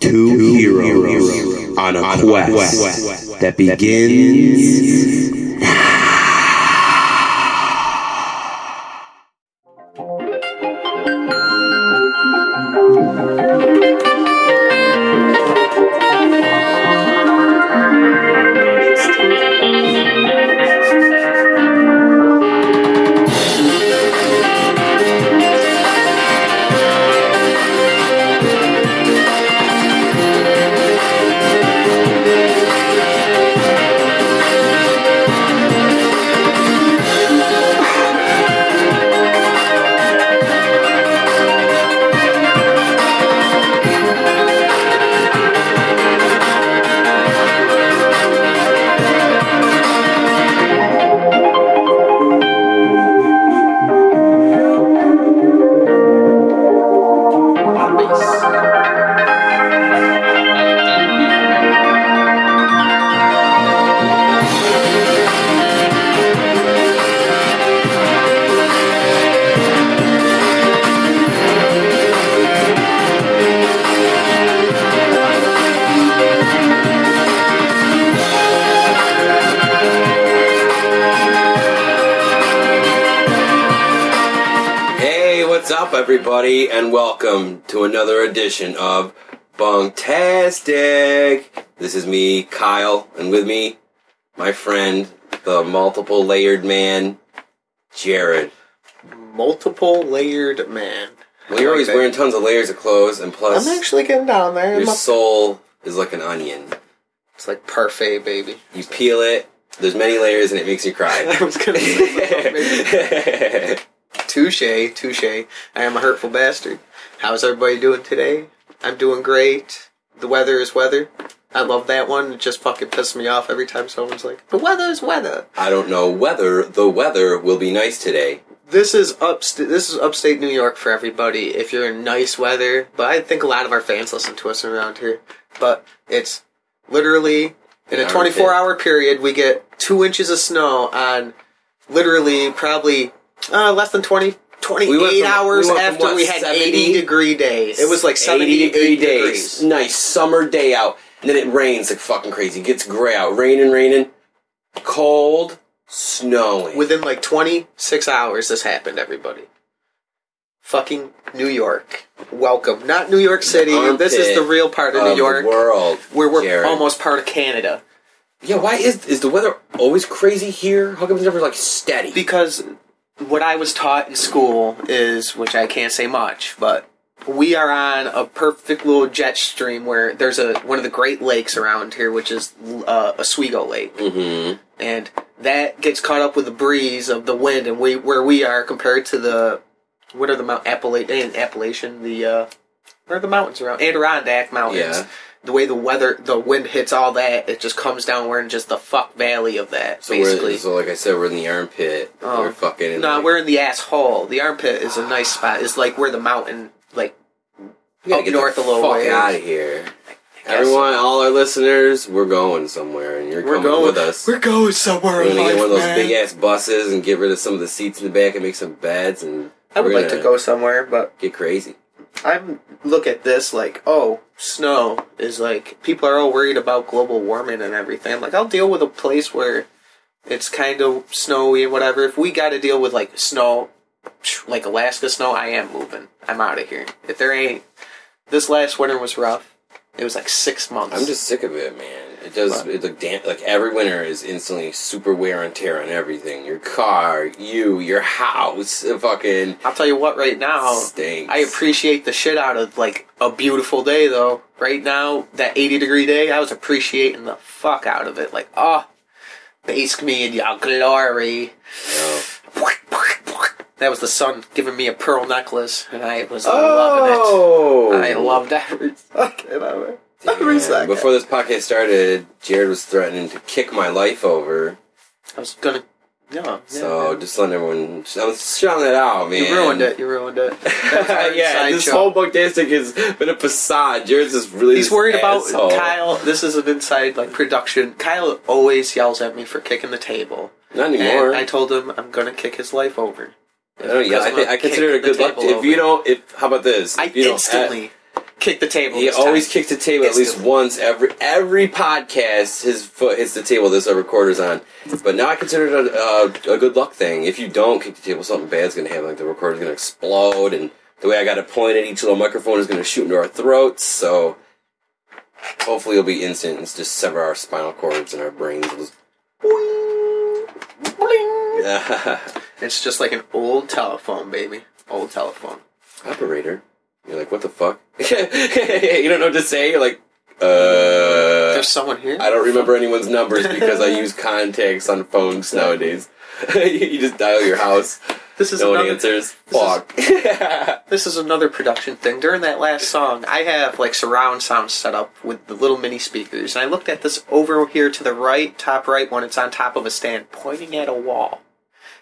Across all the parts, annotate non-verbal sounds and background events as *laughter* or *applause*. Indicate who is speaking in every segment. Speaker 1: two heroes on a quest that begins.
Speaker 2: Hey, what's up, everybody, and welcome to another edition of Bunktastic. This is me, Kyle, and with me, my friend, the multiple layered man, Jared.
Speaker 3: Multiple layered man.
Speaker 2: Well, you're
Speaker 3: I like
Speaker 2: always
Speaker 3: that.
Speaker 2: wearing tons of layers of clothes, and plus,
Speaker 3: I'm actually getting down there.
Speaker 2: your
Speaker 3: I'm up-
Speaker 2: soul is like an onion.
Speaker 3: It's like parfait, baby.
Speaker 2: You peel it, there's many layers, and it makes you cry.
Speaker 3: *laughs* I was gonna say *laughs* touche, touche. I am a hurtful bastard. How's everybody doing today? I'm doing great. The weather is weather. I love that one. It just fucking pisses me off every time someone's like, "The weather is weather."
Speaker 2: *laughs* I don't know whether the weather will be nice today.
Speaker 3: This is upstate. This is upstate New York for everybody. If you're in nice weather, but I think a lot of our fans listen to us around here. But it's literally in
Speaker 2: An
Speaker 3: a
Speaker 2: hour
Speaker 3: 24
Speaker 2: and
Speaker 3: hour period we get two inches of snow on literally probably uh, less than 20. 28
Speaker 2: went from-
Speaker 3: hours
Speaker 2: we went from
Speaker 3: after
Speaker 2: what,
Speaker 3: we had
Speaker 2: 70?
Speaker 3: 80 degree days. It was like
Speaker 2: 70
Speaker 3: 78
Speaker 2: degree days.
Speaker 3: degrees.
Speaker 2: Nice summer day out. And then it rains like fucking crazy. It gets gray out. Raining, raining. Cold, snowing.
Speaker 3: Within like 26 hours, this happened, everybody. Fucking New York. Welcome. Not New York City. This is the
Speaker 2: Armpit
Speaker 3: real part of, New
Speaker 2: the
Speaker 3: York.
Speaker 2: world.
Speaker 3: We're, we're
Speaker 2: Jared.
Speaker 3: almost part of Canada.
Speaker 2: Yeah, why is is the weather always crazy here? How come it's never like steady?
Speaker 3: Because what I was taught in school is, which I can't say much, but we are on a perfect little jet stream where there's a one of the great lakes around here, which is uh, Oswego Lake.
Speaker 2: mm-hmm.
Speaker 3: and that gets caught up with the breeze of the wind and we where we are compared to the what are the mount Appalachian Appalachian the uh where are the mountains around Adirondack mountains
Speaker 2: Yeah.
Speaker 3: the way the weather the wind hits all that it just comes down we're in just the fuck valley of that
Speaker 2: So
Speaker 3: basically
Speaker 2: we're so like I said, we're in the armpit.
Speaker 3: Oh.
Speaker 2: We're fucking. in
Speaker 3: no
Speaker 2: the-
Speaker 3: we're in the asshole the armpit is a nice spot it's like where the mountain like
Speaker 2: we gotta
Speaker 3: up
Speaker 2: get the
Speaker 3: north a little
Speaker 2: fuck
Speaker 3: ways.
Speaker 2: out of here. Everyone, all our listeners, we're going somewhere, and you're
Speaker 3: we're
Speaker 2: coming
Speaker 3: going
Speaker 2: with us.
Speaker 3: we're going somewhere
Speaker 2: We're
Speaker 3: in
Speaker 2: gonna
Speaker 3: life,
Speaker 2: get one of those
Speaker 3: man.
Speaker 2: big ass buses and get rid of some of the seats in the back and make some beds and.
Speaker 3: I would
Speaker 2: we're
Speaker 3: like to
Speaker 2: gonna
Speaker 3: go somewhere but
Speaker 2: Get crazy.
Speaker 3: I look at this like, oh, snow is like people are all worried about global warming and everything. I'm like, I'll deal with a place where it's kind of snowy and whatever. If we got to deal with like snow, like Alaska snow, I am moving. I'm out of here. If there ain't this last winter was rough. It was like six months.
Speaker 2: I'm just sick of it, man. It does. It look damn. Like every winter is instantly super wear and tear on everything. Your car, you, your house, it fucking
Speaker 3: I'll tell you what, right
Speaker 2: Oh,
Speaker 3: now,
Speaker 2: stinks.
Speaker 3: I appreciate the shit out of like a beautiful day though. Right now, that 80 degree day, I was appreciating the fuck out of it. Like, ah, bask me in your glory.
Speaker 2: No.
Speaker 3: That was the sun giving me a pearl necklace, and I was
Speaker 2: Oh,
Speaker 3: loving it. I loved every second of it. Every
Speaker 2: Damn.
Speaker 3: second.
Speaker 2: Before this podcast started, Jared was threatening to kick my life over.
Speaker 3: I was gonna. No.
Speaker 2: So just letting everyone. I was shouting it out, man.
Speaker 3: you ruined it. You ruined it.
Speaker 2: *laughs*
Speaker 3: That was our
Speaker 2: yeah,
Speaker 3: inside
Speaker 2: this
Speaker 3: joke.
Speaker 2: whole book dancing has been a facade. Jared's just really.
Speaker 3: He's
Speaker 2: this
Speaker 3: worried about
Speaker 2: asshole.
Speaker 3: Kyle. This is an inside like production. Kyle always yells at me for kicking the table.
Speaker 2: Not anymore.
Speaker 3: And I told him I'm gonna kick his life over.
Speaker 2: I don't know, yeah, I,
Speaker 3: Because I'm
Speaker 2: think,
Speaker 3: gonna
Speaker 2: I consider it a
Speaker 3: kick
Speaker 2: good
Speaker 3: the
Speaker 2: luck.
Speaker 3: table
Speaker 2: If you
Speaker 3: over.
Speaker 2: don't, if how about this?
Speaker 3: I
Speaker 2: If you don't,
Speaker 3: instantly uh, kick the table.
Speaker 2: He
Speaker 3: this time.
Speaker 2: always kicks the table at
Speaker 3: It's
Speaker 2: least
Speaker 3: the-
Speaker 2: once every every podcast. His foot hits the table. This a recorder's on, but now I consider it a, a, a good luck thing. If you don't kick the table, something bad's gonna happen. Like the recorder's gonna explode, and the way I got it pointed, each little microphone is gonna shoot into our throats. So hopefully it'll be instant and just sever our spinal cords and our brains. will just-
Speaker 3: It's just like an old telephone, baby. Old telephone.
Speaker 2: *laughs* Operator, you're like, what the fuck? *laughs* you don't know what to say. You're like, uh.
Speaker 3: There's someone here.
Speaker 2: I don't remember anyone's numbers because I use contacts on phones nowadays. *laughs* you just dial your house,
Speaker 3: this is
Speaker 2: no one
Speaker 3: another,
Speaker 2: answers.
Speaker 3: this is-
Speaker 2: Fuck. *laughs* yeah,
Speaker 3: This is another production thing. During that last song, I have like surround sound set up with the little mini speakers, and I looked at this over here to the right, top right, when it's on top of a stand, pointing at a wall.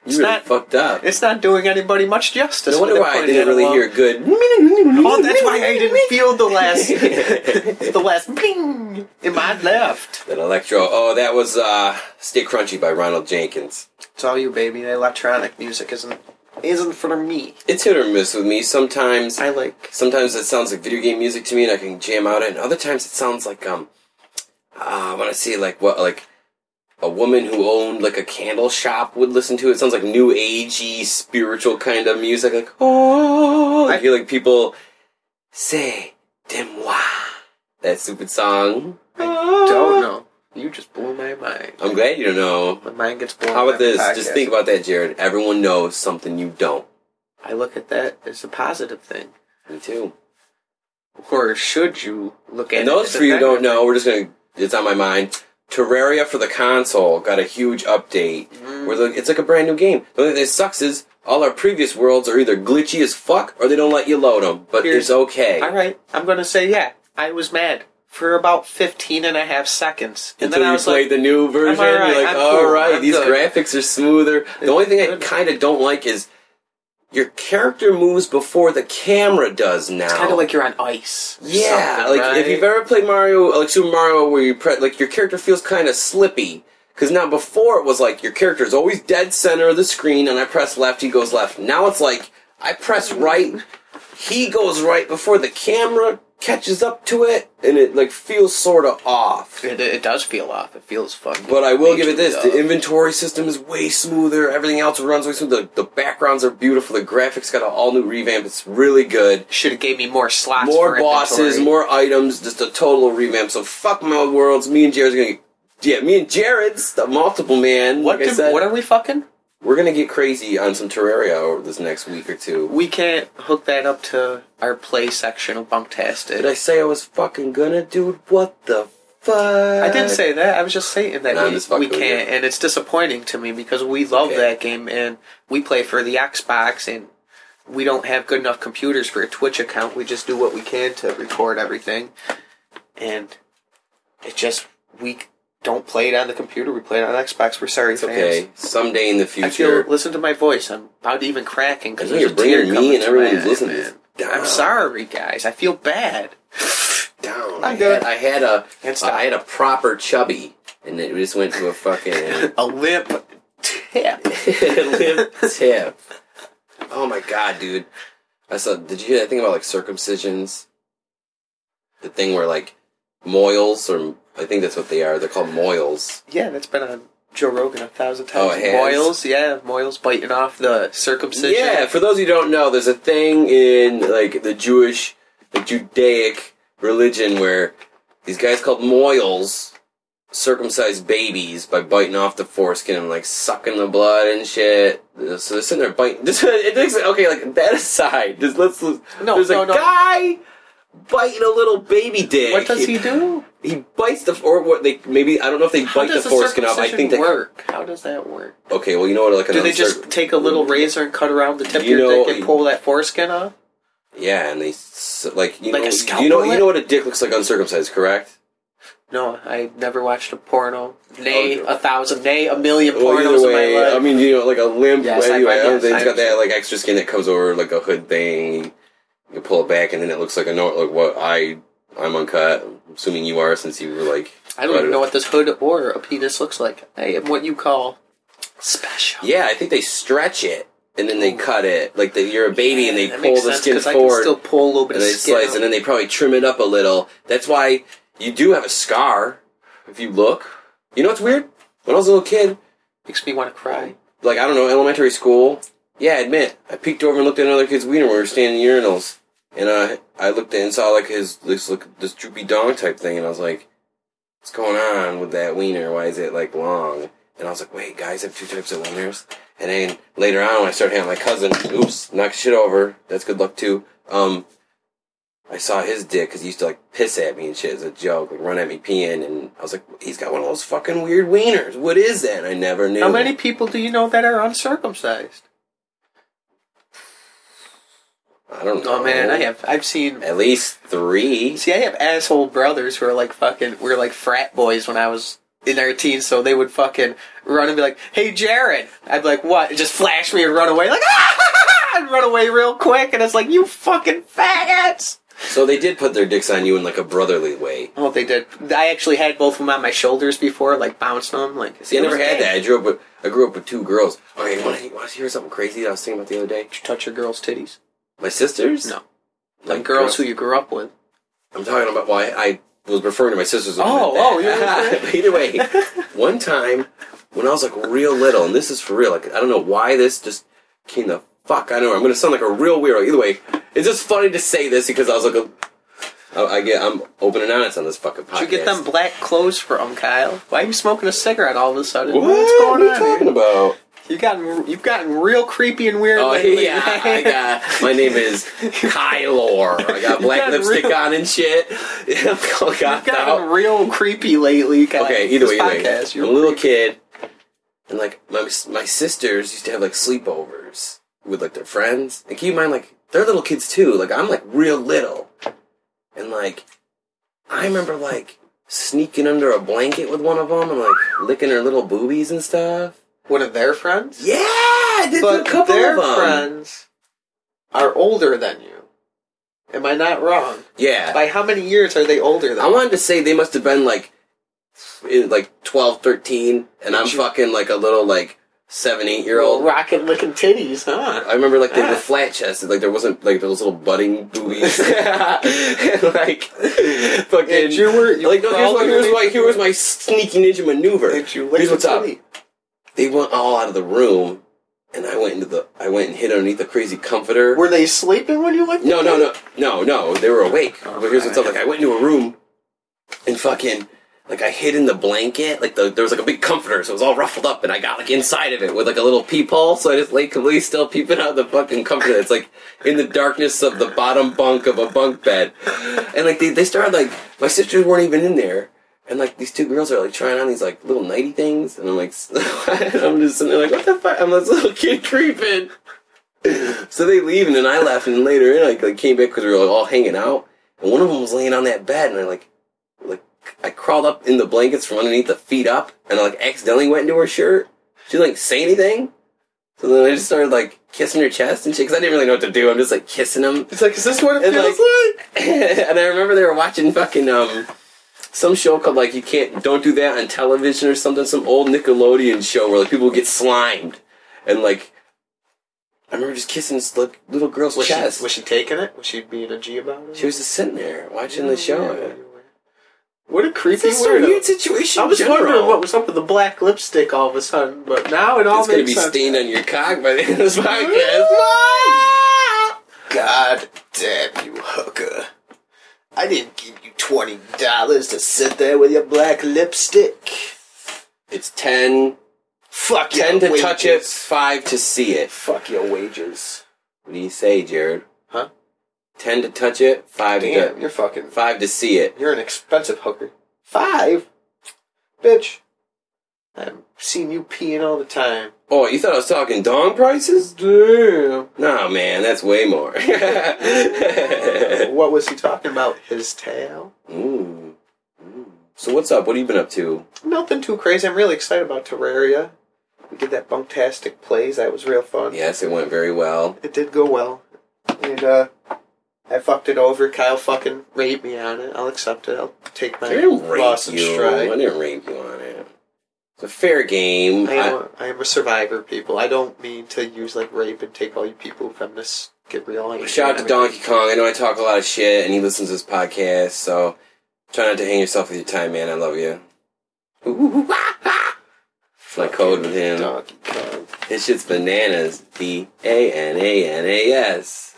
Speaker 2: you really
Speaker 3: not-
Speaker 2: fucked up.
Speaker 3: It's not doing anybody much justice.
Speaker 2: No wonder
Speaker 3: with it
Speaker 2: why I
Speaker 3: pointing at
Speaker 2: didn't
Speaker 3: a
Speaker 2: really
Speaker 3: wall.
Speaker 2: hear good.
Speaker 3: Oh, that's why
Speaker 2: *laughs*
Speaker 3: I didn't feel the last, the last ping in my left.
Speaker 2: That electro. Oh, that was uh, "Stay Crunchy" by Ronald Jenkins.
Speaker 3: It's all you, baby. The electronic music isn't isn't for me.
Speaker 2: It's hit or miss with me. Sometimes,
Speaker 3: I like
Speaker 2: sometimes it sounds like video game music to me, and I can jam out it. And other times, it sounds like um, uh, when I see like what like a woman who owned like a candle shop would listen to. It sounds like new agey spiritual kind of music. Like oh, I
Speaker 3: I-
Speaker 2: hear like people say de moi that stupid song.
Speaker 3: Don't know. You just blew my mind.
Speaker 2: I'm glad you don't know.
Speaker 3: My mind gets blown.
Speaker 2: How about
Speaker 3: every
Speaker 2: this? Just
Speaker 3: podcast.
Speaker 2: think about that, Jared. Everyone knows something you don't.
Speaker 3: I look at that as a positive thing,
Speaker 2: Me too.
Speaker 3: or should you look at?
Speaker 2: And
Speaker 3: it
Speaker 2: those
Speaker 3: as a
Speaker 2: for you who don't
Speaker 3: negative?
Speaker 2: know, we're just gonna. It's on my mind. Terraria for the console got a huge update.
Speaker 3: Mm-hmm.
Speaker 2: Where the, it's like a brand new game. The only thing that sucks is all our previous worlds are either glitchy as fuck or they don't let you load them. But
Speaker 3: Here's-
Speaker 2: it's okay.
Speaker 3: All right, I'm gonna say yeah. I was mad for about 15 and a half seconds, and
Speaker 2: Until
Speaker 3: then I
Speaker 2: you
Speaker 3: was
Speaker 2: played
Speaker 3: like,
Speaker 2: the new version,
Speaker 3: alright,
Speaker 2: you're like,
Speaker 3: I'm
Speaker 2: all
Speaker 3: cool,
Speaker 2: right,
Speaker 3: I'm
Speaker 2: these
Speaker 3: good."
Speaker 2: graphics are smoother. The only thing I
Speaker 3: good.
Speaker 2: kind of don't like is your character moves before the camera does now.
Speaker 3: kind of like you're on ice. or
Speaker 2: Yeah,
Speaker 3: something,
Speaker 2: like if
Speaker 3: right?
Speaker 2: you've ever played Mario, like Super Mario, where you pre- like your character feels kind of slippy. Because now before it was like your character is always dead center of the screen, and I press left, he goes left. Now it's like I press right, he goes right before the camera catches up to it, and it like feels sort of off.
Speaker 3: It, it does feel off. It feels fun.
Speaker 2: But I will give it this: the inventory system is way smoother. Everything else runs way smoother. The, the backgrounds are beautiful. The graphics got an all new revamp. It's really good
Speaker 3: should have gave me more slots.
Speaker 2: more
Speaker 3: for
Speaker 2: bosses,
Speaker 3: inventory.
Speaker 2: more items, just a total revamp. So fuck my old worlds. Me and Jared's gonna get, yeah, me and Jared's the multiple man.
Speaker 3: What?
Speaker 2: What like I
Speaker 3: did-
Speaker 2: said,
Speaker 3: what are we fucking?
Speaker 2: we're gonna get crazy on some Terraria over this next week or two.
Speaker 3: We can't hook that up to our play section of Bunktastic.
Speaker 2: Did I say I was fucking gonna, dude? What the fuck? I
Speaker 3: I didn't say that. I was just saying that
Speaker 2: Nah, I'm
Speaker 3: we,
Speaker 2: just fucking
Speaker 3: we
Speaker 2: with
Speaker 3: can't,
Speaker 2: you.
Speaker 3: and it's disappointing to me because we love
Speaker 2: okay.
Speaker 3: that game and we play for the Xbox, and we don't have good enough computers for a Twitch account. We just do what we can to record everything, and it just we don't play it on the computer. We play it on Xbox. We're sorry, fans.
Speaker 2: Okay, someday in the
Speaker 3: I feel.
Speaker 2: future.
Speaker 3: Listen to my voice. I'm about even cracking
Speaker 2: I
Speaker 3: because
Speaker 2: think
Speaker 3: there's
Speaker 2: you're
Speaker 3: a
Speaker 2: bringing
Speaker 3: tear coming
Speaker 2: me and
Speaker 3: to my
Speaker 2: everyone's
Speaker 3: eye,
Speaker 2: listening. to
Speaker 3: man.
Speaker 2: this Down,
Speaker 3: I'm sorry, guys. I feel bad.
Speaker 2: Down.
Speaker 3: I'm
Speaker 2: I
Speaker 3: good.
Speaker 2: Had, I had a.
Speaker 3: Can't stop.
Speaker 2: I had a proper chubby, and it just went to a fucking.
Speaker 3: A lip
Speaker 2: *laughs*
Speaker 3: tip. *laughs*
Speaker 2: lip tip. Oh my god, dude! I saw. Did you hear that thing about like circumcisions? The thing where like moils, or I think that's what they are. They're called moils.
Speaker 3: Yeah, that's been on Joe Rogan a thousand
Speaker 2: Oh,
Speaker 3: times.
Speaker 2: it has?
Speaker 3: Moyles, yeah, Moyles biting off the circumcision.
Speaker 2: Yeah, for those who don't know, there's a thing in like the Jewish, the Judaic religion where these guys called moils circumcise babies by biting off the foreskin and like sucking the blood and shit. So they're sitting there biting. *laughs* This, it makes it- okay. Like that aside, just let's. No,
Speaker 3: No,
Speaker 2: there's
Speaker 3: no,
Speaker 2: a
Speaker 3: no.
Speaker 2: guy biting a little baby dick.
Speaker 3: What does he do?
Speaker 2: He bites the or what they maybe I don't know if they
Speaker 3: How
Speaker 2: bite the
Speaker 3: does
Speaker 2: foreskin off. I think
Speaker 3: that
Speaker 2: that
Speaker 3: work. How does that work?
Speaker 2: okay. Well, you know what? Like an
Speaker 3: Do they just
Speaker 2: uncirc-
Speaker 3: take a little razor and cut around the tip of
Speaker 2: You
Speaker 3: your
Speaker 2: know-
Speaker 3: dick and pull that foreskin off?
Speaker 2: Yeah, and they s- like you
Speaker 3: Like
Speaker 2: know
Speaker 3: a scalpel
Speaker 2: you know you
Speaker 3: it?
Speaker 2: know what a dick looks like uncircumcised, correct?
Speaker 3: No, I never watched a porno. Nay,
Speaker 2: Oh,
Speaker 3: a thousand, nay, a million
Speaker 2: Well,
Speaker 3: pornos
Speaker 2: either way,
Speaker 3: in my life.
Speaker 2: I mean you know like a limp.
Speaker 3: Yes, I-
Speaker 2: anyway,
Speaker 3: I- yes,
Speaker 2: they
Speaker 3: I
Speaker 2: has got that like extra skin that comes over like a hood thing. You pull it back, and then it looks like a note like what I I'm uncut. I'm assuming you are since you were like
Speaker 3: I don't even know what this hood or a penis looks like. I am what you call special.
Speaker 2: Yeah, I think they stretch it and then they cut it. Like the, you're a baby, and they
Speaker 3: That
Speaker 2: pull
Speaker 3: makes
Speaker 2: the
Speaker 3: sense,
Speaker 2: skin
Speaker 3: 'cause I can
Speaker 2: forward,
Speaker 3: still pull a little bit
Speaker 2: and
Speaker 3: of
Speaker 2: they
Speaker 3: skin.
Speaker 2: slice,
Speaker 3: out.
Speaker 2: and then they probably trim it up a little. That's why you do have a scar if you look. You know what's weird? When I was a little kid,
Speaker 3: makes me want to cry.
Speaker 2: like I don't know, elementary school. Yeah, I admit, I peeked over and looked at another kid's wiener. when We were standing in urinals, and I I looked in and saw like his this look this droopy dong type thing, and I was like, "What's going on with that wiener? Why is it like long?" And I was like, "Wait, guys have two types of wieners." And then later on, when I started hanging out with my cousin, oops, knocked shit over. That's good luck too. Um, I saw his dick because he used to like piss at me and shit as a joke, like run at me peeing, and I was like, "He's got one of those fucking weird wieners. What is that?" And I never knew.
Speaker 3: How many people do you know that are uncircumcised?
Speaker 2: I don't know.
Speaker 3: Oh man, I have I've seen
Speaker 2: at least three.
Speaker 3: see I have asshole brothers who are like fucking we are like frat boys when I was in their teens, so they would fucking run and be like, "Hey, Jared," I'd be like, "What?" And just flash me and run away, like, *laughs* ah! and run away real quick, and it's like, "You fucking faggots!"
Speaker 2: So they did put their dicks on you in like a brotherly way.
Speaker 3: Oh, they did. I actually had both of them on my shoulders before, like bouncing them. Like,
Speaker 2: See, I never had that. I grew up with I grew up with two girls. Okay, want to want to hear something crazy that I was thinking about the other day?
Speaker 3: Did you touch your girls' titties?
Speaker 2: My sisters?
Speaker 3: No. Like girls who you grew up with.
Speaker 2: I'm talking about. Why I, I was referring to my sisters. when I
Speaker 3: Oh,
Speaker 2: meant that.
Speaker 3: oh, you
Speaker 2: *laughs* Either way,
Speaker 3: *laughs*
Speaker 2: one time when I was like real little, and this is for real. Like I don't know why this just came the fuck. I know I'm gonna sound like a real weirdo. Either way, it's just funny to say this because I was like, a, I, I get I'm open and honest on this fucking podcast.
Speaker 3: Did you get them black clothes from Kyle? Why are you smoking a cigarette all of a sudden?
Speaker 2: What?
Speaker 3: What's
Speaker 2: What
Speaker 3: going
Speaker 2: are you
Speaker 3: on?
Speaker 2: talking
Speaker 3: here?
Speaker 2: about?
Speaker 3: You've gotten you've gotten real creepy and weird.
Speaker 2: Oh *laughs*
Speaker 3: lately,
Speaker 2: yeah, I
Speaker 3: *laughs* man.
Speaker 2: got. My name is Kylor. I got
Speaker 3: You
Speaker 2: black
Speaker 3: got
Speaker 2: lipstick
Speaker 3: real-
Speaker 2: on and shit. *laughs* I
Speaker 3: You've
Speaker 2: got
Speaker 3: gotten
Speaker 2: out.
Speaker 3: real creepy lately. Kyle.
Speaker 2: Okay, either
Speaker 3: This
Speaker 2: way, either way.
Speaker 3: podcast,
Speaker 2: I'm a
Speaker 3: you're
Speaker 2: little
Speaker 3: creepy.
Speaker 2: kid, and like my my sisters used to have like sleepovers with like their friends. And keep in mind, like they're little kids too. Like I'm like real little, and like I remember like sneaking under a blanket with one of them and like licking her little boobies and stuff.
Speaker 3: One of their friends,
Speaker 2: Yeah, I did
Speaker 3: but
Speaker 2: a couple
Speaker 3: their
Speaker 2: of 'em.
Speaker 3: friends are older than you. Am I not wrong?
Speaker 2: Yeah,
Speaker 3: By how many years are they older than?
Speaker 2: I wanted to say they must have been like in, like 12, 13, and I'm
Speaker 3: you-
Speaker 2: fucking like a little like 7, 8 year
Speaker 3: Little
Speaker 2: old.
Speaker 3: rocket looking titties, huh?
Speaker 2: I remember like they were
Speaker 3: Ah.
Speaker 2: flat chested, like there wasn't like those little budding
Speaker 3: *laughs*
Speaker 2: boobies. and *laughs* like *laughs* fucking
Speaker 3: And you were you
Speaker 2: like no, here's
Speaker 3: crawled
Speaker 2: my here's my
Speaker 3: underneath-
Speaker 2: here's my sneaky ninja maneuver.
Speaker 3: And you licked
Speaker 2: Here's what's
Speaker 3: the
Speaker 2: up.
Speaker 3: titty.
Speaker 2: They went all out of the room and I went into the I went and hid underneath the crazy comforter.
Speaker 3: Were they sleeping when you went?
Speaker 2: No, no, no, no, no. They were awake.
Speaker 3: Oh,
Speaker 2: but here's what's up.
Speaker 3: right.
Speaker 2: Like I went into a room and fucking like I hid in the blanket. Like the, there was like a big comforter, so it was all ruffled up, and I got like inside of it with like a little peephole. So I just lay completely still, peeping out the fucking comforter. It's like in the darkness of the bottom bunk of a bunk bed, and like they they started like my sisters weren't even in there. And like these two girls are like trying on these like little nighty things, and I'm like, *laughs* I'm just sitting there like, *laughs* what the fuck? I'm
Speaker 3: *laughs*
Speaker 2: this little kid creeping. So they leave, and then I left, and later in, like, I came back because we were like, all hanging out, and one of them was laying on that bed, and I like, like, I crawled up in the blankets from underneath the feet up, and I like accidentally went into her shirt. She didn't like say anything, so then I just started like kissing her chest and shit because I didn't really know what to do. I'm just like kissing them, *laughs*
Speaker 3: It's like, is this what it
Speaker 2: And,
Speaker 3: feels like?
Speaker 2: and I remember they were watching fucking um some show called like you can't don't do that on television or something, some old Nickelodeon show where like people get slimed, and like. I remember just kissing this like, little girl's
Speaker 3: Was
Speaker 2: chest.
Speaker 3: she, was she taking it? Was she being a G about it?
Speaker 2: She was just sitting there watching the show.
Speaker 3: What a
Speaker 2: It's
Speaker 3: creepy
Speaker 2: just a weird
Speaker 3: weirdo.
Speaker 2: situation.
Speaker 3: I was
Speaker 2: in general.
Speaker 3: wondering what was up with the black lipstick all of a sudden, but now it all
Speaker 2: It's gonna
Speaker 3: makes
Speaker 2: be
Speaker 3: sense.
Speaker 2: stained on your cock by the end of this podcast. *laughs*
Speaker 3: God damn you, hooker. I didn't give you $20 to sit there with your black lipstick.
Speaker 2: It's ten.
Speaker 3: Fuck
Speaker 2: Ten to
Speaker 3: your
Speaker 2: touch it.
Speaker 3: wages.
Speaker 2: Five to see it.
Speaker 3: Fuck your wages.
Speaker 2: What do you say, Jared?
Speaker 3: Huh?
Speaker 2: Ten to touch it. Five
Speaker 3: Damn,
Speaker 2: to
Speaker 3: you're fucking.
Speaker 2: five to see it.
Speaker 3: You're an expensive hooker. Five? Bitch. I've seen you peeing all the time.
Speaker 2: Oh, you thought I was talking dong prices?
Speaker 3: Damn.
Speaker 2: Nah, man, that's way more. *laughs*
Speaker 3: what was he talking about? His tail?
Speaker 2: Mm. Mm. So what's up? What have you been up to?
Speaker 3: Nothing too crazy. I'm really excited about Terraria. We did that Bunktastic Plays. That was real fun.
Speaker 2: Yes, it went very well.
Speaker 3: It did go well. And, uh, I fucked it over. Kyle fucking raped me on it. I'll accept it. I'll take my
Speaker 2: I didn't rape
Speaker 3: loss in
Speaker 2: you. I
Speaker 3: stride.
Speaker 2: didn't rape you on it. It's a fair game.
Speaker 3: I am, a, I am a survivor, people. I don't mean to use like rape and take all you people feminists get real angry.
Speaker 2: Shout out to
Speaker 3: and
Speaker 2: Donkey Kong. I know I talk a lot of shit, and he listens to this podcast. So try not to hang yourself with your time, man. I love you. *laughs* Ooh, ah, ah. It's my code with
Speaker 3: everything.
Speaker 2: him.
Speaker 3: Donkey Kong.
Speaker 2: His shit's bananas. B A N A N A S.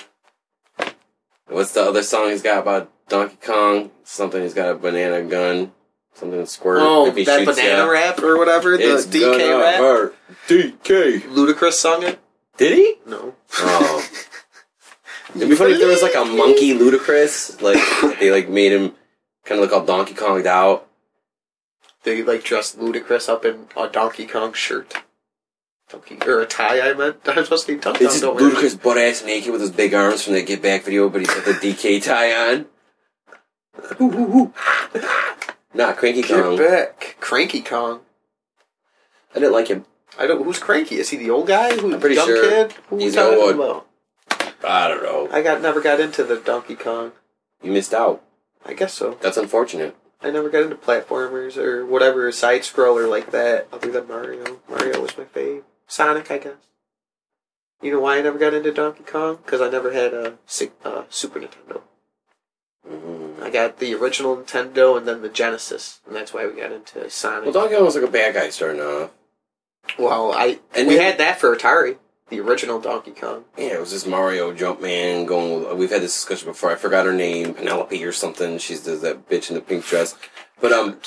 Speaker 2: What's the other song he's got about Donkey Kong? Something he's got a banana gun. Something that squirt.
Speaker 3: Oh,
Speaker 2: if he
Speaker 3: that
Speaker 2: shoots
Speaker 3: banana
Speaker 2: ya.
Speaker 3: rap or whatever, the
Speaker 2: It's
Speaker 3: DK
Speaker 2: gonna
Speaker 3: rap.
Speaker 2: hurt. DK.
Speaker 3: Ludacris sung it.
Speaker 2: Did he?
Speaker 3: No.
Speaker 2: Oh.
Speaker 3: *laughs*
Speaker 2: It'd be funny if there was like a monkey ludicrous, like they like made him kind of look all Donkey Konged out.
Speaker 3: They like dressed Ludacris up in a Donkey Kong shirt. Donkey or a tie, I meant. *laughs* I'm supposed to be Donkey
Speaker 2: It's
Speaker 3: Kong.
Speaker 2: just
Speaker 3: Don't worry.
Speaker 2: ludicrous butt ass naked with his big arms from that Get Back video, but he's got the DK tie on. Ooh, ooh, ooh. Nah, Cranky
Speaker 3: Get
Speaker 2: Kong.
Speaker 3: back, Cranky Kong.
Speaker 2: I didn't like him.
Speaker 3: I don't. Who's Cranky? Is he the old guy? Who's
Speaker 2: I'm pretty
Speaker 3: young
Speaker 2: sure
Speaker 3: kid? Who
Speaker 2: he's
Speaker 3: we talking
Speaker 2: old.
Speaker 3: about?
Speaker 2: I don't know.
Speaker 3: I got never got into the Donkey Kong.
Speaker 2: You missed out.
Speaker 3: I guess so.
Speaker 2: That's unfortunate.
Speaker 3: I never got into platformers or whatever side scroller like that, other than Mario. Mario was my fave. Sonic, I guess. You know why I never got into Donkey Kong? Because I never had a Sig- uh, Super Nintendo.
Speaker 2: Mm.
Speaker 3: I got the original Nintendo and then the Genesis, and that's why we got into
Speaker 2: Well,
Speaker 3: Sonic. Well,
Speaker 2: Donkey Kong was like a bad guy starting off.
Speaker 3: I
Speaker 2: And
Speaker 3: and we
Speaker 2: then-
Speaker 3: had that for Atari, the original Donkey Kong.
Speaker 2: Yeah, it was this Mario Jumpman going. With, we've had this discussion before. I forgot her name, Penelope or something. She's the, that bitch in the pink dress. But um,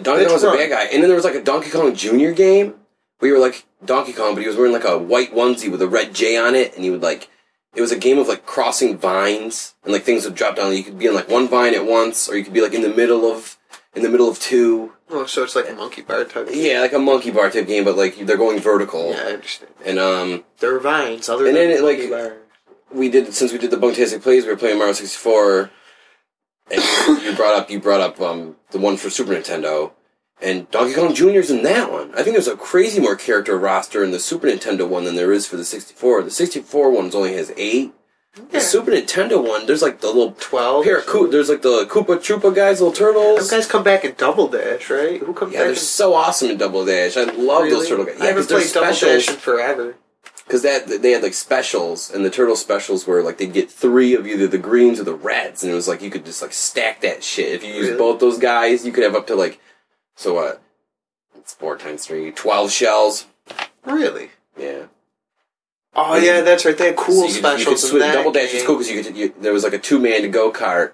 Speaker 2: Donkey
Speaker 3: Bitch
Speaker 2: Kong was a
Speaker 3: run.
Speaker 2: bad guy, and then there was like a Donkey Kong Junior game where you were like Donkey Kong, but he was wearing like a white onesie with a red J on it, and he would like. It was a game of like crossing vines, and like things would drop down. You could be in like one vine at once, or you could be like in the middle of in the middle of two.
Speaker 3: Oh, so it's like a monkey bar type.
Speaker 2: Yeah, like a monkey bar type game, but like they're going vertical,
Speaker 3: yeah, I understand.
Speaker 2: and um.
Speaker 3: There are vines other
Speaker 2: And
Speaker 3: than
Speaker 2: then it,
Speaker 3: monkey
Speaker 2: like-
Speaker 3: bar.
Speaker 2: we did since we did the Bunktastic plays, we were playing Mario sixty four, and you- you brought up you brought up um, the one for Super Nintendo, and Donkey Kong Junior's in that one. I think there's a crazy more character roster in the Super Nintendo one than there is for the sixty four. The sixty four one's only has eight. The Super Nintendo one, there's like the little
Speaker 3: twelve.
Speaker 2: pair of Koo- there's like the Koopa Troopa guys, little
Speaker 3: Those
Speaker 2: turtles.
Speaker 3: guys come back in Double Dash, right? Who comes
Speaker 2: Yeah, they're
Speaker 3: back?
Speaker 2: so awesome in Double Dash. I love
Speaker 3: in,
Speaker 2: those turtle guys. Yeah,
Speaker 3: I
Speaker 2: because
Speaker 3: haven't
Speaker 2: they're
Speaker 3: played Double
Speaker 2: specials.
Speaker 3: Dash in forever.
Speaker 2: Because that they had like specials, and the turtle specials were like they'd get three of either the greens or the reds, and it was like you could just like stack that shit. If you use
Speaker 3: Really?
Speaker 2: both those guys, you could have up to like so what? It's four times three, 12 shells.
Speaker 3: Really?
Speaker 2: Yeah,
Speaker 3: Oh yeah, that's right. They had cool
Speaker 2: So you could- you could
Speaker 3: specials. in
Speaker 2: switch-
Speaker 3: that
Speaker 2: double dash was
Speaker 3: game.
Speaker 2: cool because you could you, there was like a two man go kart,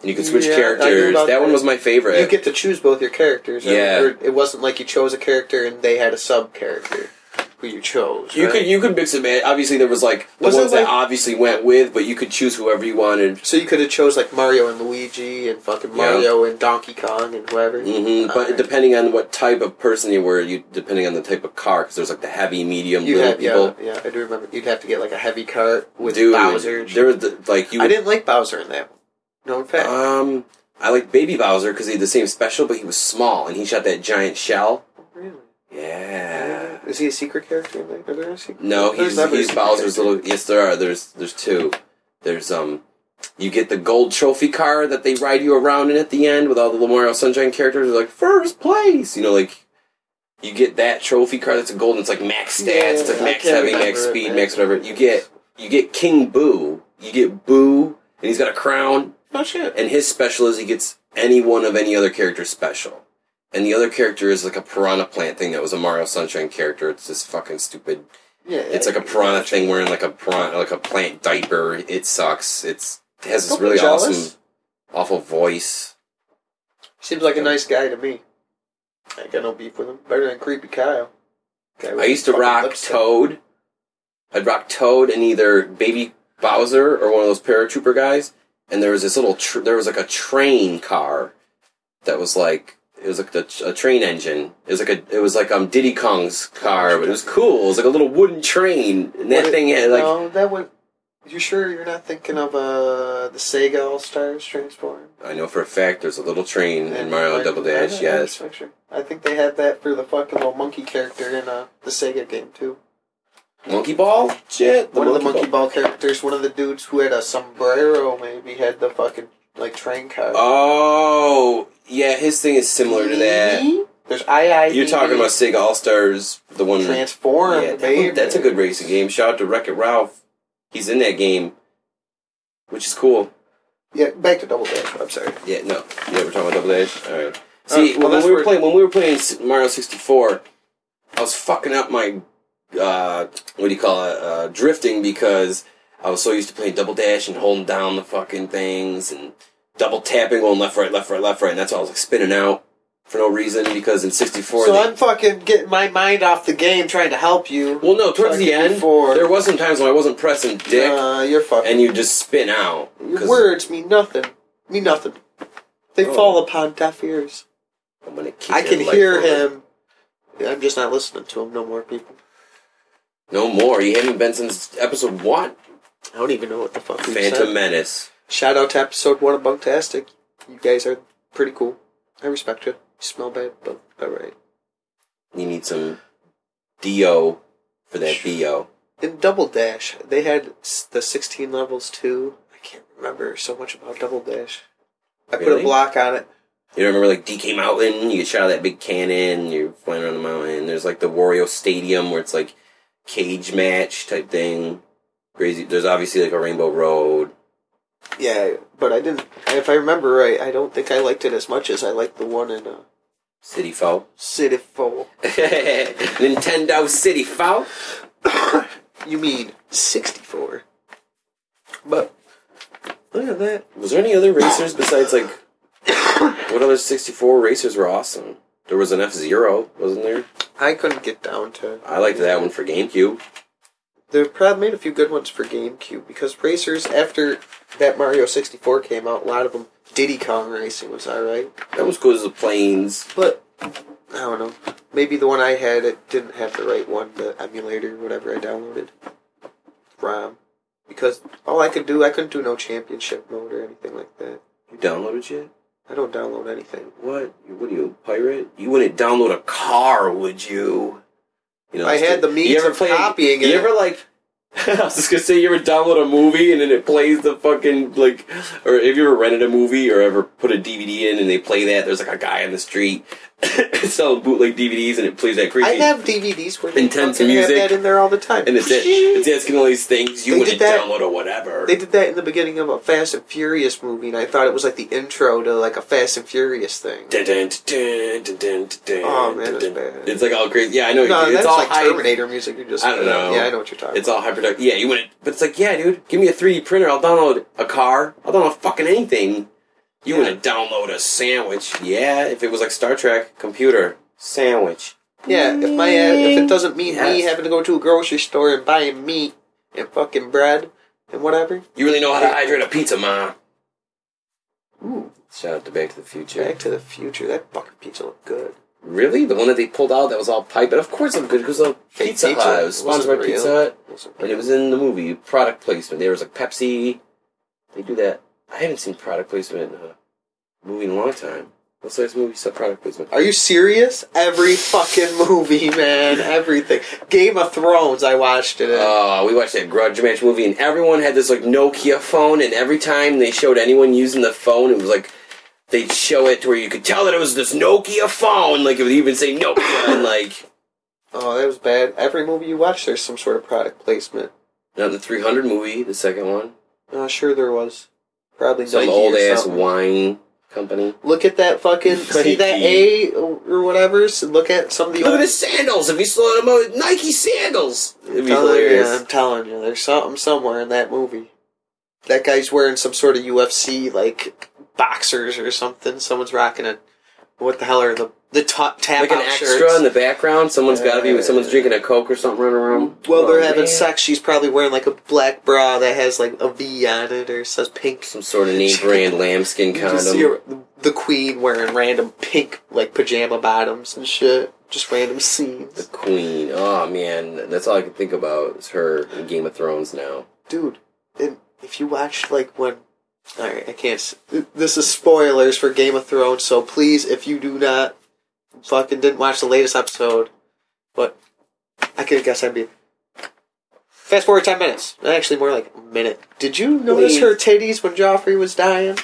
Speaker 2: and you could switch
Speaker 3: Yeah, I knew
Speaker 2: characters.
Speaker 3: about
Speaker 2: That, one
Speaker 3: that.
Speaker 2: was my favorite.
Speaker 3: You get to choose both your characters. right?
Speaker 2: Yeah.
Speaker 3: Or it wasn't like you chose a character and they had a sub character who you chose.
Speaker 2: you
Speaker 3: right?
Speaker 2: could you could mix and match. Obviously, there was like the
Speaker 3: Was it
Speaker 2: ones that
Speaker 3: like-
Speaker 2: obviously went with, but you could choose whoever you wanted.
Speaker 3: So you could have chose like Mario and Luigi and fucking
Speaker 2: Yeah.
Speaker 3: Mario and Donkey Kong and whoever.
Speaker 2: hmm but
Speaker 3: Alright.
Speaker 2: depending on what type of person you were, you depending on the type of car, because there's like the heavy, medium,
Speaker 3: You
Speaker 2: little
Speaker 3: had yeah,
Speaker 2: people.
Speaker 3: yeah. I do remember. You'd have to get like a heavy cart with
Speaker 2: Dude,
Speaker 3: Bowser.
Speaker 2: there was the, like you.
Speaker 3: I didn't like Bowser in that one. No, in fact,
Speaker 2: Um, I liked Baby Bowser because he had the same special, but he was small and he shot that giant shell.
Speaker 3: really.
Speaker 2: Yeah.
Speaker 3: Is he a secret character in there? Are there a secret?
Speaker 2: No,
Speaker 3: There's
Speaker 2: he's
Speaker 3: never a
Speaker 2: he's
Speaker 3: secret
Speaker 2: Bowser's
Speaker 3: character.
Speaker 2: little. Yes, there are. There's there's two. There's um, you get the gold trophy car that they ride you around in at the end with all the Mario Sunshine characters. They're like first place, you know, like. You get that trophy car that's a gold. And it's like max stats. it's like
Speaker 3: Yeah, I
Speaker 2: max
Speaker 3: can't
Speaker 2: heavy, max
Speaker 3: remember it,
Speaker 2: speed,
Speaker 3: man.
Speaker 2: max whatever. You get you get King Boo. You get Boo, and he's got a crown.
Speaker 3: Oh shit!
Speaker 2: And his special is he gets any one of any other character's special. And the other character is like a piranha plant thing that was a Mario Sunshine character. It's this fucking stupid
Speaker 3: Yeah,
Speaker 2: it's like a piranha thing wearing like a piranha, like a plant diaper. It sucks. It's it has this
Speaker 3: Don't be
Speaker 2: really
Speaker 3: jealous.
Speaker 2: awesome, awful voice.
Speaker 3: Seems like a nice guy to me. I ain't got no beef with him. Better than creepy Kyle. Guy with
Speaker 2: I used to
Speaker 3: fucking
Speaker 2: rock
Speaker 3: lipstick.
Speaker 2: Toad. I'd rock Toad and either Baby Bowser or one of those paratrooper guys. And there was this little, tr- there was like a train car that was like, it was like the, a train engine. It was like a, it was like um Diddy Kong's car, but it was cool. It was like a little wooden train, and that
Speaker 3: What-
Speaker 2: thing had like,
Speaker 3: no, that would. You sure you're not thinking of uh the Sega All Stars Transform?
Speaker 2: I know for a fact there's a little train in Mm, Mario Double
Speaker 3: I
Speaker 2: Dash.
Speaker 3: don't-
Speaker 2: Yes,
Speaker 3: I, don't picture. I think they had that for the fucking little monkey character in uh the Sega game too.
Speaker 2: Monkey ball? Shit.
Speaker 3: one of the monkey ball. characters, one of the dudes who had a sombrero, maybe had the fucking like train car.
Speaker 2: Oh, yeah, his thing is similar to that.
Speaker 3: There's I E
Speaker 2: You're talking about Sig All Stars, the one
Speaker 3: Transform,
Speaker 2: Yeah, that-
Speaker 3: baby.
Speaker 2: that's a good racing game. Shout out to Wreck It Ralph. He's in that game, which is cool.
Speaker 3: Yeah, back to Double Dash. I'm sorry.
Speaker 2: Yeah, no. Yeah, we're talking about Double Dash. All right. See,
Speaker 3: Uh, well,
Speaker 2: when
Speaker 3: that's
Speaker 2: we were
Speaker 3: where-
Speaker 2: playing when we were playing S- Mario 64, I was fucking up my uh, what do you call it? Uh, drifting because I was so used to playing Double Dash and holding down the fucking things and double tapping, going left, right, left, right, left, right, and that's why I was like spinning out for no reason because in 64.
Speaker 3: So
Speaker 2: they-
Speaker 3: I'm fucking getting my mind off the game, trying to help you.
Speaker 2: well, no, towards the
Speaker 3: Fucking
Speaker 2: end,
Speaker 3: before.
Speaker 2: there was some times when I wasn't pressing dick
Speaker 3: Uh, you're fucking.
Speaker 2: and you just spin out.
Speaker 3: Your
Speaker 2: 'cause-
Speaker 3: words mean nothing. Mean nothing. They
Speaker 2: Oh.
Speaker 3: fall upon deaf ears.
Speaker 2: I'm gonna kick
Speaker 3: I
Speaker 2: your
Speaker 3: can
Speaker 2: leg
Speaker 3: hear
Speaker 2: forward.
Speaker 3: him. Yeah, I'm just not listening to him no more, people.
Speaker 2: No more. You haven't been since episode one.
Speaker 3: I don't even know what the fuck we
Speaker 2: Phantom
Speaker 3: said.
Speaker 2: Menace.
Speaker 3: Shout out to episode one of Bunktastic. You guys are pretty cool. I respect you. You smell bad, but alright.
Speaker 2: You need some DO for that BO.
Speaker 3: In Double Dash, they had s- the 16 levels too. I can't remember so much about Double Dash. I put
Speaker 2: Really?
Speaker 3: a block on it.
Speaker 2: You remember like DK Mountain? You get shot out of that big cannon. You're flying around the mountain. There's like the Wario Stadium where it's like cage match type thing. Crazy. There's obviously like a Rainbow Road.
Speaker 3: Yeah, but I didn't. If I remember right, I don't think I liked it as much as I liked the one in uh,
Speaker 2: City Folk.
Speaker 3: City Fall.
Speaker 2: *laughs* Nintendo City Folk.
Speaker 3: You mean 64. But, look at that.
Speaker 2: Was there any other racers besides like what other 64 racers were awesome? There was an F Zero, wasn't there?
Speaker 3: I couldn't get down to.
Speaker 2: I liked that one for GameCube.
Speaker 3: They probably made a few good ones for GameCube because racers after that Mario 64 came out, a lot of them. Diddy Kong Racing was alright.
Speaker 2: That was cool as the planes.
Speaker 3: But, I don't know. Maybe the one I had, it didn't have the right one, the emulator, whatever I downloaded. ROM. Because all I could do, I couldn't do no championship mode or anything like that.
Speaker 2: You downloaded yet?
Speaker 3: I don't download anything.
Speaker 2: What? You- What are you, a pirate? You wouldn't download a car, would you? You
Speaker 3: I had the means of copying
Speaker 2: You
Speaker 3: it.
Speaker 2: ever like? *laughs* I was just gonna say you ever download a movie and then it plays the fucking like, or if you ever rented a movie or ever put a DVD in and they play that. There's like a guy on the street *laughs* selling bootleg DVDs and it plays that creepy.
Speaker 3: I have DVDs where they
Speaker 2: Intense
Speaker 3: fucking
Speaker 2: music.
Speaker 3: have that in there all the time.
Speaker 2: and it's it. It's asking all these things you
Speaker 3: They
Speaker 2: wouldn't
Speaker 3: did that.
Speaker 2: download or whatever.
Speaker 3: They did that in the beginning of a Fast and Furious movie, and I thought it was like the intro to like a Fast and Furious thing.
Speaker 2: Dun, dun, dun, dun, dun, dun,
Speaker 3: Oh, man, it's
Speaker 2: dun.
Speaker 3: bad.
Speaker 2: It's like all crazy. Yeah, I know.
Speaker 3: No,
Speaker 2: it's
Speaker 3: that's
Speaker 2: all
Speaker 3: like
Speaker 2: high-
Speaker 3: Terminator music. You just
Speaker 2: I don't know.
Speaker 3: Yeah, I know what you're talking.
Speaker 2: It's all hyper. Yeah, you wouldn't. But it's like, yeah, dude, give me a 3D printer. I'll download a car. I'll download fucking anything. You
Speaker 3: Yeah.
Speaker 2: wouldn't download a sandwich. Yeah, if it was like Star Trek, computer, sandwich.
Speaker 3: about. Yeah, if my ad, if it doesn't mean me
Speaker 2: Yes.
Speaker 3: having to go to a grocery store and buying meat and fucking bread and whatever.
Speaker 2: You really know how to hydrate a pizza, ma.
Speaker 3: Ooh,
Speaker 2: Shout out to Back to the Future.
Speaker 3: Back to the Future. That fucking pizza looked good.
Speaker 2: Really? The one that they pulled out that was all pipe? And of course it was good because of
Speaker 3: Fake
Speaker 2: Pizza
Speaker 3: pizza.
Speaker 2: Hut. It was sponsored
Speaker 3: Wasn't
Speaker 2: by
Speaker 3: real.
Speaker 2: Pizza Hut.
Speaker 3: Wasn't
Speaker 2: And it was in the movie, product placement. There was like Pepsi. They do that. I haven't seen product placement in a movie in a long time. What's the last movie you saw product placement?
Speaker 3: Are you serious? Every fucking movie, man. Everything. Game of Thrones. I watched it. in.
Speaker 2: Oh, we watched that grudge match movie, and everyone had this like Nokia phone, and every time they showed anyone using the phone, it was like they'd show it to where you could tell that it was this Nokia phone. Like it would even say Nokia, and like
Speaker 3: Oh, that was bad. Every movie you watch, there's some sort of product placement.
Speaker 2: not the 300 movie, the second one,
Speaker 3: Uh, sure, there was. Probably
Speaker 2: some
Speaker 3: Nike
Speaker 2: old
Speaker 3: or
Speaker 2: ass
Speaker 3: something.
Speaker 2: wine company.
Speaker 3: Look at that fucking. See that
Speaker 2: Nike.
Speaker 3: A or whatever? s- look at some of the
Speaker 2: Look at
Speaker 3: old.
Speaker 2: his sandals. If you saw them, uh, Nike sandals. It'd be
Speaker 3: Telling you,
Speaker 2: hilarious.
Speaker 3: I'm telling you, there's something somewhere in that movie. That guy's wearing some sort of UFC like boxers or something. Someone's rocking a. What the hell are the the top tap
Speaker 2: Like an
Speaker 3: out
Speaker 2: extra
Speaker 3: shirts?
Speaker 2: in the background. Someone's got to be. Someone's drinking a coke or something right around.
Speaker 3: Well, they're having
Speaker 2: man.
Speaker 3: sex. She's probably wearing like a black bra that has like a V on it or says pink.
Speaker 2: Some sort of name brand lambskin
Speaker 3: You just
Speaker 2: condom.
Speaker 3: see her- the queen wearing random pink like pajama bottoms and shit. Just random scenes.
Speaker 2: Queen. Oh man, that's all I can think about is her in Game of Thrones now.
Speaker 3: Dude, and if you watched like when. Alright, I can't. s- th- This is spoilers for Game of Thrones, so please, if you do not. Fucking didn't watch the latest episode. But. I could guess I'd be. Fast forward 10 minutes. Actually, more like a minute. Did you notice
Speaker 2: Please.
Speaker 3: her titties when Joffrey was dying?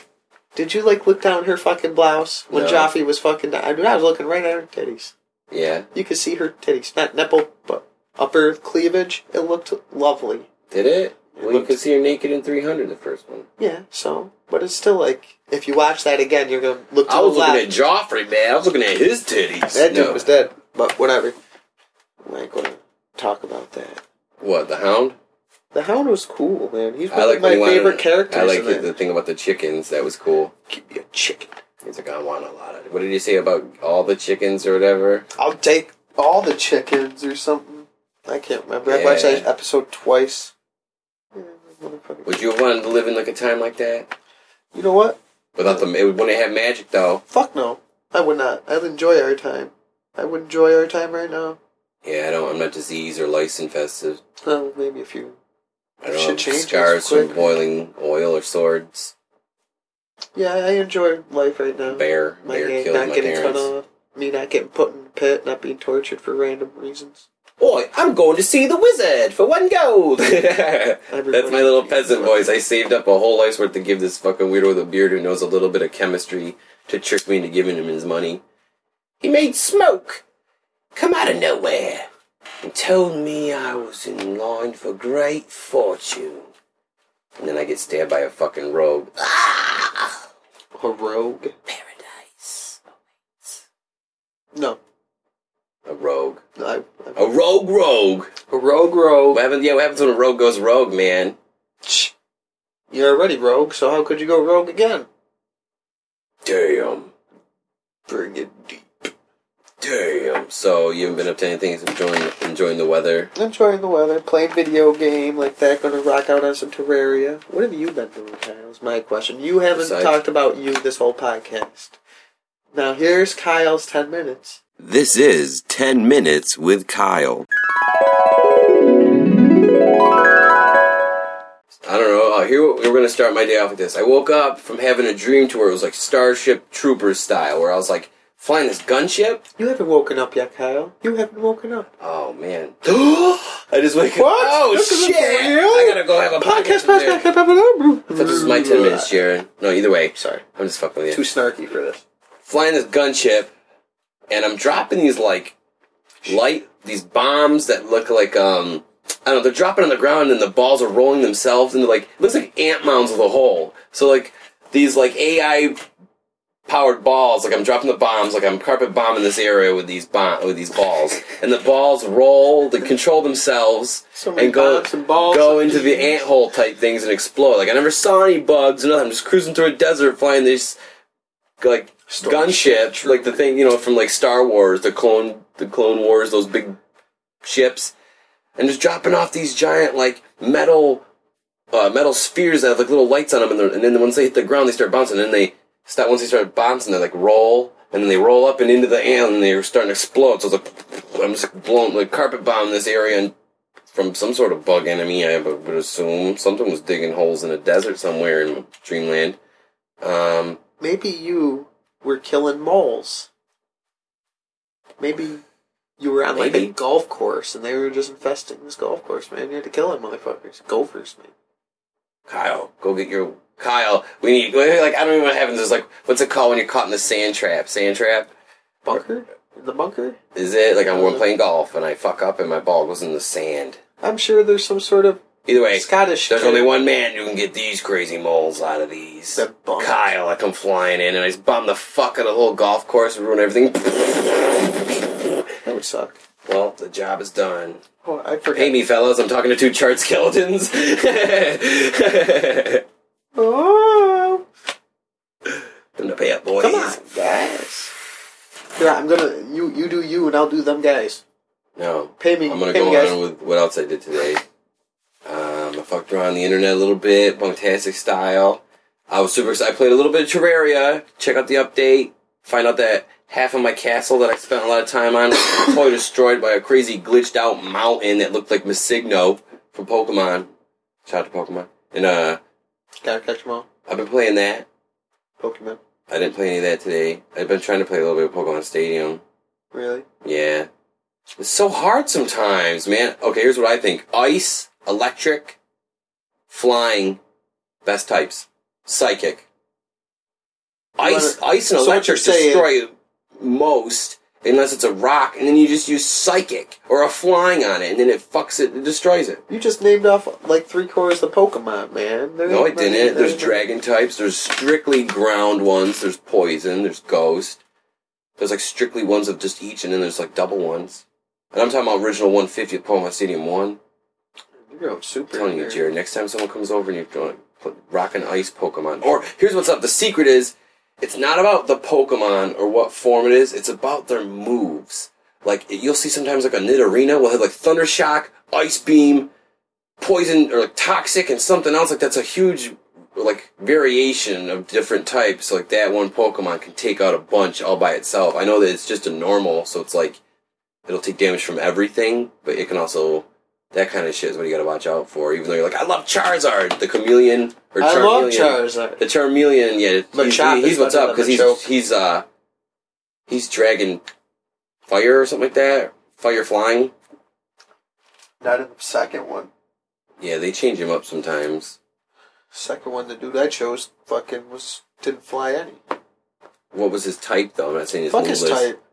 Speaker 3: Did you like look down her fucking blouse when
Speaker 2: No.
Speaker 3: Joffy was fucking down? I mean, I was looking right at her titties.
Speaker 2: Yeah.
Speaker 3: You could see her titties, not nipple, but upper cleavage. It looked lovely.
Speaker 2: Did it? Well, you
Speaker 3: looked-
Speaker 2: could see her naked in 300, the first one.
Speaker 3: Yeah, so, but it's still like if you watch that again, you're gonna look to
Speaker 2: I was
Speaker 3: the
Speaker 2: looking
Speaker 3: left.
Speaker 2: at Joffrey, man. I was looking at his titties.
Speaker 3: that dude
Speaker 2: No.
Speaker 3: was dead, but whatever. I'm not gonna talk about that.
Speaker 2: What, the hound?
Speaker 3: The Hound was cool, man. He's
Speaker 2: I
Speaker 3: one
Speaker 2: like
Speaker 3: of
Speaker 2: when
Speaker 3: my
Speaker 2: he wanted-
Speaker 3: favorite characters.
Speaker 2: I like
Speaker 3: in
Speaker 2: the
Speaker 3: that.
Speaker 2: thing about the chickens. That was cool.
Speaker 3: Give me a chicken.
Speaker 2: He's like, I want a lot of. What did he say about all the chickens or whatever?
Speaker 3: I'll take all the chickens or something. I can't remember. I watched
Speaker 2: Yeah.
Speaker 3: that episode twice. Yeah, motherfucker.
Speaker 2: Would you have wanted to live in like a time like that
Speaker 3: You know what?
Speaker 2: without them? It would when they have magic though.
Speaker 3: Fuck no. I would not. I'd enjoy our time. I would enjoy our time right now.
Speaker 2: Yeah, I don't. I'm not disease or lice infested.
Speaker 3: Well, maybe a few.
Speaker 2: I don't
Speaker 3: Shit
Speaker 2: have
Speaker 3: changes
Speaker 2: scars from
Speaker 3: quick.
Speaker 2: boiling oil or swords.
Speaker 3: Yeah, I enjoy life right now.
Speaker 2: Bear,
Speaker 3: my
Speaker 2: bear
Speaker 3: gang
Speaker 2: killed
Speaker 3: not
Speaker 2: my
Speaker 3: getting cut
Speaker 2: parents.
Speaker 3: off. Me not getting put in the pit, not being tortured for random reasons.
Speaker 2: Boy, I'm going to see the wizard for one gold. *laughs*
Speaker 3: *laughs*
Speaker 2: That's my little peasant voice. I saved up a whole life's worth to give this fucking weirdo with a beard who knows a little bit of chemistry to trick me into giving him his money. He made smoke come out of nowhere and told me I was in line for great fortune. And then I get stabbed by a fucking rogue. Ah!
Speaker 3: A rogue?
Speaker 2: Paradise.
Speaker 3: No.
Speaker 2: A rogue.
Speaker 3: no I, I-
Speaker 2: A rogue rogue.
Speaker 3: a rogue rogue.
Speaker 2: Oh. What happens, yeah, what happens when a rogue goes rogue, man?
Speaker 3: Shh. You're already rogue, so how could you go rogue again?
Speaker 2: Damn.
Speaker 3: Bring it deep.
Speaker 2: Damn. So you haven't been up to anything except enjoying, enjoying the weather.
Speaker 3: Enjoying the weather, playing video game like that, gonna rock out on some Terraria. What have you been doing, Kyle? Is my question. You haven't
Speaker 2: Besides-
Speaker 3: talked about you this whole podcast. Now here's Kyle's ten minutes.
Speaker 2: This is 10 Minutes with Kyle. I don't know. Uh, here we're going to start my day off with this. I woke up from having a dream to where it was like Starship Troopers style, where I was like flying this gunship.
Speaker 3: You haven't woken up yet, Kyle. You haven't woken up.
Speaker 2: Oh man! *gasps* I just wake up.
Speaker 3: What?
Speaker 2: Oh
Speaker 3: This isn't
Speaker 2: shit!
Speaker 3: real?
Speaker 2: I gotta go have a podcast.
Speaker 3: Podcast,
Speaker 2: with
Speaker 3: podcast,
Speaker 2: Eric.
Speaker 3: blah, blah, blah, blah.
Speaker 2: This is my 10 minutes, Sharon. No, either way,
Speaker 3: Sorry.
Speaker 2: I'm just fucking with you.
Speaker 3: Too snarky for this.
Speaker 2: flying this gunship, and I'm dropping these like light these bombs that look like um I don't know they're dropping on the ground and the balls are rolling themselves into like looks like ant mounds with a hole. So like these like AI powered balls like I'm dropping the bombs like I'm carpet bombing this area with these bomb with these balls and the balls roll they control themselves
Speaker 3: So many
Speaker 2: and go
Speaker 3: bombs and balls
Speaker 2: go
Speaker 3: and
Speaker 2: into the
Speaker 3: beans.
Speaker 2: ant hole type things and explode like I never saw any bugs or nothing I'm just cruising through a desert flying these like gunship, like the thing you know from like Star Wars, the clone, the Clone Wars, those big ships, and just dropping off these giant like metal, uh, metal spheres that have like little lights on them, and, they're- and then once they hit the ground, they start bouncing, and then they stop. Once they start bouncing, they like roll, and then they roll up and into the air, and they're starting to explode. So it's like I'm just blowing like carpet bomb this area and. From some sort of bug enemy, I would would assume something was digging holes in a desert somewhere in Dreamland. Um,
Speaker 3: Maybe you were killing moles. Maybe you were on like
Speaker 2: Maybe.
Speaker 3: a golf course and they were just infesting this golf course, man. You had to kill them motherfuckers. Gophers, man.
Speaker 2: Kyle, go get your Kyle. We need like I don't even have this like what's it called when you're caught in the sand trap? Sand trap
Speaker 3: Bunker? In the bunker?
Speaker 2: is it? Like
Speaker 3: Uh-huh.
Speaker 2: I'm, I'm playing golf and I fuck up and my ball goes in the sand.
Speaker 3: I'm sure there's some sort of
Speaker 2: Either way,
Speaker 3: Scottish.
Speaker 2: there's
Speaker 3: kid.
Speaker 2: only one man who can get these crazy moles out of these.
Speaker 3: The bum.
Speaker 2: Kyle, I come flying in and I just bomb the fuck out of the whole golf course and ruin everything.
Speaker 3: That would suck.
Speaker 2: well, the job is done.
Speaker 3: Oh, I forgot.
Speaker 2: Hey, me fellas, I'm talking to two chart skeletons. *laughs* Time
Speaker 3: Oh,
Speaker 2: to pay up, boys.
Speaker 3: come on, guys. Here, I'm gonna. You you do you, and I'll do them guys.
Speaker 2: No.
Speaker 3: Pay me.
Speaker 2: I'm gonna
Speaker 3: pay
Speaker 2: go
Speaker 3: me, guys.
Speaker 2: on with what else I did today. Um, I fucked around the internet a little bit, Bunktastic style. I was super excited. I played a little bit of Terraria. Check out the update. Find out that half of my castle that I spent a lot of time on was *coughs* totally destroyed by a crazy glitched out mountain that looked like Masigno from Pokemon. Shout out to Pokemon. And uh,
Speaker 3: Gotta catch them all.
Speaker 2: I've been playing that.
Speaker 3: Pokemon.
Speaker 2: I didn't play any of that today. I've been trying to play a little bit of Pokemon Stadium.
Speaker 3: Really?
Speaker 2: Yeah. It's so hard sometimes, man. Okay, here's what I think ice, electric, flying, best types. Psychic. ice, ice and
Speaker 3: so what
Speaker 2: electric
Speaker 3: you're saying-
Speaker 2: destroy most, unless it's a rock, and then you just use psychic or a flying on it, and then it fucks it, it destroys it.
Speaker 3: You just named off like three quarters of Pokemon, man. There
Speaker 2: No, I
Speaker 3: ain't many-
Speaker 2: didn't.
Speaker 3: there
Speaker 2: There's
Speaker 3: ain't
Speaker 2: dragon types. There's strictly ground ones. There's poison. There's ghost. There's like strictly ones of just each, and then there's like double ones. And I'm talking about original 150 of Pokemon Stadium 1.
Speaker 3: many- You're on super.
Speaker 2: I'm telling you,
Speaker 3: here.
Speaker 2: Jared, next time someone comes over and you're doing put rock and ice Pokemon. Or here's what's up. The secret is it's not about the Pokemon or what form it is, it's about their moves. Like you'll see sometimes like a Nidorina will have like Thunder Shock, Ice Beam, Poison or like Toxic and something else. Like that's a huge like variation of different types. Like that one Pokemon can take out a bunch all by itself. I know that it's just a normal, so it's like it'll take damage from everything, but it can also that kind of shit is what you gotta watch out for. Even though you're like, I love Charizard, the chameleon or
Speaker 3: I
Speaker 2: Charmeleon.
Speaker 3: love Charizard.
Speaker 2: The Charmeleon, yeah,
Speaker 3: But
Speaker 2: he's,
Speaker 3: Chop
Speaker 2: he- he's
Speaker 3: is
Speaker 2: what's
Speaker 3: better
Speaker 2: up because
Speaker 3: than the
Speaker 2: he's
Speaker 3: choke.
Speaker 2: he's uh he's dragon fire or something like that, fire flying.
Speaker 3: Not in the second one.
Speaker 2: Yeah, they change him up sometimes.
Speaker 3: Second one, the dude I chose fucking was didn't fly any.
Speaker 2: What was his type though? I'm not saying his
Speaker 3: Fuck
Speaker 2: move
Speaker 3: his
Speaker 2: list.
Speaker 3: type.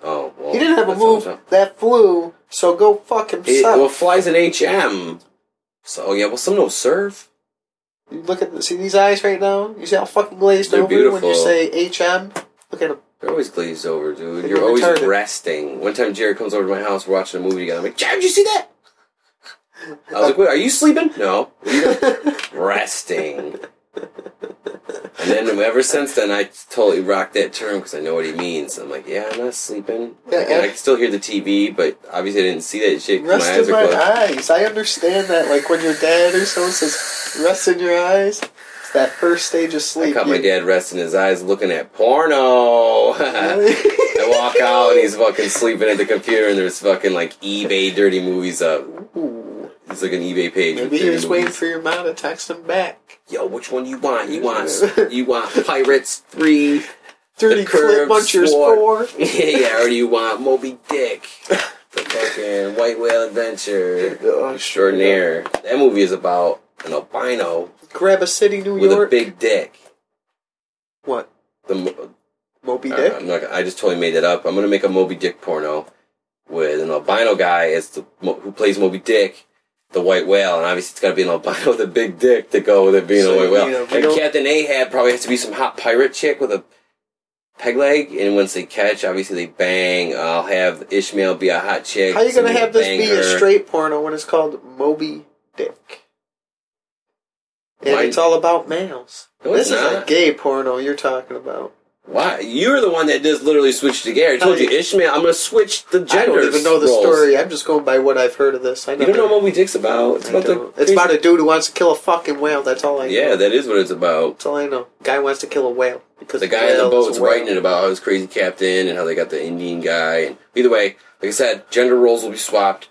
Speaker 2: Oh, well,
Speaker 3: He didn't have a
Speaker 2: that's what I'm
Speaker 3: move
Speaker 2: talking-
Speaker 3: that flew, so go fuck
Speaker 2: It, well,
Speaker 3: himself.
Speaker 2: flies an HM. So oh, yeah, well, some don't serve.
Speaker 3: you look at the, see these eyes right now. You see how fucking glazed
Speaker 2: They're
Speaker 3: over when
Speaker 2: beautiful.
Speaker 3: you say HM. Look
Speaker 2: *laughs*
Speaker 3: at him.
Speaker 2: They're always glazed over, dude.
Speaker 3: They
Speaker 2: You're
Speaker 3: go
Speaker 2: always
Speaker 3: retarded.
Speaker 2: resting. One time, Jared comes over to my house. We're watching a movie together. I'm like, Jared, did you see that? I was like, Wait, are you sleeping? No. resting. And then ever since then, I totally rocked that term because I know what he means. I'm like, yeah, I'm not sleeping.
Speaker 3: *laughs* Yeah,
Speaker 2: Like, and I
Speaker 3: I-
Speaker 2: can still hear the TV, but obviously I didn't see that shit. 'cause
Speaker 3: Rest in
Speaker 2: are
Speaker 3: my
Speaker 2: closed.
Speaker 3: eyes. I understand that. Like when your dad or someone says, "Rest in your eyes," it's that first stage of
Speaker 2: I
Speaker 3: sleep.
Speaker 2: caught my
Speaker 3: You-
Speaker 2: dad resting his eyes looking at porno. *laughs* I walk out and he's fucking sleeping at the computer, and there's fucking like eBay dirty movies up.
Speaker 3: *laughs* Ooh.
Speaker 2: It's like an eBay page. with
Speaker 3: Maybe he
Speaker 2: dirty
Speaker 3: was waiting
Speaker 2: movies.
Speaker 3: for your mom to text him back.
Speaker 2: Yo, which one you want? You want?
Speaker 3: *laughs*
Speaker 2: You want Pirates Three? *laughs*
Speaker 3: Dirty
Speaker 2: curb
Speaker 3: clip munchers
Speaker 2: sword.
Speaker 3: four.
Speaker 2: yeah, or do you want Moby Dick? The fucking White Whale Adventure.
Speaker 3: Oh,
Speaker 2: Extraordinaire. That movie is about an albino
Speaker 3: Grab a city, New
Speaker 2: with a
Speaker 3: York.
Speaker 2: big dick.
Speaker 3: what?
Speaker 2: The, mo-
Speaker 3: Moby
Speaker 2: I-
Speaker 3: Dick.
Speaker 2: Uh, I'm not, gonna- I just totally made it up. I'm gonna make a Moby Dick porno with an albino guy as the mo- who plays Moby Dick, the white whale, and obviously it's gotta be an albino with a big dick to go with it being
Speaker 3: So
Speaker 2: a
Speaker 3: you
Speaker 2: white whale.
Speaker 3: need a
Speaker 2: and
Speaker 3: real-
Speaker 2: Captain Ahab probably has to be some hot pirate chick with a peg leg, and once they catch, obviously they bang. I'll have Ishmael be a hot chick.
Speaker 3: How you gonna
Speaker 2: somebody
Speaker 3: have this
Speaker 2: bang
Speaker 3: be a
Speaker 2: her.
Speaker 3: straight porno when it's called Moby Dick? And
Speaker 2: Why-
Speaker 3: it's all about males.
Speaker 2: No,
Speaker 3: this
Speaker 2: it's
Speaker 3: is a
Speaker 2: not.
Speaker 3: gay porno you're talking about.
Speaker 2: Why? You're the one that just literally switched to Gary. I told
Speaker 3: I-
Speaker 2: you, Ishmael, I'm gonna switch the gender.
Speaker 3: I don't even know the
Speaker 2: roles.
Speaker 3: story. I'm just going by what I've heard of this. I
Speaker 2: You
Speaker 3: never,
Speaker 2: don't know what Moby Dick's about? It's
Speaker 3: I
Speaker 2: about
Speaker 3: don't.
Speaker 2: the.
Speaker 3: It's about a dude who wants to kill a fucking whale. That's all I know.
Speaker 2: Yeah, that is what it's about.
Speaker 3: that's all I know. Guy wants to kill a whale because
Speaker 2: The guy in the boat's writing it about how his crazy captain and how they got the Indian guy. And either way, like I said, gender roles will be swapped.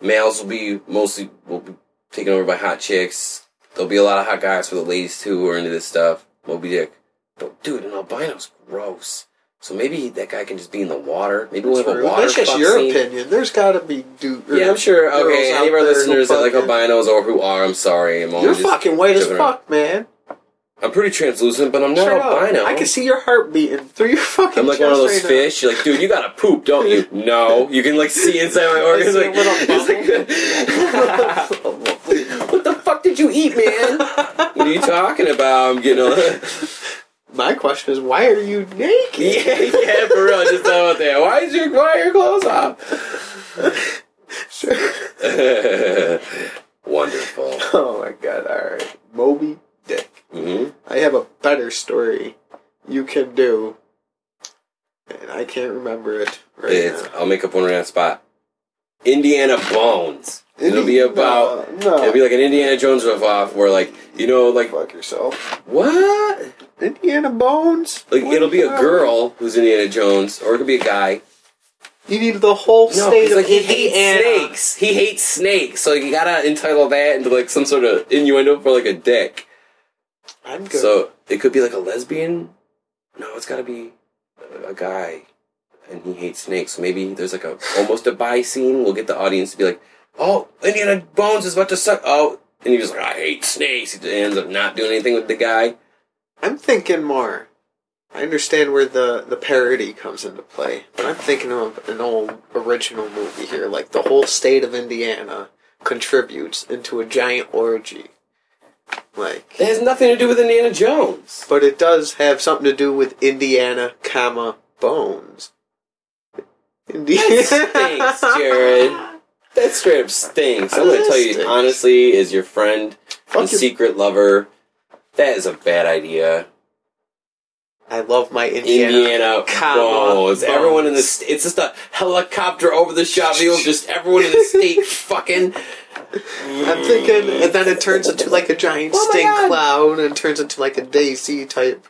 Speaker 2: Males will be mostly will be taken over by hot chicks. There'll be a lot of hot guys for the ladies too who are into this stuff. Moby Dick, but dude, an albino's gross. So maybe that guy can just be in the water. Maybe we'll have a water.
Speaker 3: That's just
Speaker 2: fuck
Speaker 3: your
Speaker 2: scene.
Speaker 3: opinion. There's got to be dude.
Speaker 2: Yeah, I'm sure.
Speaker 3: girls
Speaker 2: Okay,
Speaker 3: out
Speaker 2: any of our
Speaker 3: there who
Speaker 2: listeners that like
Speaker 3: fucking-
Speaker 2: albinos or who are, I'm sorry. I'm only
Speaker 3: You're
Speaker 2: just
Speaker 3: fucking white as
Speaker 2: joking around.
Speaker 3: fuck, man.
Speaker 2: I'm pretty translucent, but I'm not
Speaker 3: Straight up.
Speaker 2: albino.
Speaker 3: I can see your heart beating through your fucking.
Speaker 2: I'm like
Speaker 3: chest
Speaker 2: one of those
Speaker 3: right now.
Speaker 2: fish. You're like, dude, you gotta poop, don't *laughs* you? no, you can like see inside *laughs* my organs.
Speaker 3: see a
Speaker 2: Like,
Speaker 3: little
Speaker 2: it's like, *laughs* what the fuck did you eat, *laughs* man? what are you talking about? I'm getting all.
Speaker 3: *laughs* My question is, why are you naked?
Speaker 2: *laughs* yeah, yeah, for real. Just throw out there. Why is your why are your clothes off? *laughs* Wonderful.
Speaker 3: *laughs* oh my god! All right, Moby Dick.
Speaker 2: hmm
Speaker 3: I have a better story you can do, and I can't remember it right
Speaker 2: It's,
Speaker 3: now.
Speaker 2: I'll make up one right on the spot. Indiana Bones. It'll be
Speaker 3: Indi-
Speaker 2: about.
Speaker 3: no, no.
Speaker 2: It'll be like an Indiana Jones ripoff, where like you know, like
Speaker 3: fuck yourself.
Speaker 2: what?
Speaker 3: Indiana Bones.
Speaker 2: Like
Speaker 3: What
Speaker 2: it'll be a
Speaker 3: the-
Speaker 2: girl who's Indiana Jones, or it could be a guy.
Speaker 3: You need the whole
Speaker 2: No,
Speaker 3: state
Speaker 2: he's
Speaker 3: of
Speaker 2: like he hates
Speaker 3: Indiana.
Speaker 2: snakes. He hates snakes, so you gotta entitle that into like some sort of innuendo for like a dick.
Speaker 3: I'm good.
Speaker 2: So it could be like a lesbian. No, it's gotta be a- a guy, and he hates snakes. So maybe there's like a almost a bi scene. We'll get the audience to be like, "Oh, Indiana Bones is about to suck." Oh, and he's like, "I hate snakes." He ends up not doing anything with the guy.
Speaker 3: I'm thinking more. I understand where the, the parody comes into play, but I'm thinking of an old original movie here. Like the whole state of Indiana contributes into a giant orgy. Like,
Speaker 2: It has nothing to do with Indiana Jones.
Speaker 3: but it does have something to do with Indiana, comma bones. Indiana.
Speaker 2: Stinks, Jared. That straight up stinks. I'm gonna
Speaker 3: That
Speaker 2: tell you
Speaker 3: stinks.
Speaker 2: honestly, as your friend and
Speaker 3: Fuck your-
Speaker 2: secret lover, that is a bad idea.
Speaker 3: *laughs* I love my Indiana.
Speaker 2: Indiana
Speaker 3: Comma,
Speaker 2: Bones. Everyone in the
Speaker 3: bones.
Speaker 2: st- it's just a helicopter over the shop view of just everyone in the
Speaker 3: *laughs*
Speaker 2: state fucking.
Speaker 3: I'm thinking, and then it turns into like a giant
Speaker 2: Oh my
Speaker 3: stink
Speaker 2: God.
Speaker 3: cloud, and it turns into like a Daisy type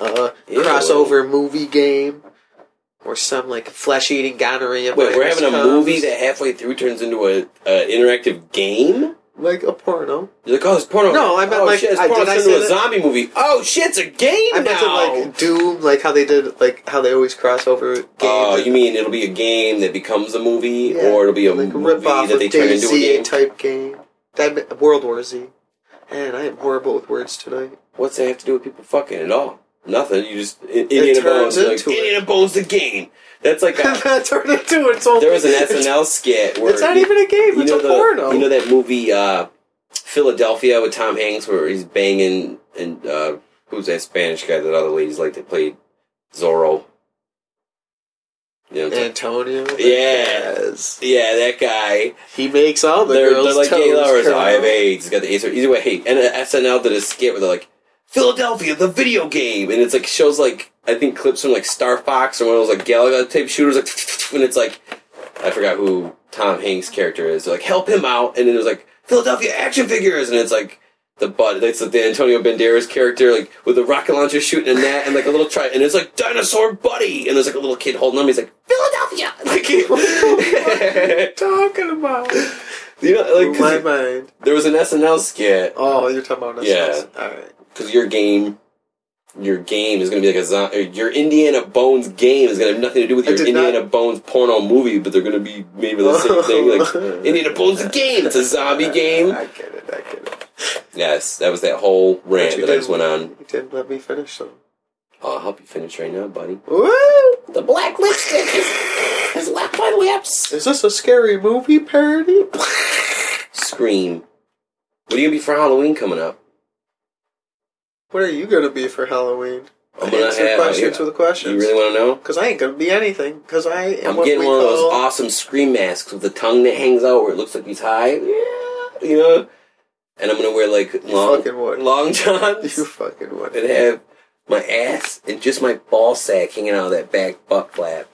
Speaker 3: uh,
Speaker 2: Ew.
Speaker 3: crossover movie game, or some like flesh eating gonorrhea.
Speaker 2: Wait, we're having a
Speaker 3: virus
Speaker 2: movie
Speaker 3: comes.
Speaker 2: that halfway through turns into a, a interactive game.
Speaker 3: like a porno.
Speaker 2: You're like, oh, it's porno.
Speaker 3: No, I meant
Speaker 2: oh,
Speaker 3: like-
Speaker 2: shit, it's
Speaker 3: I-
Speaker 2: porno
Speaker 3: did I
Speaker 2: turned
Speaker 3: say
Speaker 2: into a
Speaker 3: that?
Speaker 2: zombie movie. Oh shit, it's a game
Speaker 3: I meant to
Speaker 2: now.
Speaker 3: like Doom, like how they did, like how they always cross over games.
Speaker 2: Oh, you mean it'll be a game that becomes a movie,
Speaker 3: Yeah,
Speaker 2: or it'll be a
Speaker 3: like
Speaker 2: movie
Speaker 3: rip-off
Speaker 2: that they
Speaker 3: of
Speaker 2: turn into a
Speaker 3: DayZ
Speaker 2: game?
Speaker 3: type game? That World War Z. Man, I am horrible with words tonight. *laughs*
Speaker 2: What's that have to do with people fucking at all? Nothing. You just I- Indiana
Speaker 3: turns
Speaker 2: Bones. you're Like,
Speaker 3: into it.
Speaker 2: Indiana Bones the game. That's like a,
Speaker 3: *laughs* that turned into its own.
Speaker 2: there was an
Speaker 3: it's-
Speaker 2: SNL skit where
Speaker 3: It's not
Speaker 2: you-
Speaker 3: even a game.
Speaker 2: you
Speaker 3: It's
Speaker 2: know
Speaker 3: a
Speaker 2: the
Speaker 3: porno.
Speaker 2: you know that movie uh, Philadelphia with Tom Hanks where he's banging and uh, who's that Spanish guy that other ladies like that played Zorro. You know, what I'm talking-
Speaker 3: Antonio.
Speaker 2: Yeah.
Speaker 3: Yes.
Speaker 2: yeah, that guy.
Speaker 3: He makes all the
Speaker 2: they're,
Speaker 3: girls
Speaker 2: they're like gay
Speaker 3: toes
Speaker 2: lovers.
Speaker 3: curl.
Speaker 2: I have AIDS. He's got the AIDS. Or either way, hey, and uh, SNL did a skit where they're like Philadelphia, the video game, and it's like shows like I think clips from like Star Fox or one of those like Galaga type shooters, like *laughs* and it's like I forgot who Tom Hanks' character is. They're like help him out, and then there's like Philadelphia action figures, and it's like. The butt, that's like the Antonio Banderas character, like with a rocket launcher shooting a net and like a little try, and it's like dinosaur buddy, and there's like a little kid holding him. He's like Philadelphia, *laughs* like
Speaker 3: Talking about
Speaker 2: you know, like 'cause
Speaker 3: my mind.
Speaker 2: there was an SNL skit
Speaker 3: Oh, you're talking about us.
Speaker 2: Yeah.
Speaker 3: All right.
Speaker 2: because your game, your game is going to be like a zo- or your Indiana Bones game is going to have nothing to do with
Speaker 3: I
Speaker 2: your
Speaker 3: did
Speaker 2: Indiana Bones porno movie, but they're going to be made with the same thing.
Speaker 3: *laughs*
Speaker 2: Like Indiana Bones the game, it's a zombie game.
Speaker 3: I get it. I get it.
Speaker 2: Yes, that was that whole
Speaker 3: But
Speaker 2: rant
Speaker 3: you
Speaker 2: that I just went
Speaker 3: didn't-
Speaker 2: on.
Speaker 3: You didn't let me finish them.
Speaker 2: I'll help you finish right now, buddy.
Speaker 3: Woo!
Speaker 2: The black lipstick is, is left by the lips.
Speaker 3: Is this a scary movie parody? *laughs*
Speaker 2: Scream. What are you gonna be for Halloween coming up?
Speaker 3: What are you gonna be for Halloween?
Speaker 2: I'm gonna
Speaker 3: answer
Speaker 2: have-
Speaker 3: questions
Speaker 2: yeah.
Speaker 3: with questions.
Speaker 2: You really want to know?
Speaker 3: Cause I ain't gonna be anything. Cause I am
Speaker 2: I'm
Speaker 3: what
Speaker 2: getting
Speaker 3: we
Speaker 2: one of those
Speaker 3: call-
Speaker 2: awesome scream masks with the tongue that hangs out where it looks like he's high. Yeah, you know. And I'm gonna wear like long,
Speaker 3: fucking would.
Speaker 2: long johns
Speaker 3: *laughs* You fucking would.
Speaker 2: and have my ass and just my ball sack hanging out of that back butt flap.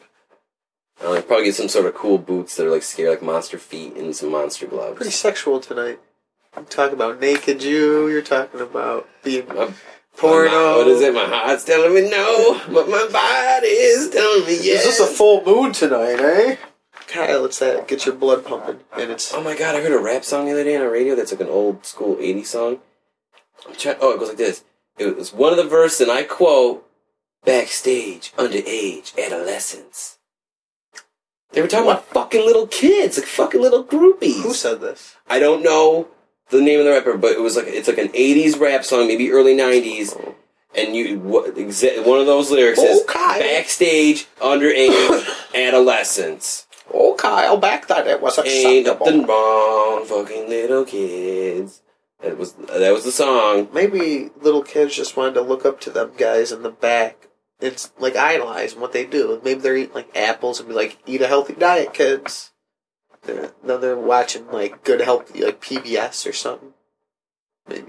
Speaker 2: I'll like, probably get some sort of cool boots that are like scary, like monster feet and some monster gloves.
Speaker 3: pretty sexual tonight. I'm talking about naked you. You're talking about being
Speaker 2: My- my
Speaker 3: porno.
Speaker 2: mouth- What is it? My heart's telling me no, but my body is telling me
Speaker 3: Is
Speaker 2: yes. uh,
Speaker 3: this a full moon tonight, eh? Kyle, it's that. Get your blood pumping, and it's
Speaker 2: Oh my god, I heard a rap song the other day on the radio that's like an old school 80s song. I'm trying, oh, it goes like this. It was one of the verses, and I quote, backstage, underage, adolescence. They were talking about fucking little kids, like fucking little groupies.
Speaker 3: who said this?
Speaker 2: I don't know the name of the rapper, but it was like, it's like an 80s rap song, maybe early 90s. And you, what, exa- one of those lyrics is
Speaker 3: Oh, Kyle.
Speaker 2: backstage, underage, *coughs* adolescence.
Speaker 3: Oh, Kyle, back that it was
Speaker 2: Ain't nothing
Speaker 3: acceptable.
Speaker 2: wrong, fucking little kids. That was that was the song.
Speaker 3: Maybe little kids just wanted to look up to them guys in the back. It's like idolize what they do. Maybe they're eating like apples and be like, "Eat a healthy diet, kids." They're, now they're watching like good healthy like PBS or something. Maybe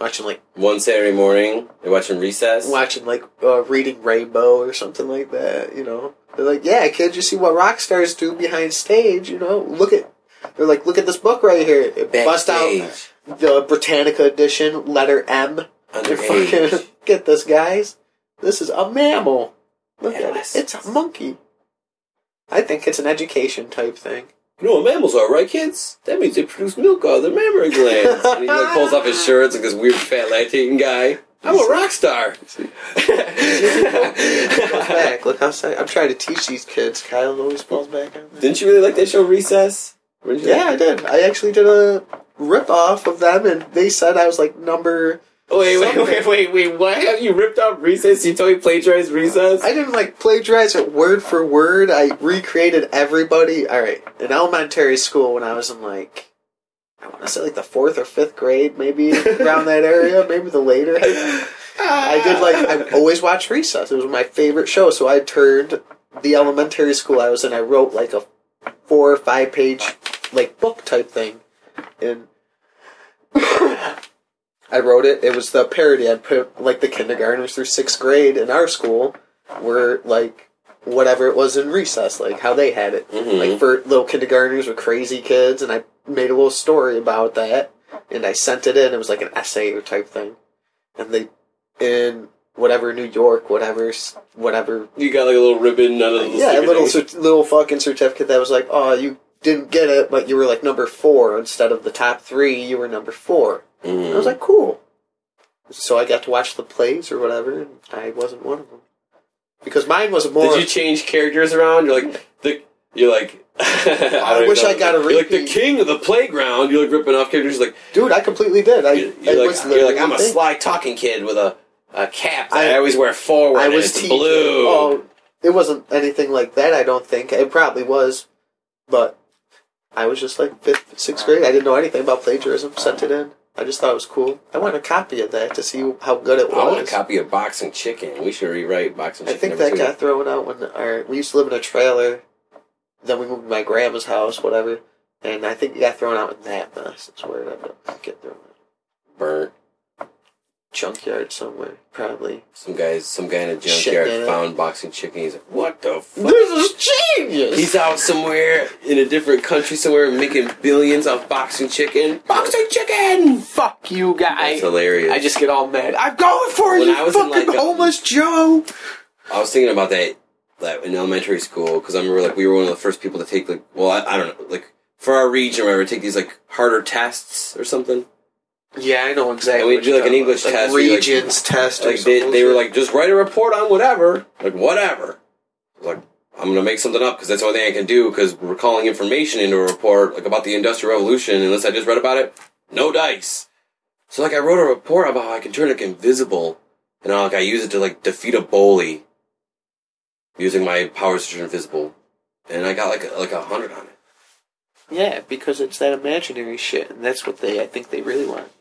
Speaker 3: watching like
Speaker 2: One Saturday morning, they're watching Recess.
Speaker 3: watching like uh, reading Rainbow or something like that. You know, they're like, yeah, kid, you see what rock stars do behind stage. You know, look at they're like, look at this book right here. It bust out
Speaker 2: Backstage,
Speaker 3: the Britannica edition, letter M. They're
Speaker 2: underage.
Speaker 3: fucking *laughs* get this, guys. This is a mammal. Look at it.
Speaker 2: Adolescence.
Speaker 3: It's a monkey. I think it's an education type thing.
Speaker 2: You know what mammals are, right, kids? That means they produce milk out of their mammary glands. and he like pulls off his shirt, it's like this weird fat lactating guy. I'm a rock star. *laughs*
Speaker 3: Falls back. Look how sci- I'm trying to teach these kids. Kyle always falls back on that.
Speaker 2: Didn't you really like that show Recess? Wouldn't you
Speaker 3: Yeah, I did. I actually did a rip off of them, and they said I was like number
Speaker 2: Wait, wait,
Speaker 3: Something.
Speaker 2: wait, wait, wait. What? You ripped off Recess? You totally plagiarized Recess?
Speaker 3: I didn't like plagiarize it word for word. I recreated everybody. All right, in elementary school when I was in like, I want to say like the fourth or fifth grade, maybe around that area, maybe the later. I did like I always watched Recess. It was my favorite show. So I turned the elementary school I was in. I wrote like a four or five page like book type thing, and I wrote it. It was the parody. I put like the kindergartners through sixth grade in our school were like whatever it was in recess, like how they had it.
Speaker 2: Mhm.
Speaker 3: Like for little kindergartners were crazy kids, and I made a little story about that, and I sent it in. It was like an essay or type thing, and they in whatever New York, whatever, s- whatever.
Speaker 2: you got like a little ribbon, none of those.
Speaker 3: Yeah, a
Speaker 2: sticker
Speaker 3: little
Speaker 2: things.
Speaker 3: cer- little fucking certificate that was like, oh, you didn't get it, but you were like number four instead of the top three. You were number four.
Speaker 2: Mhm.
Speaker 3: I was like, cool. So I got to watch the plays or whatever, and I wasn't one of them. Because mine was more.
Speaker 2: Did you change characters around? You're like the. You're like. *laughs* I, don't
Speaker 3: wish
Speaker 2: even
Speaker 3: I got a
Speaker 2: You're like the
Speaker 3: repeat.
Speaker 2: king of the playground. You're like ripping off characters. Like
Speaker 3: dude, I completely did. I,
Speaker 2: you're, you're
Speaker 3: I was
Speaker 2: like, you're like
Speaker 3: literally
Speaker 2: I'm a
Speaker 3: thinking-
Speaker 2: sly talking kid with a, a cap. That I,
Speaker 3: I-
Speaker 2: always wear forward.
Speaker 3: I
Speaker 2: and
Speaker 3: was
Speaker 2: it's
Speaker 3: teased.
Speaker 2: blue.
Speaker 3: Oh, it wasn't anything like that. I don't think it probably was, but I was just like fifth, sixth grade. I didn't know anything about plagiarism. Sent it in. I just thought it was cool. I want a copy of that to see how good it was.
Speaker 2: I want a copy of Boxing Chicken. We should rewrite Boxing
Speaker 3: I
Speaker 2: Chicken.
Speaker 3: think
Speaker 2: number
Speaker 3: that
Speaker 2: two.
Speaker 3: got thrown out when our we used to live in a trailer. Then we moved to my grandma's house, whatever, and I think it got thrown out in that mess. It's where it ended up get thrown out.
Speaker 2: burnt.
Speaker 3: Junkyard somewhere, probably.
Speaker 2: Some guys, some guy in a junkyard
Speaker 3: Shit, man.
Speaker 2: found Boxing Chicken. He's like, what
Speaker 3: *laughs*
Speaker 2: the fuck?
Speaker 3: This is genius.
Speaker 2: He's out somewhere in a different country somewhere making billions off boxing chicken. Boxing chicken!
Speaker 3: fuck you,
Speaker 2: That's
Speaker 3: guy.
Speaker 2: hilarious.
Speaker 3: I just get all mad. I'm going for
Speaker 2: When
Speaker 3: it,
Speaker 2: I
Speaker 3: you
Speaker 2: was in,
Speaker 3: fucking
Speaker 2: like, a-
Speaker 3: homeless Joe.
Speaker 2: I was thinking about that like in elementary school because I remember like we were one of the first people to take like well I, I don't know like for our region or whatever take these like harder tests or something
Speaker 3: Yeah, I know exactly.
Speaker 2: And we
Speaker 3: what
Speaker 2: do,
Speaker 3: you're
Speaker 2: like, an
Speaker 3: talking
Speaker 2: English
Speaker 3: about.
Speaker 2: test where you, like-
Speaker 3: regions test. or
Speaker 2: like they,
Speaker 3: some
Speaker 2: they were
Speaker 3: bullshit.
Speaker 2: like just write a report on whatever like whatever I was like I'm gonna make something up because that's the only thing I can do because we're calling information into a report like about the Industrial Revolution unless I just read about it no dice so like I wrote a report about how I can turn like invisible and I, like I use it to like defeat a bully using my powers to turn invisible and I got like a, like a hundred on it
Speaker 3: yeah, because it's that imaginary shit, and that's what they, I think, they really want.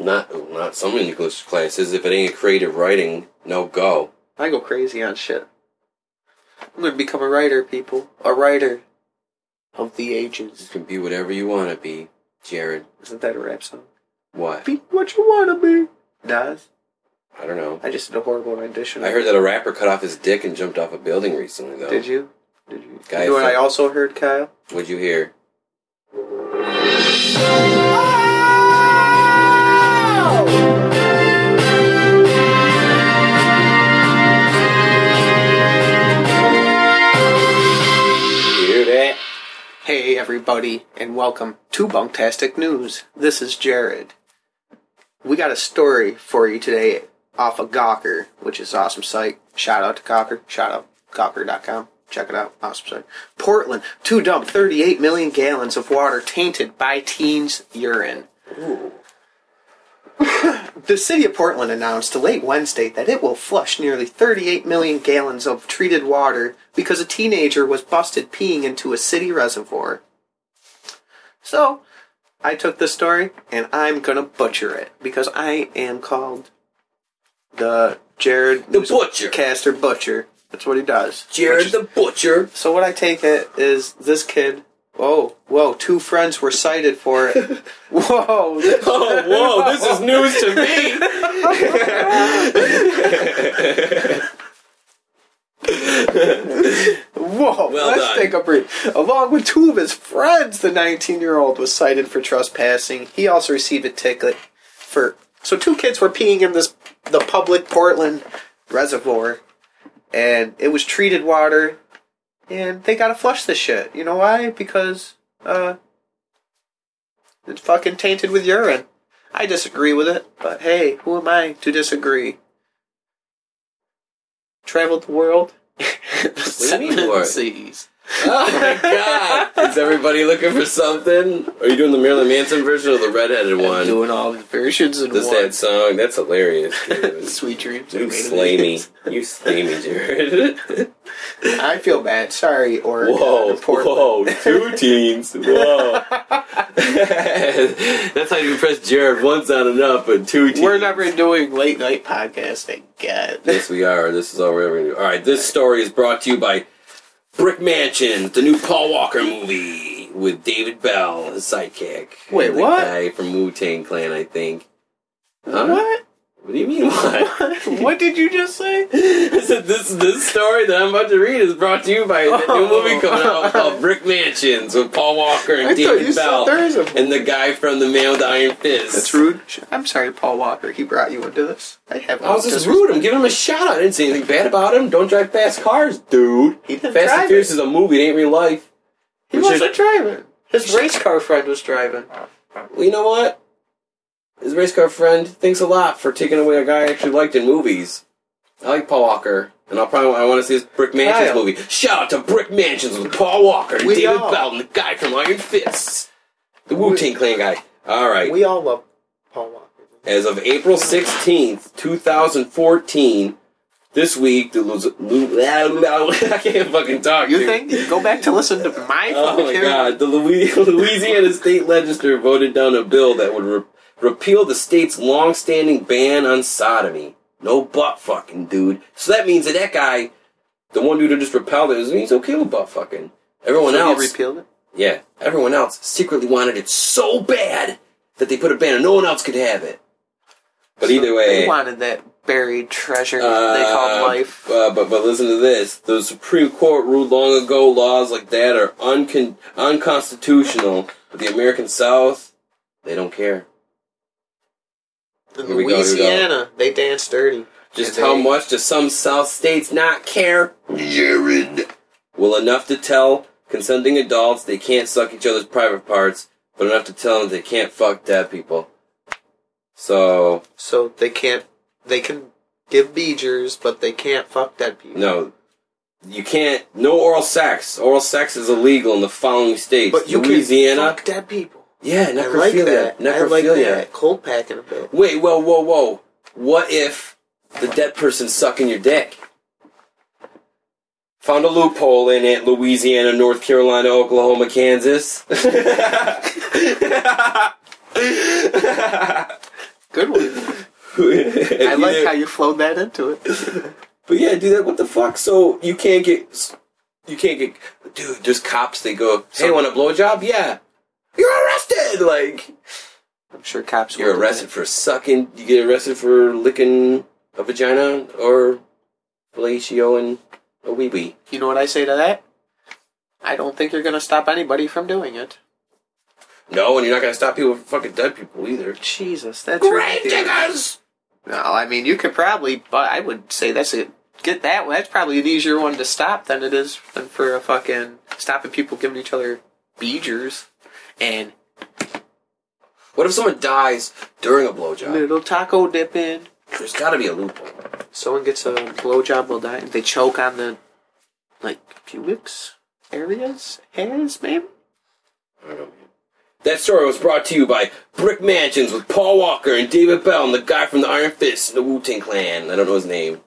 Speaker 2: not not some English classes if it ain't creative writing no go
Speaker 3: I go crazy on shit. I'm gonna become a writer, people. A writer of the
Speaker 2: you
Speaker 3: ages.
Speaker 2: can be whatever you want to be Jared
Speaker 3: Isn't that a rap song?
Speaker 2: what
Speaker 3: Be what you wanna be. Nas.
Speaker 2: I don't know.
Speaker 3: I just did a horrible rendition.
Speaker 2: I heard that a rapper cut off his dick and jumped off a building recently, though.
Speaker 3: Did you? Did you?
Speaker 2: Guy
Speaker 3: you know what I
Speaker 2: from-
Speaker 3: also heard, Kyle?
Speaker 2: What'd you hear? You hear that?
Speaker 3: Hey, everybody, and welcome to Bunktastic News. This is Jared. We got a story for you today off of Gawker, which is an awesome site. Shout out to Gawker. Shout out Gawker.com. Check it out. Awesome site. Portland to dump 38 million gallons of water tainted by teens' urine. The city of Portland announced late Wednesday that it will flush nearly 38 million gallons of treated water because a teenager was busted peeing into a city reservoir. So, I took this story and I'm gonna butcher it because I am called the Jared
Speaker 2: The Butcher.
Speaker 3: Caster Butcher. That's what he does.
Speaker 2: Jared the Butcher.
Speaker 3: So what I take it is this kid. Whoa, whoa! Two friends were cited
Speaker 2: *laughs*
Speaker 3: for it. whoa! this-
Speaker 2: *laughs* Oh, whoa, this is news to me.
Speaker 3: Whoa,
Speaker 2: Well
Speaker 3: let's
Speaker 2: done.
Speaker 3: take a breath. Along with two of his friends, the 19 year old was cited for trespassing. He also received a ticket for. So, two kids were peeing in this the public Portland reservoir, and it was treated water, and they gotta flush this shit. You know why? Because, uh, it's fucking tainted with urine. I disagree with it, but hey, who am I to disagree? Traveled the world. *laughs*
Speaker 2: do you mean, Lord?
Speaker 3: seas.
Speaker 2: Oh my god! Is everybody looking for something? Are you doing the Marilyn Manson version or the redheaded
Speaker 3: I'm
Speaker 2: one?
Speaker 3: doing all the versions in
Speaker 2: This that
Speaker 3: one.
Speaker 2: song. That's
Speaker 3: *laughs*
Speaker 2: hilarious. dude.
Speaker 3: Sweet dreams. are
Speaker 2: You
Speaker 3: made of
Speaker 2: slay me.
Speaker 3: these.
Speaker 2: You slay me, Jared.
Speaker 3: *laughs* I feel bad. Sorry, Oregon.
Speaker 2: Whoa,
Speaker 3: and Portland.
Speaker 2: whoa, two teens.
Speaker 3: *laughs*
Speaker 2: Whoa. *laughs* That's how you press Jared once on enough, but two teens.
Speaker 3: We're never doing late night podcasting again.
Speaker 2: Yes, we are. This is all we're ever going to do. All right, this story is brought to you by Brick Mansion, the new Paul Walker movie with David Bell, his sidekick.
Speaker 3: Wait,
Speaker 2: the
Speaker 3: what?
Speaker 2: guy from Wu Tang Clan, I think. Huh?
Speaker 3: What?
Speaker 2: What do you mean, what?
Speaker 3: *laughs* what did you just
Speaker 2: *laughs*
Speaker 3: say?
Speaker 2: I said this this story that I'm about to read is brought to you by the new
Speaker 3: Oh.
Speaker 2: movie coming out called Brick Mansions with Paul Walker and
Speaker 3: I thought you
Speaker 2: David
Speaker 3: said
Speaker 2: Bell
Speaker 3: there is a.
Speaker 2: and the guy from the Man with the Iron Fist.
Speaker 3: That's rude. I'm sorry, Paul Walker. He brought you into this. I have.
Speaker 2: I was
Speaker 3: no
Speaker 2: just
Speaker 3: disrespect.
Speaker 2: rude. I'm giving him a shout out. I didn't say anything bad about him. Don't drive fast cars, dude.
Speaker 3: He didn't
Speaker 2: Fast
Speaker 3: drive
Speaker 2: and Furious
Speaker 3: it.
Speaker 2: is a movie. It ain't real life.
Speaker 3: He
Speaker 2: Which
Speaker 3: wasn't
Speaker 2: is-
Speaker 3: driving. His race car friend was driving.
Speaker 2: Well, you know what? His race car friend thanks a lot for taking away a guy I actually liked in movies. I like Paul Walker, and I'll probably I want to see his Brick Mansions
Speaker 3: Kyle.
Speaker 2: movie. Shout out to Brick Mansions with Paul Walker, and
Speaker 3: We
Speaker 2: David
Speaker 3: all-
Speaker 2: Bell, and the guy from Iron Fists, the Wu Tang Clan guy. All right.
Speaker 3: We all love Paul Walker.
Speaker 2: As of April 16th, 2014, this week, the Luz- Lu- *laughs* I can't fucking talk.
Speaker 3: You
Speaker 2: dude.
Speaker 3: think? Go back to listen to my
Speaker 2: Oh my
Speaker 3: fucking-
Speaker 2: god, the Louis- *laughs* Louisiana State Legislature voted down a bill that would re- repeal the state's long-standing ban on sodomy. No butt fucking, dude. So that means that that guy, the one dude who just repelled it, he's okay with butt fucking. Everyone
Speaker 3: So he
Speaker 2: else,
Speaker 3: repealed it.
Speaker 2: yeah, everyone else secretly wanted it so bad that they put a ban and no one else could have it. But either way,
Speaker 3: they wanted that buried treasure they
Speaker 2: uh,
Speaker 3: called life.
Speaker 2: Uh, but but listen to this: the Supreme Court ruled long ago laws like that are uncon- unconstitutional. But the American South, they don't care.
Speaker 3: In
Speaker 2: here we go, here we go.
Speaker 3: Louisiana, they dance dirty.
Speaker 2: Just
Speaker 3: And
Speaker 2: how
Speaker 3: they-
Speaker 2: much do some South states not care? Jared. Well, enough to tell consenting adults they can't suck each other's private parts, but enough to tell them they can't fuck dead people. So
Speaker 3: So they can't. They can give beegers, but they can't fuck dead people.
Speaker 2: no. You can't. No oral sex. Oral sex is illegal in the following states:
Speaker 3: But you
Speaker 2: Louisiana,
Speaker 3: can fuck dead people.
Speaker 2: Yeah,
Speaker 3: I like
Speaker 2: necrophilia.
Speaker 3: that. I
Speaker 2: necrophilia.
Speaker 3: like that. Cold packing a bit.
Speaker 2: Wait, whoa, whoa, whoa. What if the dead person's sucking your dick? Found a loophole in it, Louisiana, North Carolina, Oklahoma, Kansas. *laughs*
Speaker 3: Good one.
Speaker 2: *laughs*
Speaker 3: I like how you flowed that into it.
Speaker 2: But yeah, dude, that what the fuck? So you can't get, you can't get, dude. There's cops. They go, hey, want a blowjob? Yeah, you're arrested. Like,
Speaker 3: I'm sure cops.
Speaker 2: You're
Speaker 3: will do
Speaker 2: arrested for sucking. You get arrested for licking a vagina or fellatioing a wee wee.
Speaker 3: that. You know what I say to that? I don't think you're gonna stop anybody from doing it.
Speaker 2: No, and you're not gonna stop people from fucking dead people either.
Speaker 3: Jesus, that's
Speaker 2: Grave
Speaker 3: ridiculous.
Speaker 2: diggers.
Speaker 3: No, I mean you could probably, but I would say that's a get that one. That's probably an easier one to stop than it is than for a fucking stopping people giving each other beegers and
Speaker 2: What if someone dies during a blowjob?
Speaker 3: little taco dipping.
Speaker 2: There's gotta be a loophole.
Speaker 3: Someone gets a blowjob, will die. They choke on the like pubics areas, hairs, maybe.
Speaker 2: I don't know. man. That story was brought to you by Brick Mansions with Paul Walker and David Bell and the guy from the Iron Fist and the Wu Tang Clan. I don't know his name.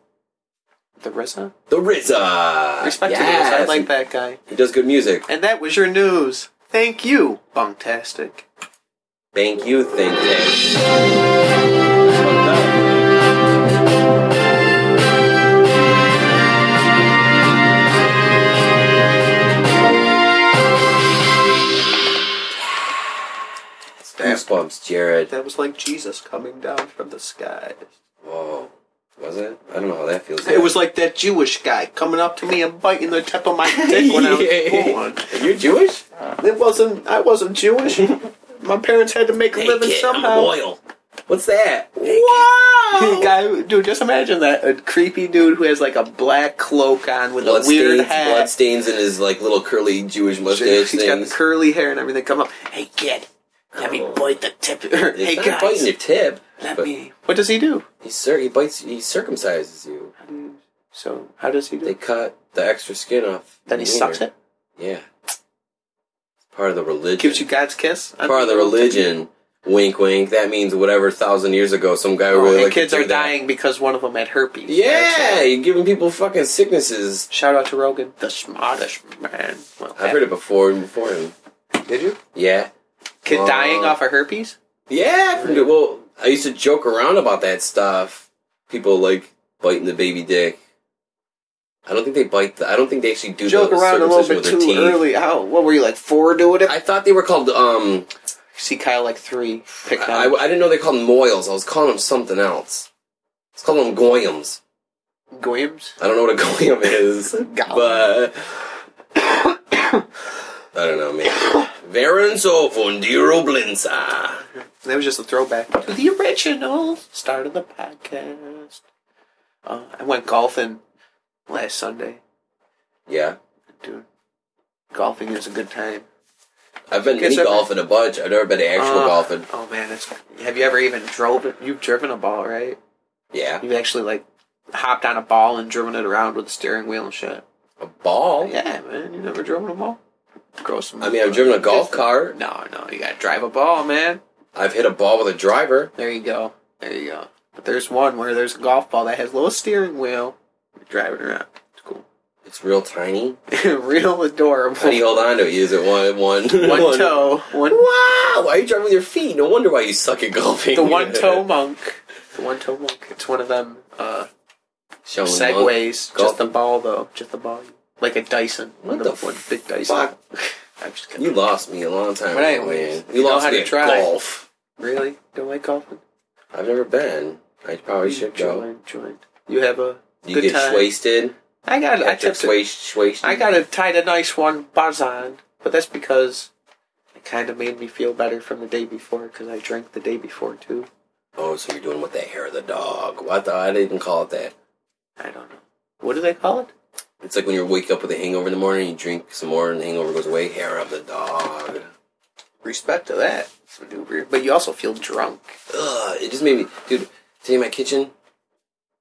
Speaker 3: The RZA.
Speaker 2: The RZA.
Speaker 3: Respect to
Speaker 2: Uh, Yes.
Speaker 3: the RZA. I like that guy.
Speaker 2: He does good music.
Speaker 3: And that was your news. Thank you, Bunktastic.
Speaker 2: Thank you, Think Tank. Goosebumps, Jared.
Speaker 3: That was like Jesus coming down from the sky.
Speaker 2: Whoa. Was it? I don't know how that feels.
Speaker 3: It was like that Jewish guy coming up to me and biting the tip
Speaker 2: *laughs*
Speaker 3: of my dick when I was born.
Speaker 2: You're Jewish?
Speaker 3: It wasn't. I wasn't Jewish. My parents had to make a living somehow.
Speaker 2: What's that?
Speaker 3: Wow! guy, dude, just imagine that a creepy dude who has like a black cloak on with
Speaker 2: Blood
Speaker 3: a weird
Speaker 2: stains, blood
Speaker 3: hat.
Speaker 2: stains in his like little curly Jewish mustache
Speaker 3: He's got
Speaker 2: things.
Speaker 3: curly hair and everything. Come up, hey kid, let me bite the tip. *laughs* Or,
Speaker 2: He's
Speaker 3: hey
Speaker 2: not biting
Speaker 3: guys,
Speaker 2: your tip.
Speaker 3: let
Speaker 2: but
Speaker 3: me. What does he do?
Speaker 2: He cir- he bites. He circumcises you.
Speaker 3: So how does he do?
Speaker 2: They cut the extra skin off.
Speaker 3: then he
Speaker 2: the
Speaker 3: sucks
Speaker 2: wiener.
Speaker 3: it.
Speaker 2: Yeah. It's part of the religion.
Speaker 3: Gives you God's kiss. Oh,
Speaker 2: part of the religion. Wink, wink. That means whatever thousand years ago, some guy
Speaker 3: Oh,
Speaker 2: really
Speaker 3: and
Speaker 2: liked to
Speaker 3: kids
Speaker 2: do
Speaker 3: are
Speaker 2: that.
Speaker 3: dying because one of them had herpes. That's
Speaker 2: Yeah,
Speaker 3: right.
Speaker 2: you're giving people fucking sicknesses.
Speaker 3: Shout out to Rogan, the smartest man. Well,
Speaker 2: I've heard it before. Before him.
Speaker 3: Did you?
Speaker 2: Yeah.
Speaker 3: Kid
Speaker 2: Uh,
Speaker 3: dying off of herpes?
Speaker 2: Yeah, from the, well, I used to joke around about that stuff. People like biting the baby dick. I don't think they bite. The, I don't think they actually do
Speaker 3: Joke
Speaker 2: the
Speaker 3: around a little
Speaker 2: circumcision
Speaker 3: bit
Speaker 2: with
Speaker 3: too
Speaker 2: their teeth.
Speaker 3: early. How? What were you like four doing it? I
Speaker 2: I thought they were called. Um,
Speaker 3: see Kyle like three. Pick
Speaker 2: I, I didn't know they called them moils. I was calling them something else. I was calling them goyums.
Speaker 3: Goyams.
Speaker 2: I don't know what a *laughs* goyim is,
Speaker 3: Gollum.
Speaker 2: but *coughs* I don't know, man. Verenzo Fondiro Blinza.
Speaker 3: That was just a throwback to the original start of the podcast. Uh, I went golfing last Sunday,
Speaker 2: Yeah.
Speaker 3: dude. Golfing is a good time.
Speaker 2: I've been
Speaker 3: Guess
Speaker 2: mini
Speaker 3: I've-
Speaker 2: golfing a bunch. I've never been to actual
Speaker 3: Uh,
Speaker 2: golfing.
Speaker 3: Oh man, it's. Have you ever even drove it? You've driven a ball, right?
Speaker 2: Yeah.
Speaker 3: You've actually like hopped on a ball and driven it around with a steering wheel and shit.
Speaker 2: A ball?
Speaker 3: Oh, Yeah, man. You never driven a ball? Gross.
Speaker 2: I mean, I've driven a golf cart.
Speaker 3: No, no. You gotta drive a ball, man.
Speaker 2: I've hit a ball with a driver.
Speaker 3: There you go. There you go. But there's one where there's a golf ball that has a little steering wheel. You're driving around. It's cool. *laughs*
Speaker 2: It's real tiny.
Speaker 3: Real
Speaker 2: How do you
Speaker 3: adorable.
Speaker 2: hold on to it? You Use it one, one,
Speaker 3: *laughs*
Speaker 2: *laughs*
Speaker 3: One toe. One.
Speaker 2: Wow! Why are you driving with your feet? No wonder why you suck at golfing. *laughs*
Speaker 3: The one toe monk. The one toe monk. It's one of them uh,
Speaker 2: Showing love.
Speaker 3: segways.
Speaker 2: Golf.
Speaker 3: Just the ball though. Just the ball. Like a Dyson. One
Speaker 2: What
Speaker 3: of
Speaker 2: the
Speaker 3: one big Dyson.
Speaker 2: fuck?
Speaker 3: *laughs* I'm just kidding.
Speaker 2: You lost me a long time
Speaker 3: But
Speaker 2: ago, man.
Speaker 3: anyways,
Speaker 2: You,
Speaker 3: you know
Speaker 2: lost
Speaker 3: how
Speaker 2: me
Speaker 3: to
Speaker 2: at
Speaker 3: try.
Speaker 2: golf.
Speaker 3: Really? Don't like golfing?
Speaker 2: I've never been. I probably Oh, should go.
Speaker 3: Join, join. You have a
Speaker 2: You
Speaker 3: good
Speaker 2: get
Speaker 3: time.
Speaker 2: wasted.
Speaker 3: I got. I
Speaker 2: After
Speaker 3: tipped. it.
Speaker 2: swais- wasted.
Speaker 3: I got a tied a nice one, Barzan, but that's because it kind of made me feel better from the day before because I drank the day before too.
Speaker 2: Oh, so you're doing with the hair of the dog. Well, I thought I didn't call it that.
Speaker 3: I don't know. What do they call it?
Speaker 2: It's like when you wake up with a hangover in the morning, you drink some more, and the hangover goes away. Hair of the dog.
Speaker 3: Respect to that maneuver, but you also feel drunk.
Speaker 2: Ugh, it just made me, dude. Today in my kitchen,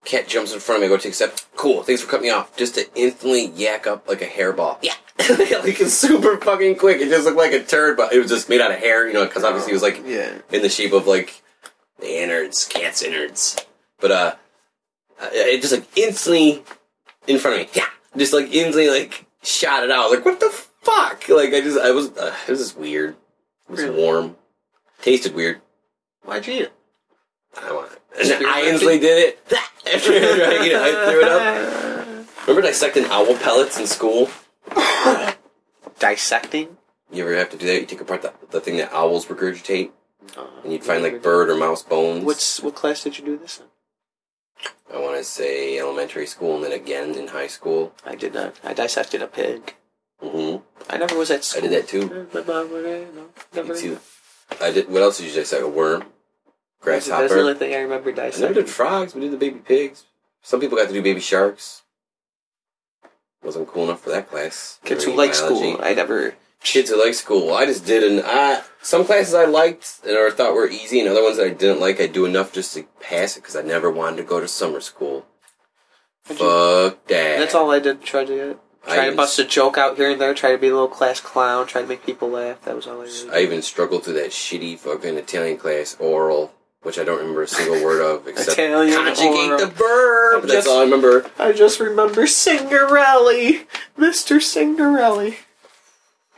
Speaker 2: cat jumps in front of me. I go take a step. Cool. Thanks for cutting me off. Just to instantly yak up like a hairball. Yeah. *laughs* like it's super fucking quick. It just looked like a turd, but it was just made out of hair. You know, because obviously it was like
Speaker 3: Yeah.
Speaker 2: in the shape of like the innards, cat's innards. But uh, uh, it just like instantly in front of me, yeah, just like instantly like shot it out. Like what the fuck? Like I just I was uh, it was just weird. It was
Speaker 3: Really?
Speaker 2: warm, tasted weird.
Speaker 3: Why'd you eat
Speaker 2: *laughs*
Speaker 3: it?
Speaker 2: I want it. And
Speaker 3: Spear
Speaker 2: I
Speaker 3: rip
Speaker 2: instantly did it. *laughs* After I eat it, I threw it
Speaker 3: *laughs*
Speaker 2: up. Remember dissecting owl pellets in school?
Speaker 3: Dissecting.
Speaker 2: You ever have to do that? You take apart the, the thing that owls regurgitate,
Speaker 3: Uh,
Speaker 2: and you'd find like bird or mouse bones.
Speaker 3: What's what class did you do this in?
Speaker 2: I want to say elementary school and then again in high school.
Speaker 3: I did not. I dissected a pig.
Speaker 2: hmm
Speaker 3: I never was at
Speaker 2: I
Speaker 3: school.
Speaker 2: did that too.
Speaker 3: Eh, My mom would, eh, no, never.
Speaker 2: Me too. I did. What else did you dissect? A worm,
Speaker 3: That's the- That's the only
Speaker 2: grasshopper.
Speaker 3: thing I remember
Speaker 2: I never
Speaker 3: dissecting.
Speaker 2: did frogs. We did the baby pigs. Some people got to do baby sharks. Wasn't cool enough for that class.
Speaker 3: Kids
Speaker 2: Marine
Speaker 3: who like
Speaker 2: biology.
Speaker 3: school. I never.
Speaker 2: Kids who like school. I just didn't. I some classes I liked and or thought were easy, and other ones that I didn't like. I do enough just to pass it because I never wanted to go to summer school.
Speaker 3: What'd you-
Speaker 2: Fuck that.
Speaker 3: That's all I did. Try to get.
Speaker 2: I
Speaker 3: Try to
Speaker 2: even-
Speaker 3: bust a joke out here and there. Try to be a little class clown. Try to make people laugh. That was all I
Speaker 2: I
Speaker 3: did.
Speaker 2: even struggled through that shitty fucking Italian class oral, which I don't remember a single word
Speaker 3: *laughs*
Speaker 2: of except
Speaker 3: Italian
Speaker 2: conjugate
Speaker 3: oral.
Speaker 2: the verb.
Speaker 3: I'm
Speaker 2: That's
Speaker 3: just-
Speaker 2: all I remember.
Speaker 3: I, just remember Cinderelli, Mister Cinderelli.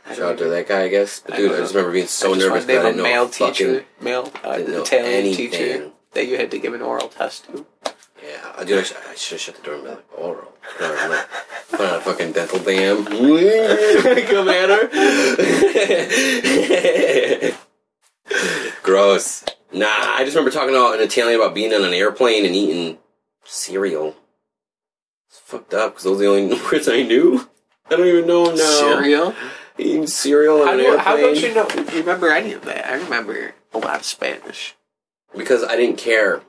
Speaker 3: I
Speaker 2: Shout out
Speaker 3: don't
Speaker 2: to that guy, I guess. But
Speaker 3: I
Speaker 2: dude,
Speaker 3: don't
Speaker 2: I, just
Speaker 3: know.
Speaker 2: remember being so
Speaker 3: I just
Speaker 2: nervous that
Speaker 3: wanted to
Speaker 2: I
Speaker 3: name
Speaker 2: didn't
Speaker 3: a
Speaker 2: know
Speaker 3: male
Speaker 2: a fucking-
Speaker 3: teacher, male uh,
Speaker 2: didn't know
Speaker 3: Italian
Speaker 2: anything.
Speaker 3: teacher that you had to give an oral test to.
Speaker 2: Yeah, I dude, I, sh- I should have shut the door and been like "Oh, oral. Put on a- put on a fucking dental dam. *laughs* Come at her. *laughs* Gross. Nah, I just remember talking all in Italian about being on an airplane and eating cereal. It's fucked up because those are the only *laughs* words I knew. I don't even know now.
Speaker 3: Cereal?
Speaker 2: Eating cereal on
Speaker 3: How,
Speaker 2: an
Speaker 3: do,
Speaker 2: airplane.
Speaker 3: how don't you know? You remember any of that? I remember a lot of Spanish.
Speaker 2: Because I didn't care.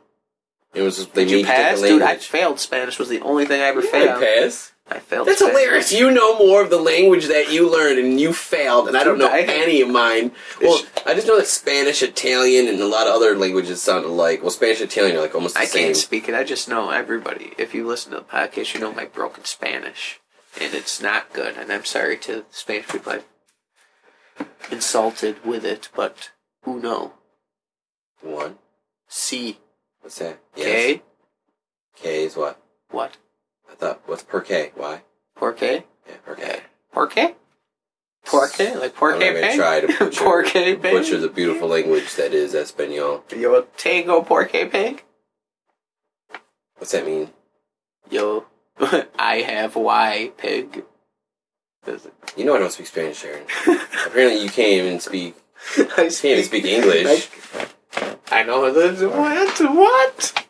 Speaker 2: It was just, they
Speaker 3: Did you
Speaker 2: made you take
Speaker 3: pass,
Speaker 2: the
Speaker 3: dude? I
Speaker 2: language.
Speaker 3: failed Spanish. Was the only thing I ever
Speaker 2: I
Speaker 3: failed.
Speaker 2: pass.
Speaker 3: I failed.
Speaker 2: That's
Speaker 3: Spanish.
Speaker 2: hilarious. You know more of the language that you learned and you failed, and I don't know
Speaker 3: Dude, I-
Speaker 2: any of mine. Well, I just know that Spanish, Italian, and a lot of other languages sound alike. Well, Spanish, Italian are like almost the
Speaker 3: I
Speaker 2: same.
Speaker 3: can't speak it. I just know everybody. If you listen to the podcast, you know my broken Spanish. and it's not good. And I'm sorry to Spanish people I've insulted with it, but uno,
Speaker 2: One.
Speaker 3: si,
Speaker 2: What's that?
Speaker 3: que,
Speaker 2: K is what?
Speaker 3: what,
Speaker 2: I thought, what's per K? Why?
Speaker 3: porque,
Speaker 2: Yeah, per K.
Speaker 3: porque, porque, like porque
Speaker 2: I'm not gonna
Speaker 3: pay, *laughs*
Speaker 2: try to butcher,
Speaker 3: porque pay,
Speaker 2: butcher the beautiful language that is Espanol.
Speaker 3: yo tengo porque pay,
Speaker 2: What's that mean?
Speaker 3: yo, *laughs* I have y pig. Does it-
Speaker 2: You know *laughs* I don't speak Spanish,
Speaker 3: *laughs*
Speaker 2: Sharon. Apparently you can't even speak,
Speaker 3: I
Speaker 2: can't even speak English.
Speaker 3: I know this. What? What?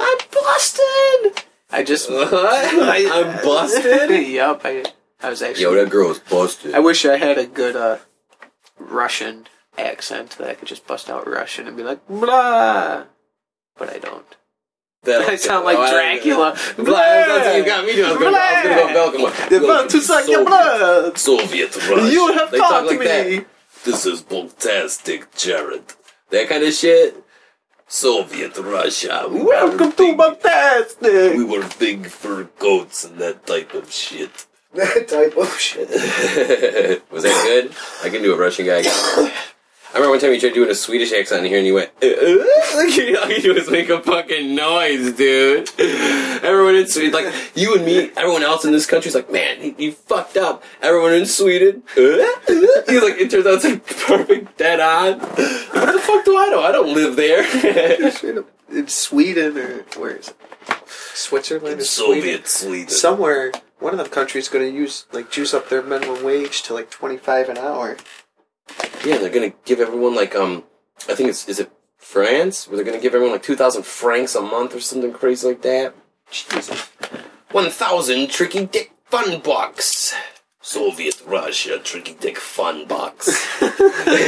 Speaker 3: I'm busted. I just.
Speaker 2: What?
Speaker 3: *laughs*
Speaker 2: I'm busted?
Speaker 3: yep. I, I was actually.
Speaker 2: Yo, that girl is busted.
Speaker 3: I wish I had a good uh, Russian accent that I could just bust out Russian and be like blah, but I don't. *laughs*
Speaker 2: That-
Speaker 3: I sound like
Speaker 2: Oh, I-
Speaker 3: Dracula.
Speaker 2: Blah, that's what you got me doing. I was gonna, I was gonna go Belgium.
Speaker 3: The vote is like your blood.
Speaker 2: Soviet Russia.
Speaker 3: You have
Speaker 2: They
Speaker 3: taught
Speaker 2: talk like
Speaker 3: me.
Speaker 2: that. This is fantastic, Jared. That kind of shit. *laughs* Soviet Russia. We
Speaker 3: Welcome
Speaker 2: were
Speaker 3: to
Speaker 2: big,
Speaker 3: Baptastic.
Speaker 2: We *laughs* were big fur goats and that type of shit.
Speaker 3: That type of shit.
Speaker 2: Was that good? I can do a Russian guy. again. I remember one time you tried doing a Swedish accent here and you went, "Uh, uh." *laughs* all you do is make a fucking noise, dude. Everyone in Sweden, like you and me, everyone else in this country is like, man, you, you fucked up. Everyone in Sweden, "Uh, *laughs* uh." he's like, it turns out it's like perfect dead on. What the fuck do I know? I don't live there. *laughs*
Speaker 3: in Sweden or where is it? Switzerland or Sweden?
Speaker 2: Sweden.
Speaker 3: Somewhere, one of them countries going to use like juice up their minimum wage to like twenty five an hour.
Speaker 2: Yeah, they're gonna give everyone like um, I think it's is it France where they're gonna give everyone like two thousand francs a month or something crazy like that.
Speaker 3: Jesus,
Speaker 2: One thousand tricky dick fun *laughs* box. Soviet Russia tricky dick fun box.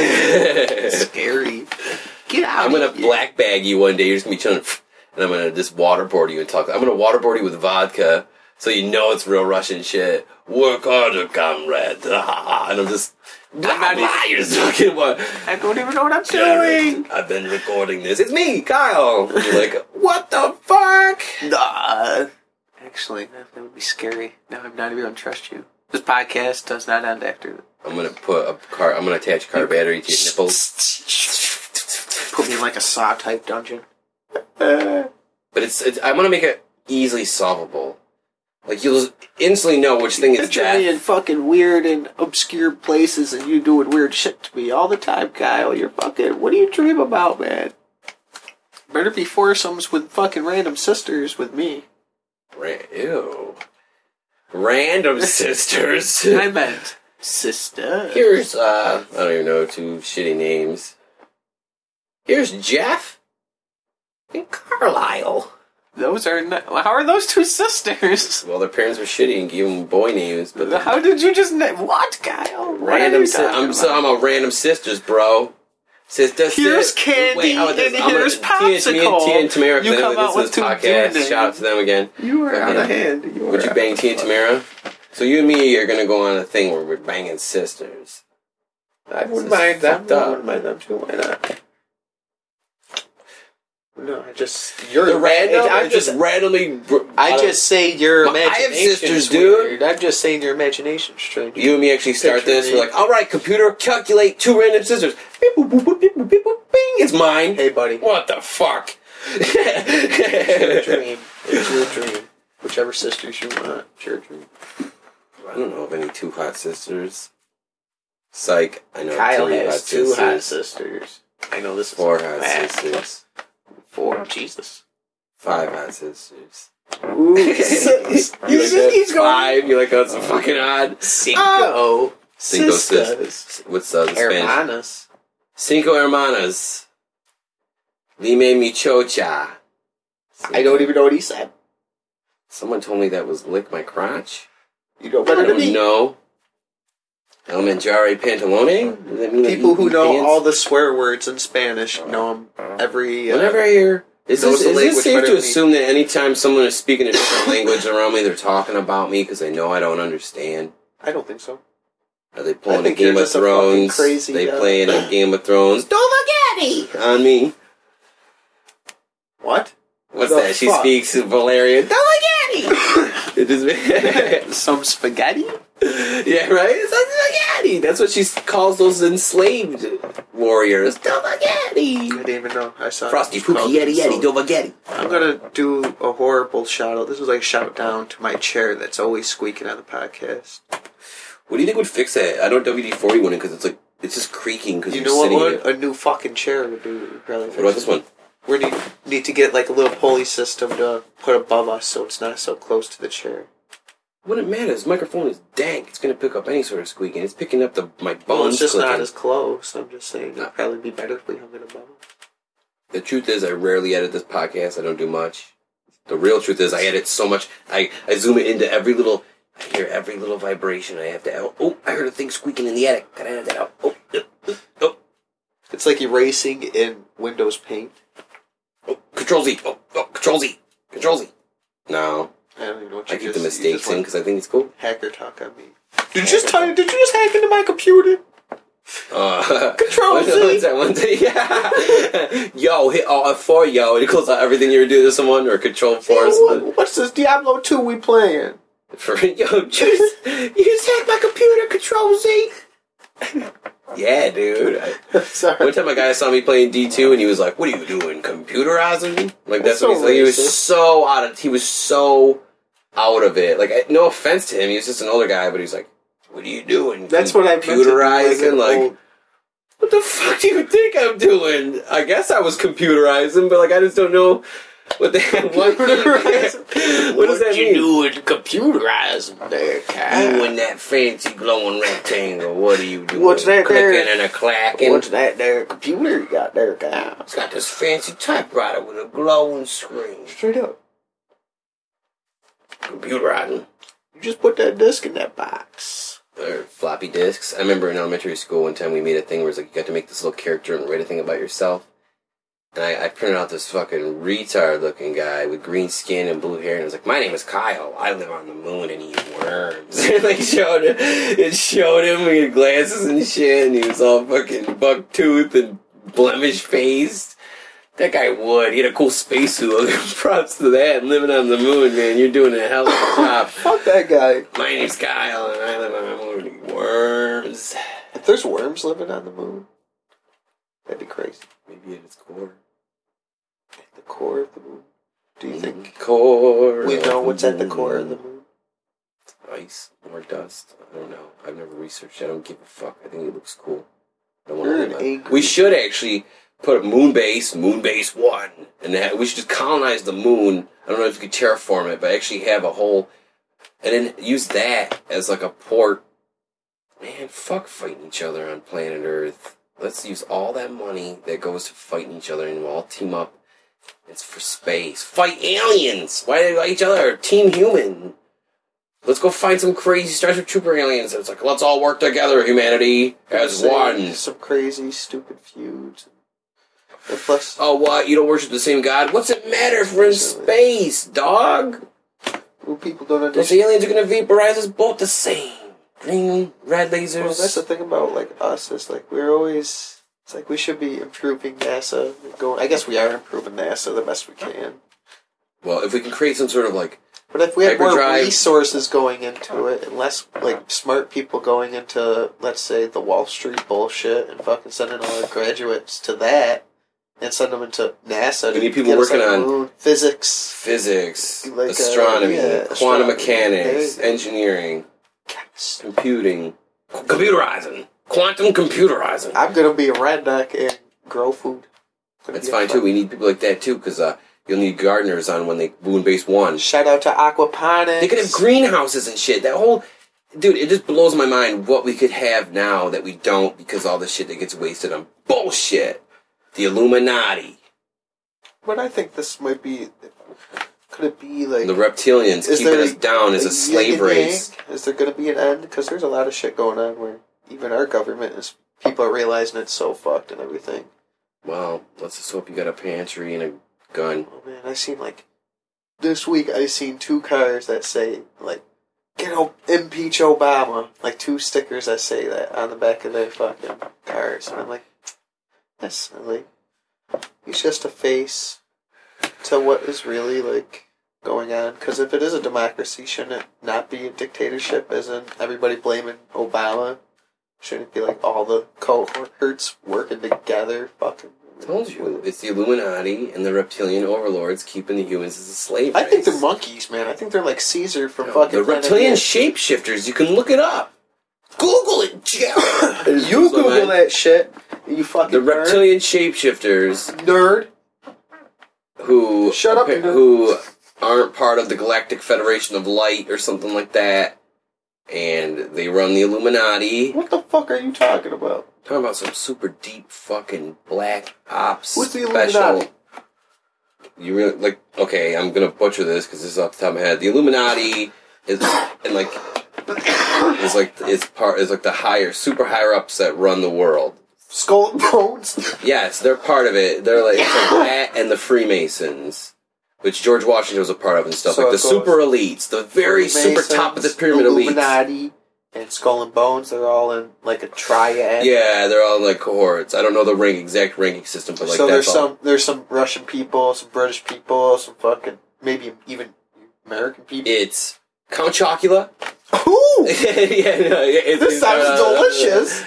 Speaker 2: *laughs*
Speaker 3: scary. Get out!
Speaker 2: I'm gonna
Speaker 3: of here.
Speaker 2: black bag you one day. You're just gonna be chilling, and I'm gonna just waterboard you and talk. I'm gonna waterboard you with vodka, so you know it's real Russian shit. Work harder, comrade. *laughs* and I'm just. Blah, blah,
Speaker 3: not
Speaker 2: blah, you're *laughs* just fucking what?
Speaker 3: I don't even know what I'm doing.
Speaker 2: Jared, I've been recording this. It's me, Kyle. And You're like, *laughs* what the fuck?
Speaker 3: Nah. Actually, that, that would be scary. No, I'm not even gonna trust you. This podcast does not end after.
Speaker 2: I'm gonna put a car. I'm gonna attach car battery to your nipples,
Speaker 3: Put me in like a saw
Speaker 2: *laughs*
Speaker 3: type dungeon. *laughs*
Speaker 2: but it's. it's I'm gonna make it easily solvable. Like you'll just instantly know which thing is
Speaker 3: Picture me in
Speaker 2: death.
Speaker 3: fucking weird and obscure places and you doing weird shit to me all the time, Kyle. You're fucking. What do you dream about, man? Better be foursomes with fucking random sisters with me.
Speaker 2: Ra- Ew.
Speaker 3: *laughs*
Speaker 2: Random sisters.
Speaker 3: I meant sister.
Speaker 2: Here's uh, I don't even know two shitty names. Here's Jeff and Carlisle.
Speaker 3: Those are not. How are those two sisters?
Speaker 2: Well, their parents were shitty and gave them boy names,
Speaker 3: *laughs*
Speaker 2: but they're
Speaker 3: How did you just. Na- what, Kyle? What are
Speaker 2: Random.
Speaker 3: you
Speaker 2: Si-
Speaker 3: talking
Speaker 2: I'm
Speaker 3: about?
Speaker 2: so um, I'm a random sisters, bro. Sister, sis-
Speaker 3: Here's candy
Speaker 2: how about this?
Speaker 3: and
Speaker 2: I'm gonna-
Speaker 3: here's
Speaker 2: Tia- Me and
Speaker 3: popsicle.
Speaker 2: Tia and Tamara.
Speaker 3: You
Speaker 2: they-
Speaker 3: come
Speaker 2: this
Speaker 3: out
Speaker 2: is
Speaker 3: with two
Speaker 2: podcast.
Speaker 3: dude
Speaker 2: Shout out to them again.
Speaker 3: You are out
Speaker 2: Yeah.
Speaker 3: of hand. You
Speaker 2: Would
Speaker 3: are
Speaker 2: you bang
Speaker 3: out
Speaker 2: Tia and
Speaker 3: of-
Speaker 2: Tamara? So you and me are gonna go on a thing where we're banging sisters.
Speaker 3: I wouldn't
Speaker 2: This is
Speaker 3: mind them.
Speaker 2: fucked up.
Speaker 3: I wouldn't mind them too. Why not? No, I just you're
Speaker 2: They're random.
Speaker 3: I
Speaker 2: I'm just randomly. br-
Speaker 3: I just say your
Speaker 2: My- I have
Speaker 3: imagination.
Speaker 2: sisters, dude.
Speaker 3: I'm just saying your imagination's strange.
Speaker 2: You and me actually start
Speaker 3: Picture
Speaker 2: this.
Speaker 3: me.
Speaker 2: We're like, all right, computer, calculate two random scissors. Beep, boop, boop, boop, beep, boop, beep, boop, bing. It's mine.
Speaker 3: hey, buddy.
Speaker 2: What the fuck? *laughs*
Speaker 3: It's your dream. It's your dream. Whichever sisters you want. It's your dream.
Speaker 2: I don't know of any two hot sisters. Psych. I know
Speaker 3: Kyle
Speaker 2: three
Speaker 3: has
Speaker 2: hot
Speaker 3: two
Speaker 2: sisters.
Speaker 3: hot sisters. I know this is
Speaker 2: Four
Speaker 3: a
Speaker 2: hot
Speaker 3: fact.
Speaker 2: sisters.
Speaker 3: Four. Jesus.
Speaker 2: Five hot
Speaker 3: *laughs*
Speaker 2: sisters.
Speaker 3: Ooh,
Speaker 2: *laughs* just
Speaker 3: you just keeps going.
Speaker 2: Five. You're like, that's a fucking odd.
Speaker 3: Cinco.
Speaker 2: Cinco
Speaker 3: sisters.
Speaker 2: sis. What's uh, the Spanish?
Speaker 3: Hermanas.
Speaker 2: Cinco hermanas. Lime mi chocha.
Speaker 3: I don't even know what he said.
Speaker 2: Someone told me that was lick my crotch.
Speaker 3: You know
Speaker 2: I
Speaker 3: better than
Speaker 2: don't
Speaker 3: me.
Speaker 2: know. Elementary pantalone? Does that mean that
Speaker 3: People
Speaker 2: you-
Speaker 3: who
Speaker 2: you
Speaker 3: know
Speaker 2: dance?
Speaker 3: all the swear words in Spanish know them every. Uh,
Speaker 2: Whenever I hear. Is this,
Speaker 3: knows the
Speaker 2: is
Speaker 3: language
Speaker 2: this safe
Speaker 3: better
Speaker 2: to
Speaker 3: than me.
Speaker 2: assume that anytime someone is speaking a different language around me, they're talking about me because they know I don't understand?
Speaker 3: I don't think so.
Speaker 2: Are they pulling a
Speaker 3: think you're
Speaker 2: Game of
Speaker 3: just a fucking
Speaker 2: Thrones?
Speaker 3: crazy,
Speaker 2: they
Speaker 3: uh,
Speaker 2: playing a Game of *laughs* Thrones "Dovagadi" on me.
Speaker 3: What?
Speaker 2: What's
Speaker 3: The
Speaker 2: that? She
Speaker 3: fuck?
Speaker 2: speaks Valerian. "Dovagadi." *laughs* It just
Speaker 3: *coughs* Some spaghetti?
Speaker 2: yeah, right? It's like spaghetti. That's what she s- calls those enslaved warriors. Spaghetti.
Speaker 3: I didn't even know. I saw
Speaker 2: Frosty,
Speaker 3: it was called
Speaker 2: Pookie, Yeti, Yeti,
Speaker 3: so-
Speaker 2: Dovagetti.
Speaker 3: I'm gonna do a horrible shout out. This is like a shout down to my chair that's always squeaking on the podcast.
Speaker 2: What do you think would fix that? I know WD forty wouldn't because it's like it's just creaking because
Speaker 3: You
Speaker 2: you're
Speaker 3: know what?
Speaker 2: sitting in
Speaker 3: would?
Speaker 2: it.
Speaker 3: A new fucking chair would do. would Probably
Speaker 2: What about this one?
Speaker 3: We need need to get like a little pulley system to put above us so it's not so close to the chair.
Speaker 2: Wouldn't matter. This microphone is dank. It's gonna pick up any sort of squeaking. It's picking up the my bones.
Speaker 3: Well, it's Oh, just Ah.
Speaker 2: clicking.
Speaker 3: not as close. I'm just saying
Speaker 2: No.
Speaker 3: it'd probably be better if we hung it above. us.
Speaker 2: The truth is, I rarely edit this podcast. I don't do much. The real truth is, I edit so much. I, I zoom it into every little. I hear every little vibration. I have to. Oh, oh, I heard a thing squeaking in the attic. Gotta edit that out. Oh, oh, oh, oh,
Speaker 3: It's like erasing in Windows Paint.
Speaker 2: oh, Control Z. Oh, oh, Control Z. Control Z. No,
Speaker 3: I don't even know what
Speaker 2: I
Speaker 3: you
Speaker 2: keep
Speaker 3: just,
Speaker 2: the
Speaker 3: you just
Speaker 2: mistakes in
Speaker 3: went
Speaker 2: because I think it's cool.
Speaker 3: Hacker talk on me. Did you just type, Did you just hack into my computer?
Speaker 2: Uh, *laughs*
Speaker 3: Control
Speaker 2: one-
Speaker 3: Z.
Speaker 2: one time- one time- *laughs* yeah. yo, hit Alt F4, yo, and it closes out everything you were doing to someone, or Control 4. or something.
Speaker 3: What- What's this Diablo two we playing? *laughs*
Speaker 2: For *laughs* yo, just you just hacked my computer, Control Z. *laughs* yeah, dude. I,
Speaker 3: Sorry.
Speaker 2: one time, a guy saw me playing D two, and he was like, "What are you doing, computerizing?" me?" Like that's,
Speaker 3: That's
Speaker 2: what
Speaker 3: so
Speaker 2: he's like. He
Speaker 3: racist.
Speaker 2: was so out of. He was so out of it. Like, I, no offense to him, he was just an older guy, but he's like, "What are you doing?
Speaker 3: That's what I meant to do,
Speaker 2: computerizing."
Speaker 3: an
Speaker 2: Like,
Speaker 3: old-
Speaker 2: what the fuck do you think I'm doing? I guess I was computerizing, but like, I just don't know what the *laughs* what,
Speaker 3: *laughs* Computerizing.
Speaker 2: what does that mean?
Speaker 3: doing computerizing there,
Speaker 2: You in that fancy glowing rectangle, what are you doing?
Speaker 3: What's that there?
Speaker 2: Clicking and a clacking.
Speaker 3: that there computer you got there, Kyle?
Speaker 2: it's got this fancy typewriter with a glowing screen.
Speaker 3: Straight up.
Speaker 2: Computerizing.
Speaker 3: You just put that disc in that box.
Speaker 2: Or floppy disks. I remember in elementary school one time we made a thing where it's like you got to make this little character and write a thing about yourself. And I, I printed out this fucking retard looking guy with green skin and blue hair and it was like, My name is Kyle. I live on the moon and eat worms. *laughs* and like showed him it showed him with his glasses and shit and he was all fucking buck tooth and blemish faced. That guy would. He had a cool spacesuit. *laughs* Props to that. Living on the moon, man. You're doing a hell of a job.
Speaker 3: Fuck that guy.
Speaker 2: My name's Kyle, and I live on the moon. Worms.
Speaker 3: If there's worms living on the moon, that'd be crazy.
Speaker 2: Maybe at its core.
Speaker 3: At the core of the moon. Do you think
Speaker 2: Core.
Speaker 3: Mm-hmm. we know what's at the core of the moon?
Speaker 2: Ice or dust? I don't know. I've never researched. it. I don't give a fuck. I think it looks cool. I don't want
Speaker 3: You're
Speaker 2: to
Speaker 3: an
Speaker 2: about
Speaker 3: angry-
Speaker 2: it. We should actually put moon base, moon base one, and ha- we should just colonize the moon. I don't know if you could terraform it, but actually have a whole, and then use that as like a port. Man, fuck fighting each other on planet Earth. Let's use all that money that goes to fighting each other, and we'll all team up. It's for space. Fight aliens. Why do they fight each other? Team human. Let's go find some crazy Starship Trooper aliens. It's like let's all work together, humanity, as
Speaker 3: Say
Speaker 2: one.
Speaker 3: Some crazy, stupid feuds. And plus,
Speaker 2: Oh, what? You don't worship the same God? What's it matter if we're in space, dog?
Speaker 3: well, people don't
Speaker 2: Those
Speaker 3: understand.
Speaker 2: aliens are gonna vaporize us both the same. Green, red lasers.
Speaker 3: Well, that's the thing about like us is like we're always. It's like we should be improving NASA. Going, I guess we are improving NASA the best we can.
Speaker 2: well, if we can create some sort of like,
Speaker 3: But if we had more
Speaker 2: Hyperdrive.
Speaker 3: resources going into it, and less like smart people going into, let's say, the Wall Street bullshit, and fucking sending all our graduates to that, and send them into NASA.
Speaker 2: We
Speaker 3: to
Speaker 2: need people
Speaker 3: get us
Speaker 2: working
Speaker 3: the
Speaker 2: on-
Speaker 3: moon, physics,
Speaker 2: physics,
Speaker 3: Like, uh,
Speaker 2: astronomy,
Speaker 3: yeah,
Speaker 2: quantum
Speaker 3: astronomy.
Speaker 2: mechanics,
Speaker 3: There you go.
Speaker 2: engineering, computing, Qu- computerizing, quantum computerizing.
Speaker 3: I'm gonna be a redneck and grow food. Gonna
Speaker 2: That's
Speaker 3: be a
Speaker 2: fine too. We need people like that too, because uh, you'll need gardeners on when they moon base one.
Speaker 3: Shout out to aquaponics.
Speaker 2: They could have greenhouses and shit. That whole dude, it just blows my mind what we could have now that we don't because all the shit that gets wasted on bullshit. The Illuminati,
Speaker 3: But I think this might be. Could it be like?
Speaker 2: the reptilians
Speaker 3: Is
Speaker 2: keeping
Speaker 3: there
Speaker 2: us down as a
Speaker 3: yin
Speaker 2: slave
Speaker 3: and
Speaker 2: race.
Speaker 3: yang? Is there going to be an end? Because there's a lot of shit going on where even our government is people are realizing it's so fucked and everything.
Speaker 2: Well, let's just hope you got a pantry and a gun.
Speaker 3: Oh man, I seen like this week I seen two cars that say like get o- impeach Obama, like two stickers that say that on the back of their fucking cars, and I'm like, that's silly. He's just a face to what is really like going on. Because if it is a democracy, shouldn't it not be a dictatorship? Isn't everybody blaming Obama? Shouldn't it be like all the cohorts working together? Fucking.
Speaker 2: Told you, it's the Illuminati and the reptilian overlords keeping the humans as a slave.
Speaker 3: I think
Speaker 2: race.
Speaker 3: they're monkeys, man. I think they're like Caesar from
Speaker 2: No,
Speaker 3: fucking.
Speaker 2: the
Speaker 3: Planet
Speaker 2: reptilian
Speaker 3: Earth.
Speaker 2: shapeshifters. You can look it up. Google it, Jeff.
Speaker 3: You
Speaker 2: So,
Speaker 3: *coughs* Google
Speaker 2: man,
Speaker 3: that shit. You fucking
Speaker 2: The
Speaker 3: nerd.
Speaker 2: reptilian shapeshifters
Speaker 3: nerd.
Speaker 2: who
Speaker 3: Shut up, you nerd.
Speaker 2: who aren't part of the Galactic Federation of Light or something like that, and they run the Illuminati.
Speaker 3: What the fuck are you talking about?
Speaker 2: Talking about some super deep fucking black ops
Speaker 3: What's the Illuminati?
Speaker 2: special. You really like? Okay, I'm gonna butcher this because this is off the top of my head. The Illuminati is and like is like is part is like the higher, super higher ups that run the world.
Speaker 3: Skull and bones.
Speaker 2: Yes, they're part of it. They're like, it's like that and the Freemasons, which George Washington was a part of and stuff.
Speaker 3: So
Speaker 2: like the
Speaker 3: it goes-
Speaker 2: super elites, the *laughs* very super
Speaker 3: Masons,
Speaker 2: top of the pyramid elites.
Speaker 3: Illuminati and Skull and Bones. They're all in like a triad.
Speaker 2: Yeah, they're all in like cohorts. I don't know the rank exact ranking system, but like
Speaker 3: so
Speaker 2: that's
Speaker 3: there's
Speaker 2: all.
Speaker 3: some there's some Russian people, some British people, some fucking maybe even American people.
Speaker 2: It's Count Chocula. *laughs*
Speaker 3: Ooh,
Speaker 2: yeah, no, yeah, it's,
Speaker 3: this sounds
Speaker 2: uh,
Speaker 3: delicious.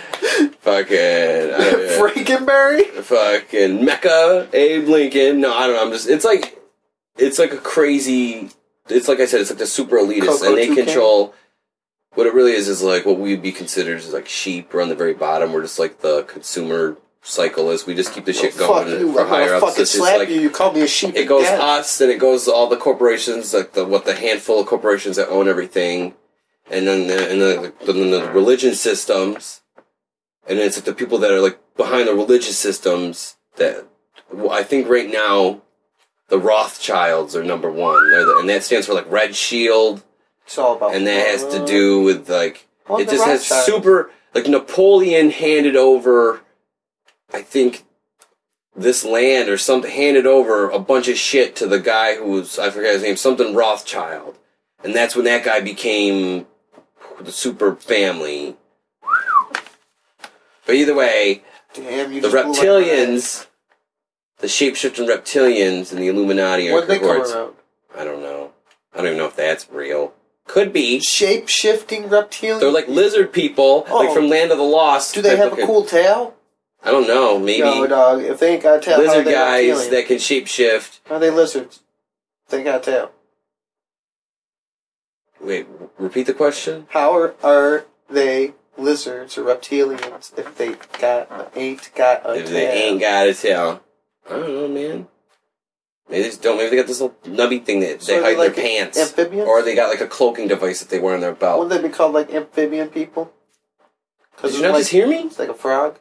Speaker 2: Fucking
Speaker 3: *laughs*
Speaker 2: uh,
Speaker 3: Frankenberry.
Speaker 2: fucking Mecca, Abe Lincoln. No, I don't know. I'm just. It's like, it's like a crazy. It's like I said. It's like the super elitist,
Speaker 3: Coco
Speaker 2: and they
Speaker 3: Toucan?
Speaker 2: control. What it really is is like what we'd be considered as like sheep. We're on the very bottom. We're just like the consumer cycle is. We just keep the shit
Speaker 3: fuck
Speaker 2: going
Speaker 3: you!
Speaker 2: for
Speaker 3: I'm
Speaker 2: higher
Speaker 3: gonna
Speaker 2: ups.
Speaker 3: fucking
Speaker 2: It's just
Speaker 3: slap
Speaker 2: like
Speaker 3: you. You call me a sheep.
Speaker 2: it goes
Speaker 3: again.
Speaker 2: us, and it goes all the corporations, like the what the handful of corporations that own everything, and then the, and then the, then the religion systems, and then it's like the people that are like behind the religious systems that well, I think right now the Rothschilds are number one, They're the, and that stands for like Red Shield,
Speaker 3: It's all about
Speaker 2: and that has to do with like
Speaker 3: Well,
Speaker 2: it
Speaker 3: the
Speaker 2: just has
Speaker 3: Rothschild-
Speaker 2: super like Napoleon handed over, I think, this land or something handed over a bunch of shit to the guy who was I forget his name something Rothschild, and that's when that guy became the super family. But either way,
Speaker 3: Damn, you
Speaker 2: the
Speaker 3: just blew my mind.
Speaker 2: reptilians, the shapeshifting reptilians, and the Illuminati are
Speaker 3: What'd they come
Speaker 2: cohorts.
Speaker 3: around?
Speaker 2: I don't know. I don't even know if that's real. Could be.
Speaker 3: Shape shifting reptilian.
Speaker 2: They're like lizard people, like
Speaker 3: Oh.
Speaker 2: from Land of the Lost.
Speaker 3: Do they
Speaker 2: type
Speaker 3: have
Speaker 2: looking-
Speaker 3: a cool tail?
Speaker 2: I don't know. Maybe
Speaker 3: No, dog. If they ain't got a tail, how are
Speaker 2: lizard
Speaker 3: they
Speaker 2: guys
Speaker 3: reptilian?
Speaker 2: that can shapeshift.
Speaker 3: How are they lizards? They got a tail.
Speaker 2: Wait, w- repeat the question.
Speaker 3: How are, are they lizards or reptilians if they got ain't got a
Speaker 2: If
Speaker 3: tail?
Speaker 2: they ain't got a tail, I don't know, man. Maybe they just don't. Maybe they got this little nubby thing that
Speaker 3: So
Speaker 2: they
Speaker 3: are
Speaker 2: hide in
Speaker 3: like
Speaker 2: their pants,
Speaker 3: amphibians?
Speaker 2: or they got like a cloaking device that they wear on their belt.
Speaker 3: Wouldn't they be called like amphibian people?
Speaker 2: Did
Speaker 3: Because
Speaker 2: you not
Speaker 3: like,
Speaker 2: just hear me?
Speaker 3: it's like a frog.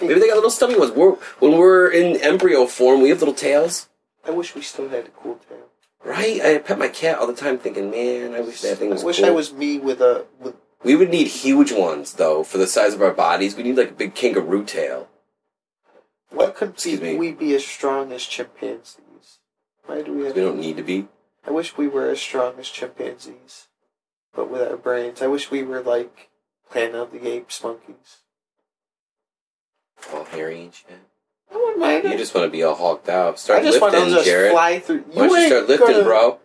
Speaker 2: Maybe they got little stubby ones. We're, when we're in embryo form, we have little tails.
Speaker 3: I wish we still had a cool tail.
Speaker 2: Right? I pet my cat all the time thinking, man, I wish that thing was
Speaker 3: I wish
Speaker 2: cool.
Speaker 3: I was me with a with
Speaker 2: We would need huge ones, though, for the size of our bodies. We need like a big kangaroo tail.
Speaker 3: Why couldn't
Speaker 2: Excuse
Speaker 3: we,
Speaker 2: me.
Speaker 3: we be as strong as chimpanzees? Why do we have
Speaker 2: We don't need to be.
Speaker 3: I wish we were as strong as chimpanzees, but with our brains. I wish we were like Planet of the Apes monkeys.
Speaker 2: All hairy and shit.
Speaker 3: I wouldn't mind
Speaker 2: You
Speaker 3: it.
Speaker 2: just want to be all hulked out.
Speaker 3: I
Speaker 2: Start
Speaker 3: just want to
Speaker 2: lifting,
Speaker 3: just
Speaker 2: Jared. Why
Speaker 3: fly through.
Speaker 2: don't you
Speaker 3: ain't
Speaker 2: start lifting,
Speaker 3: gonna
Speaker 2: bro?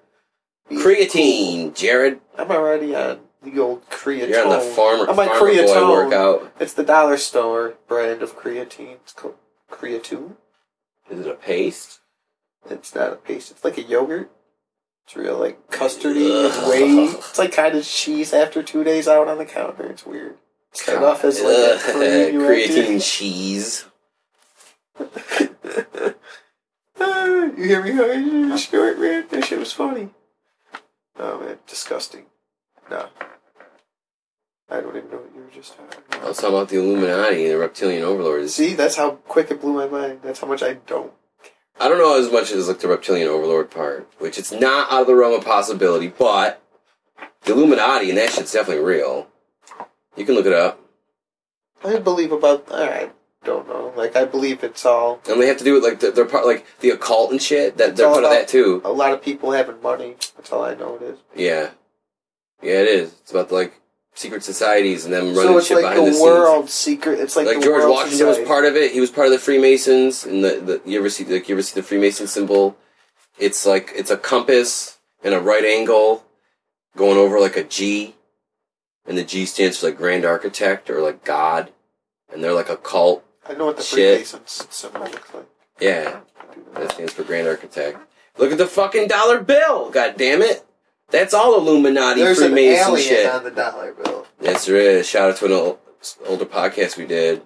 Speaker 3: be
Speaker 2: Creatine, Jared.
Speaker 3: cool. I'm already on the old creatine.
Speaker 2: You're on the farmer,
Speaker 3: I'm on
Speaker 2: farmer boy
Speaker 3: creatone.
Speaker 2: workout.
Speaker 3: It's the dollar store brand of creatine. It's called creatine.
Speaker 2: Is it a paste?
Speaker 3: It's not a paste. It's like a yogurt. It's real like custardy. It's whey. It's like kind of cheese after two days out on the counter. It's weird. Start off as like
Speaker 2: *laughs*
Speaker 3: a
Speaker 2: Ugh,
Speaker 3: cream you have to-
Speaker 2: creatine cheese.
Speaker 3: Ah, *laughs* you hear me? Ah, Snort, man. That shit was funny. Oh man, disgusting. No, I don't even know what you were just talking
Speaker 2: I was
Speaker 3: about.
Speaker 2: talking about the Illuminati and the reptilian overlords.
Speaker 3: See, that's how quick it blew my mind. That's how much I don't.
Speaker 2: I don't know as much as like the reptilian overlord part, which it's not out of the realm of possibility, but the Illuminati and that shit's definitely real. You can look it up.
Speaker 3: I believe about. I don't know. Like I believe it's all.
Speaker 2: And they have to do with like the, they're part like the occult and shit. That
Speaker 3: It's
Speaker 2: they're
Speaker 3: all
Speaker 2: part of
Speaker 3: about-
Speaker 2: that too.
Speaker 3: A lot of people having money. That's all I know it is.
Speaker 2: Yeah, yeah, it is. It's about like secret societies and them running
Speaker 3: So it's
Speaker 2: shit
Speaker 3: like
Speaker 2: behind the
Speaker 3: the
Speaker 2: scenes.
Speaker 3: world secret. It's like,
Speaker 2: Like,
Speaker 3: the
Speaker 2: George
Speaker 3: world
Speaker 2: Washington was
Speaker 3: society.
Speaker 2: part of it. He was part of the Freemasons. And the, the you ever see like you ever see the Freemason symbol It's like it's a compass and a right angle going over like a G, and the G stands for like Grand Architect or like God, and they're like a cult.
Speaker 3: I know what the
Speaker 2: Shit.
Speaker 3: Freemasons symbol looks like.
Speaker 2: Yeah, that stands for Grand Architect. Look at the fucking dollar bill. God damn it. That's all Illuminati
Speaker 4: There's an
Speaker 2: Freemason
Speaker 4: alien
Speaker 2: shit.
Speaker 4: on the dollar bill.
Speaker 2: That's right. Shout out to an old, older podcast we did.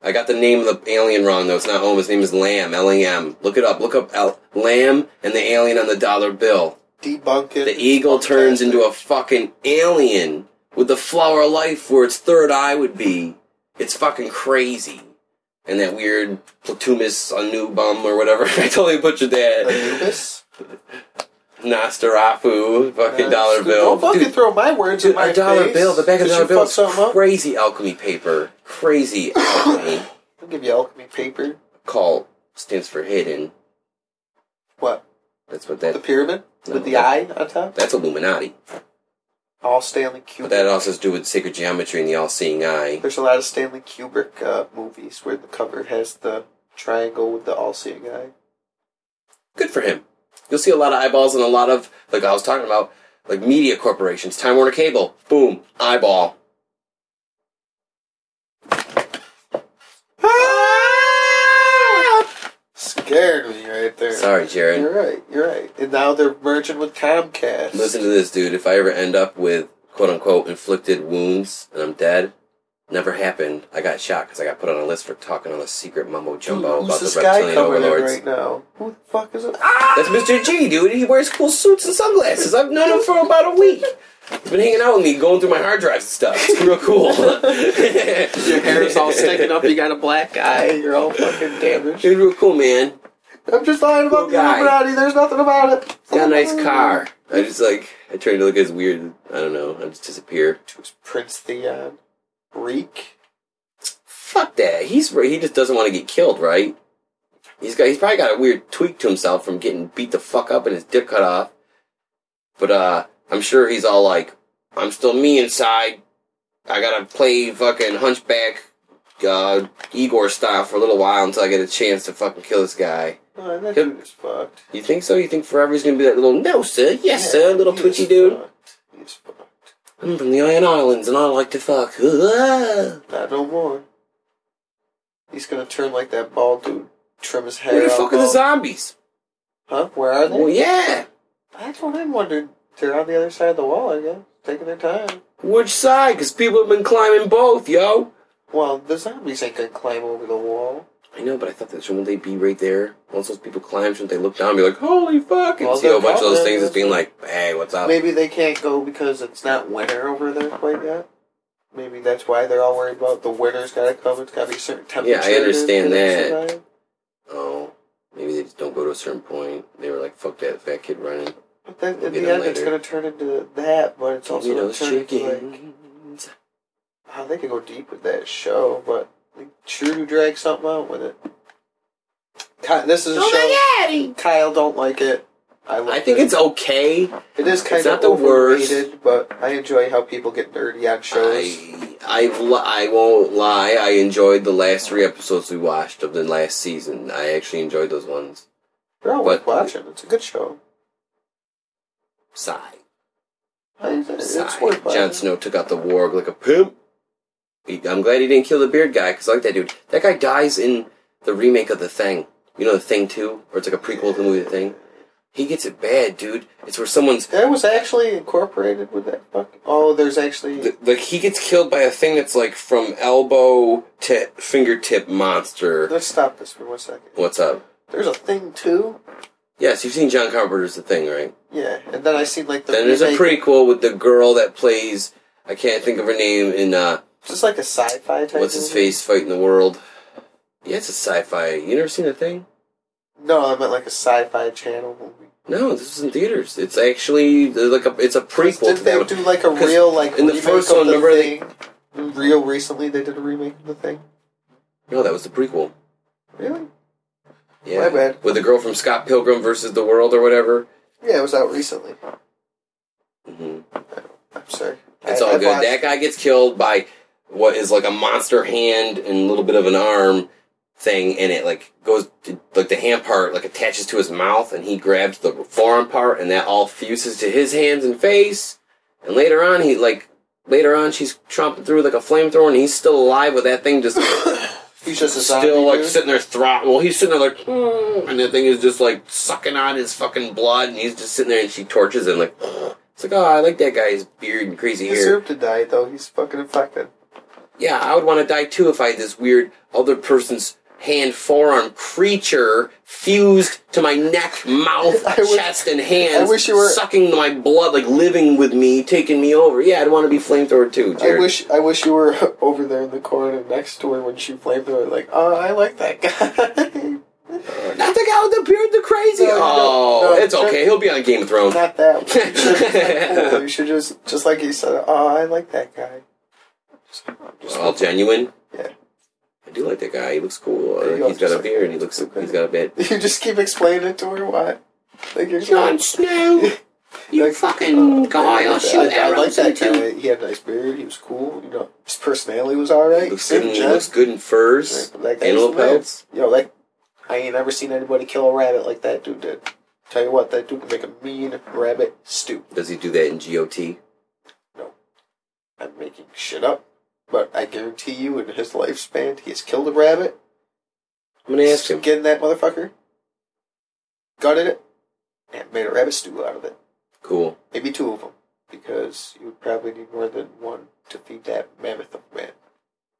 Speaker 2: I got the name of the alien wrong though. It's not home. His name is Lamb. L A M. Look it up. Look up L- Lamb and the alien on the dollar bill.
Speaker 4: Debunk it.
Speaker 2: The E- eagle turns into a fucking alien with the flower of life where its third eye would be. It's fucking crazy. And that weird Platumus Anubum or whatever. *laughs* I totally butchered that.
Speaker 3: *laughs*
Speaker 4: Anubis.
Speaker 2: Nostarafu. Fucking
Speaker 3: Uh,
Speaker 2: dollar
Speaker 3: dude,
Speaker 2: bill.
Speaker 3: Don't fucking
Speaker 2: Dude,
Speaker 3: throw my words
Speaker 2: Dude,
Speaker 3: in my
Speaker 2: a dollar
Speaker 3: face.
Speaker 2: bill. The back of
Speaker 3: Did
Speaker 2: the dollar
Speaker 3: you
Speaker 2: bill
Speaker 3: fuck something
Speaker 2: is
Speaker 3: up?
Speaker 2: crazy alchemy paper.
Speaker 3: *coughs*
Speaker 2: Crazy alchemy.
Speaker 3: I'll give you alchemy paper.
Speaker 2: Call stands for hidden.
Speaker 3: What?
Speaker 2: That's what
Speaker 3: The
Speaker 2: that.
Speaker 3: pyramid
Speaker 2: No,
Speaker 3: with the
Speaker 2: that-
Speaker 3: eye on top.
Speaker 2: That's Illuminati.
Speaker 3: All Stanley
Speaker 2: But
Speaker 3: Kubrick.
Speaker 2: that also has to do with sacred geometry and the all-seeing eye.
Speaker 3: There's a lot of Stanley Kubrick uh, movies where the cover has the triangle with the all-seeing eye.
Speaker 2: Good for him. You'll see a lot of eyeballs and a lot of like I was talking about, like media corporations, Time Warner Cable. Boom, eyeball. Ah!
Speaker 3: Scared me right there.
Speaker 2: Sorry, Jared.
Speaker 3: You're right. You're right. And now they're merging with Comcast.
Speaker 2: Listen to this, dude. If I ever end up with quote unquote inflicted wounds and I'm dead, never happened. I got shot because I got put on a list for talking on a secret mumbo
Speaker 3: Dude,
Speaker 2: jumbo
Speaker 3: who's
Speaker 2: about
Speaker 3: this
Speaker 2: the
Speaker 3: guy
Speaker 2: reptilian
Speaker 3: coming in
Speaker 2: overlords.
Speaker 3: right now? Who the fuck is it? Ah!
Speaker 2: That's Mr. G, dude. He wears cool suits and sunglasses. I've known him for about a week. He's been hanging out with me, going through my hard drives and stuff. It's real cool.
Speaker 3: *laughs* Your hair is
Speaker 2: *laughs*
Speaker 3: all sticking up. You got a black eye. You're all fucking damaged.
Speaker 2: Dude, real cool, man.
Speaker 3: I'm just lying about
Speaker 2: Cool
Speaker 3: the
Speaker 2: guy.
Speaker 3: Illuminati. There's nothing about it.
Speaker 2: He's got a nice car. I just like I tried to look at his weird. I don't know. I just disappear.
Speaker 3: Prince Theon. Reek.
Speaker 2: Fuck that. He's he just doesn't want to get killed, right? He's got he's probably got a weird tweak to himself from getting beat the fuck up and his dick cut off. But uh I'm sure he's all like, I'm still me inside. I gotta play fucking hunchback uh Igor style for a little while until I get a chance to fucking kill this guy.
Speaker 3: Oh, that
Speaker 2: Him-
Speaker 3: dude is fucked.
Speaker 2: You think so? You think forever he's gonna be that little no sir, yes sir, little
Speaker 3: he
Speaker 2: twitchy
Speaker 3: is
Speaker 2: dude?
Speaker 3: fucked. He's fucked.
Speaker 2: I'm from the Iron Islands and I like to fuck. *laughs* Ah.
Speaker 3: Not no more. He's gonna turn like that bald dude. Trim his hair.
Speaker 2: Where the
Speaker 3: all
Speaker 2: fuck are the
Speaker 3: bald.
Speaker 2: zombies?
Speaker 3: Huh? Where are they?
Speaker 2: Well yeah.
Speaker 3: That's what I'm wondering. They're on the other side of the wall, I guess. Taking their time.
Speaker 2: Which side? Because people have been climbing both, yo.
Speaker 3: Well, the zombies ain't gonna climb over the wall.
Speaker 2: I know, but I thought that shouldn't they be right there? Once those people climb, shouldn't they look down and be like, holy fuck? And
Speaker 3: Well,
Speaker 2: see a
Speaker 3: they're
Speaker 2: bunch of those
Speaker 3: probably-
Speaker 2: things as being like, hey, what's up?
Speaker 3: Maybe they can't go because it's not winter over there quite yet. Maybe that's why they're all worried about the winter's gotta come. It's gotta be a certain temperature. to-
Speaker 2: understand
Speaker 3: to
Speaker 2: that.
Speaker 3: survive.
Speaker 2: Oh, maybe they just don't go to a certain point. They were like, fuck that fat kid running.
Speaker 3: But then
Speaker 2: We'll
Speaker 3: at
Speaker 2: get
Speaker 3: the
Speaker 2: them
Speaker 3: end, it's
Speaker 2: later.
Speaker 3: gonna turn into that, but it's also
Speaker 2: you know,
Speaker 3: gonna
Speaker 2: it's
Speaker 3: turn into like.
Speaker 2: chickens.
Speaker 3: Wow, they could go deep with that show, but they sure do drag something out with it. Ky- this is a show. Kyle don't like it. I,
Speaker 2: I
Speaker 3: like
Speaker 2: think
Speaker 3: it.
Speaker 2: it's okay.
Speaker 3: it is kind
Speaker 2: it's
Speaker 3: of
Speaker 2: not the worst.
Speaker 3: overrated, but I enjoy how people get nerdy on shows.
Speaker 2: I, I've li- I won't lie. I enjoyed the last three episodes we watched of the last season. I actually enjoyed those ones.
Speaker 3: They're all
Speaker 2: but-
Speaker 3: worth watching. It's a good show.
Speaker 2: Sigh.
Speaker 3: I- It's
Speaker 2: Sigh.
Speaker 3: worth watching.
Speaker 2: Jon Snow took out the warg like a pimp. He- I'm glad he didn't kill the beard guy because I like that dude. That guy dies in the remake of The Thing. You know The Thing too, or it's like a prequel to the movie The Thing. He gets it bad, dude. It's where someone's
Speaker 3: That was actually incorporated with that fucking. Oh, there's actually.
Speaker 2: th- like he gets killed by a thing that's like from elbow to fingertip monster.
Speaker 3: Let's stop this for one second.
Speaker 2: What's up?
Speaker 3: There's a thing too.
Speaker 2: Yes, you've seen John Carpenter's The Thing, right?
Speaker 3: Yeah, and then I seen like the.
Speaker 2: then there's a
Speaker 3: remake-
Speaker 2: prequel with the girl that plays I can't think of her name in uh
Speaker 3: Just like a sci-fi type.
Speaker 2: what's his
Speaker 3: movie.
Speaker 2: face fighting the world. Yeah, it's a sci-fi. You never seen The Thing?
Speaker 3: No, I meant like a sci-fi channel movie.
Speaker 2: No, this was in theaters. It's actually uh, like a it's a prequel.
Speaker 3: Didn't
Speaker 2: To
Speaker 3: they
Speaker 2: that
Speaker 3: do
Speaker 2: one.
Speaker 3: like a
Speaker 2: 'Cause
Speaker 3: real like
Speaker 2: in the
Speaker 3: remake
Speaker 2: first
Speaker 3: of
Speaker 2: one,
Speaker 3: the
Speaker 2: remember they-
Speaker 3: thing? Real recently, they did a remake of the thing.
Speaker 2: No, that was the prequel.
Speaker 3: Really?
Speaker 2: Yeah,
Speaker 3: My bad.
Speaker 2: with the girl from Scott Pilgrim versus the World or whatever.
Speaker 3: Yeah, it was out recently.
Speaker 2: hmm
Speaker 3: I'm sorry.
Speaker 2: It's
Speaker 3: I-
Speaker 2: all
Speaker 3: I've
Speaker 2: good.
Speaker 3: watched-
Speaker 2: That guy gets killed by what is like a monster hand and a little bit of an arm, thing and it like goes to, like the hand part like attaches to his mouth and he grabs the forearm part and that all fuses to his hands and face and later on he like later on she's tromping through like a flamethrower and he's still alive with that thing
Speaker 3: *laughs*
Speaker 2: just
Speaker 3: He's just a zombie,
Speaker 2: still like
Speaker 3: dude.
Speaker 2: sitting there throb well he's sitting there like "Mm," and that thing is just like sucking on his fucking blood and he's just sitting there and she torches him like it's like oh I like that guy's beard and crazy
Speaker 3: He
Speaker 2: hair
Speaker 3: deserved to die though. He's fucking infected.
Speaker 2: yeah, I would want to die too if I had this weird other person's hand forearm creature fused to my neck, mouth,
Speaker 3: *laughs* I wish-
Speaker 2: chest, and hands.
Speaker 3: I wish you were-
Speaker 2: sucking my blood, like living with me, taking me over. Yeah, I'd want to be flamethrower too. Jared.
Speaker 3: I wish I wish you were *laughs* over there in the corner next to her when she flamethrower. Like, oh, I like that guy. *laughs*
Speaker 2: not the guy with the beard, the crazy.
Speaker 3: No, no,
Speaker 2: oh,
Speaker 3: no,
Speaker 2: it's
Speaker 3: Jared-
Speaker 2: okay. He'll be on Game of Thrones.
Speaker 3: Not that. One. You should, be cool. You should just just like you said. Oh, I like that guy. Just, just-
Speaker 2: All genuine.
Speaker 3: Yeah.
Speaker 2: I do like that guy. He looks cool.
Speaker 3: Yeah, he
Speaker 2: Uh, he's
Speaker 3: also
Speaker 2: got a
Speaker 3: looks
Speaker 2: beard. and He looks.
Speaker 3: Okay.
Speaker 2: He's got a bad.
Speaker 3: *laughs* you just keep explaining it to her why. Like you're
Speaker 2: Jon
Speaker 3: *laughs*
Speaker 2: Snow, you
Speaker 3: Like, oh,
Speaker 2: fucking guy! I'll shoot
Speaker 3: I, I like
Speaker 2: arrows
Speaker 3: that
Speaker 2: into.
Speaker 3: guy. He had a nice beard. He was cool. You know, his personality was all right.
Speaker 2: He looks
Speaker 3: Good
Speaker 2: good. In, he
Speaker 3: job.
Speaker 2: looks good in furs,
Speaker 3: Right, that guy's
Speaker 2: animal
Speaker 3: the man.
Speaker 2: pelts.
Speaker 3: Yo, like I ain't never seen anybody kill a rabbit like that dude did. Tell you what, that dude can make a mean rabbit stew.
Speaker 2: Does he do that in GOT?
Speaker 3: I'm making shit up, but I guarantee you, in his lifespan, he has killed a rabbit,
Speaker 2: I'm gonna ask him.
Speaker 3: skinned that motherfucker, gutted it, and made a rabbit stew out of it.
Speaker 2: Cool.
Speaker 3: Maybe two of them, because you would probably need more than one to feed that mammoth of a man.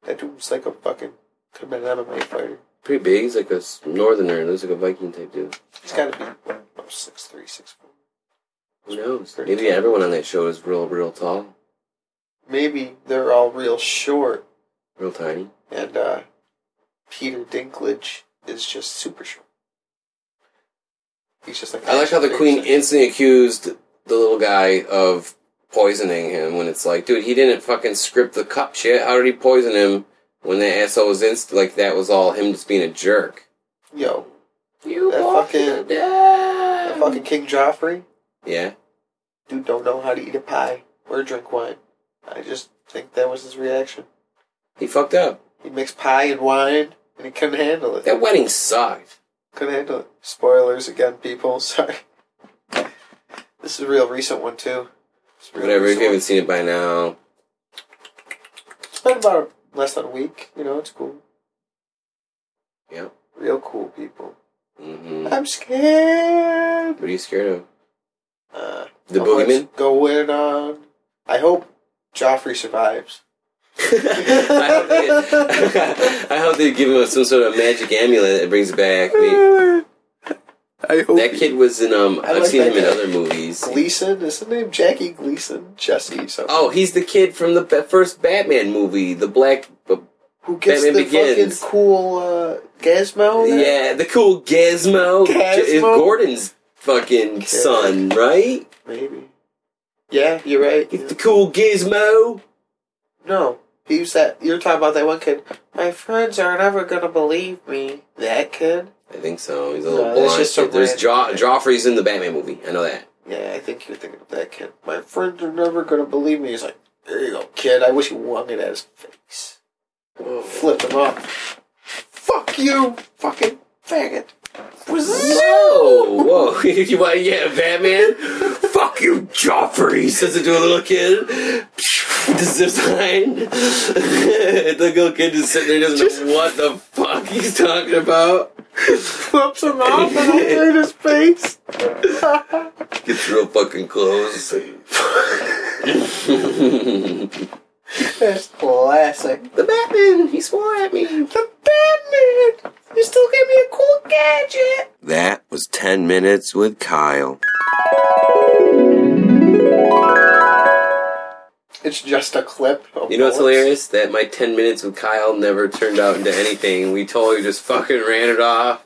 Speaker 3: That dude was like a fucking could have been an MMA fighter.
Speaker 2: Pretty big. He's like a s- northerner. Looks like a Viking type dude.
Speaker 3: He's got to be about six three, six four.
Speaker 2: Who knows?
Speaker 3: Pretty
Speaker 2: Maybe
Speaker 3: tall.
Speaker 2: everyone on that show is real, real tall,
Speaker 3: Maybe they're all real short.
Speaker 2: real tiny.
Speaker 3: and uh, Peter Dinklage is just super short. He's just like
Speaker 2: I like how the queen instantly accused the little guy of poisoning him when it's like, dude, he didn't fucking script the cup shit. How did he poison him when that asshole was inst like that was all him just being a jerk?
Speaker 3: yo
Speaker 2: You
Speaker 3: That
Speaker 2: are
Speaker 3: fucking-
Speaker 2: dead.
Speaker 3: that fucking King Joffrey
Speaker 2: yeah.
Speaker 3: dude don't know how to eat a pie or drink wine. I just think that was his reaction.
Speaker 2: He fucked up.
Speaker 3: He mixed pie and wine and he couldn't handle it.
Speaker 2: That wedding sucked.
Speaker 3: Couldn't handle it. Spoilers again, people. *laughs* Sorry. This is a real recent one too. It's a real
Speaker 2: Whatever, if
Speaker 3: recent
Speaker 2: you haven't
Speaker 3: one.
Speaker 2: seen it by now,
Speaker 3: It's been about less than a week. You know, it's cool.
Speaker 2: Yep.
Speaker 3: Real cool people.
Speaker 2: hmm
Speaker 3: I'm scared.
Speaker 2: What are you scared of?
Speaker 3: Uh,
Speaker 2: The
Speaker 3: how much
Speaker 2: boogeyman? *laughs*
Speaker 3: going on. I hope Joffrey survives.
Speaker 2: I, hope they, *laughs* I hope they give him some sort of magic amulet that brings back. Me.
Speaker 3: I hope
Speaker 2: That kid was in, um,
Speaker 3: I
Speaker 2: I've
Speaker 3: like
Speaker 2: seen
Speaker 3: that
Speaker 2: him in
Speaker 3: guy.
Speaker 2: other movies.
Speaker 3: Gleason is the name Jackie Gleason Jesse. So
Speaker 2: Oh, he's the kid from the ba- first Batman movie, the black. b-
Speaker 3: who gets
Speaker 2: Batman
Speaker 3: the
Speaker 2: Begins.
Speaker 3: fucking cool uh, Gizmo? there?
Speaker 2: Yeah, the cool Gizmo. J- Is
Speaker 3: Gizmo?
Speaker 2: Gordon's fucking son, right?
Speaker 3: maybe. Yeah, you're right.
Speaker 2: He's the cool Gizmo.
Speaker 3: No, he's that. You're talking about that one kid. My friends are never gonna believe me. That kid.
Speaker 2: I think so. He's a
Speaker 3: No,
Speaker 2: little
Speaker 3: that's
Speaker 2: blind.
Speaker 3: just some
Speaker 2: kid. There's jo-
Speaker 3: random-
Speaker 2: Joffrey's in the Batman movie. I know that.
Speaker 3: Yeah, I think you're thinking of that kid. My friends are never gonna believe me. He's like, there you go, kid. I wish he wung it at his face. flipped him up. Fuck you, fucking faggot.
Speaker 2: Whoa, whoa. *laughs* you want to get a Batman? Fuck you, Joffrey, says it to a little kid. The zip sign. *laughs* the little kid is sitting there doesn't know what the fuck he's talking about.
Speaker 3: Flips him off and over in his face.
Speaker 2: Gets real fucking close. the
Speaker 3: *laughs* That's classic.
Speaker 2: *laughs* Batman, he swore at me.
Speaker 3: The Batman! You still gave me a cool gadget!
Speaker 2: That was 10 minutes with Kyle.
Speaker 3: It's just a clip. of
Speaker 2: You know what's
Speaker 3: bullets.
Speaker 2: hilarious? That my 10 minutes with Kyle never turned out into anything. We totally just fucking ran it off.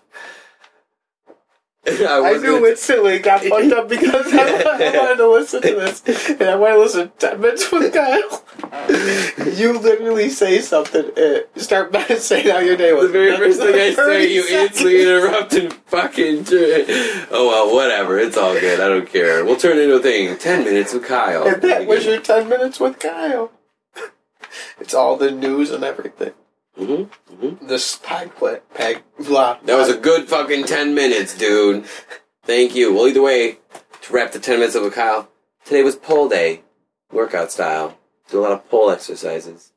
Speaker 2: *laughs* I,
Speaker 3: I
Speaker 2: was
Speaker 3: knew
Speaker 2: gonna-
Speaker 3: instantly it got fucked up because I, I wanted to listen to this. And I want to listen to 10 minutes with Kyle. you literally say something, uh, start *laughs* by saying how your day
Speaker 2: The
Speaker 3: was.
Speaker 2: very first thing I
Speaker 3: 30
Speaker 2: say, you
Speaker 3: seconds.
Speaker 2: instantly interrupt and fucking. Tr- oh well, whatever. It's all good. I don't care. We'll turn it into a thing. 10 minutes with Kyle.
Speaker 3: *laughs* And that was your 10 minutes with Kyle. It's all the news and everything.
Speaker 2: Mm-hmm. Mm-hmm.
Speaker 3: This pag quit. Pag. Blah.
Speaker 2: That was a good fucking 10 minutes, dude. Thank you. Well, either way, to wrap the 10 minutes up with Kyle, today was pole day, workout style. Did a lot of pole exercises.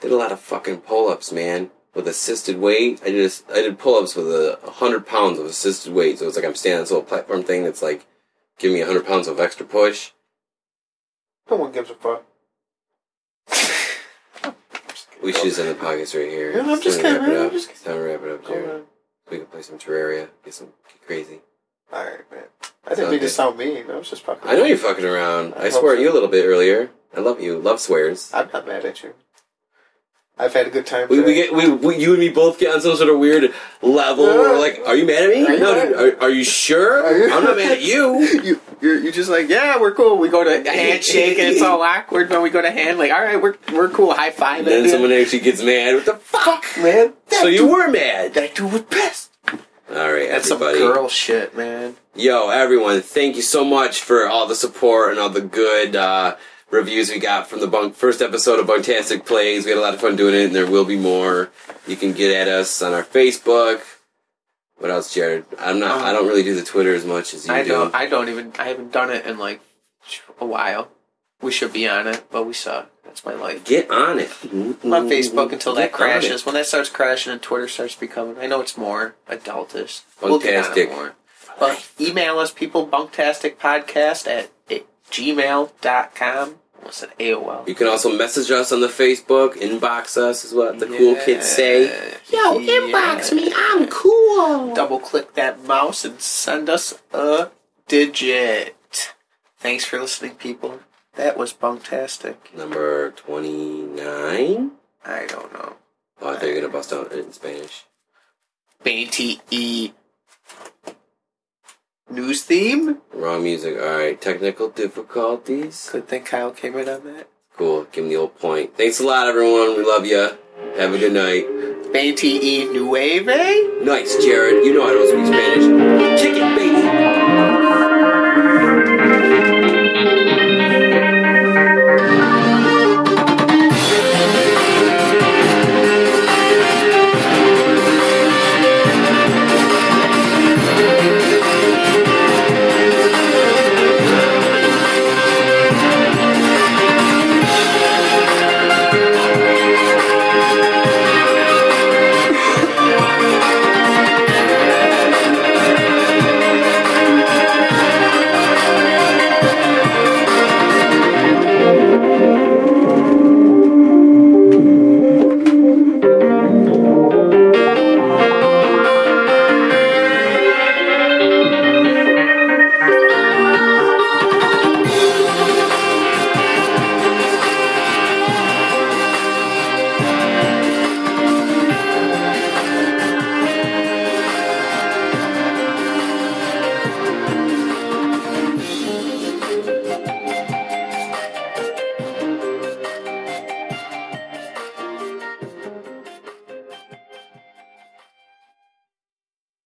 Speaker 2: Did a lot of fucking pull ups, man, with assisted weight. I did, I did pull ups with a 100 pounds of assisted weight. So it's like I'm standing on this little platform thing that's like, give me 100 pounds of extra push.
Speaker 3: No one gives a fuck.
Speaker 2: We should just end the pockets right here.
Speaker 3: Yeah, I'm
Speaker 2: It's
Speaker 3: just
Speaker 2: time to wrap
Speaker 3: kidding,
Speaker 2: it
Speaker 3: man.
Speaker 2: up.
Speaker 3: I'm just
Speaker 2: It's time to wrap it up, Jared. We can play some Terraria, get some get crazy.
Speaker 3: Alright, man. I didn't mean
Speaker 2: Okay.
Speaker 3: to sound mean. I was just fucking.
Speaker 2: I know you're fucking around.
Speaker 3: I
Speaker 2: I,
Speaker 3: hope
Speaker 2: swore at
Speaker 3: so.
Speaker 2: you a little bit earlier. I love you. Love swears.
Speaker 3: I'm not mad at you. I've had a good time.
Speaker 2: We, we
Speaker 3: today.
Speaker 2: get we, we you and me both get on some sort of weird level.
Speaker 3: Yeah.
Speaker 2: where we're like, are you mad at me?
Speaker 3: Are you
Speaker 2: no,
Speaker 3: mad?
Speaker 2: dude, are, are you sure?
Speaker 3: Are you-
Speaker 2: I'm not mad at
Speaker 3: *laughs*
Speaker 2: you.
Speaker 3: you you're, you're just like yeah we're cool we go *laughs* to handshake and it's all awkward but we go to hand like all right we're we're cool high five
Speaker 2: And then someone actually gets mad. What the fuck?
Speaker 3: man that
Speaker 2: So you
Speaker 3: dude-
Speaker 2: were mad.
Speaker 3: that dude was pissed
Speaker 2: All right,
Speaker 3: that's some
Speaker 2: everybody.
Speaker 3: girl shit man
Speaker 2: Yo, everyone, thank you so much for all the support and all the good uh, reviews we got from the bunk- first episode of Bunktastic Plays. We had a lot of fun doing it, and there will be more. You can get at us on our Facebook. What else, Jared? I'm not. I don't really do the Twitter as much as you
Speaker 3: Um, I
Speaker 2: do.
Speaker 3: don't I don't even I haven't done it in like a while we should be on it but we suck that's my life
Speaker 2: Get on it.
Speaker 3: I'm on Facebook until that
Speaker 2: Get on it.
Speaker 3: crashes when that starts crashing and Twitter starts becoming I know it's more adultish get on it
Speaker 2: Bunktastic.
Speaker 3: more. but email us people bunktasticpodcast at gmail.com almost an AOL
Speaker 2: You can also message us on the Facebook, inbox us, is what the cool kids say.
Speaker 3: Yo, inbox me. I'm cool. Double click that mouse and send us a digit. Thanks for listening, people. That was bunktastic.
Speaker 2: Number 29.
Speaker 3: I don't know.
Speaker 2: Oh, I thought you were going to bust out in Spanish.
Speaker 3: Bainty E. News theme?
Speaker 2: Wrong music. All right. Technical difficulties.
Speaker 3: Good thing Kyle came in on that.
Speaker 2: Cool. Give him the old point. Thanks a lot, everyone. We love you. Have a good night.
Speaker 3: Bainty E. Nueve?
Speaker 2: Nice, Jared. You know I don't speak Spanish. Kick it, baby.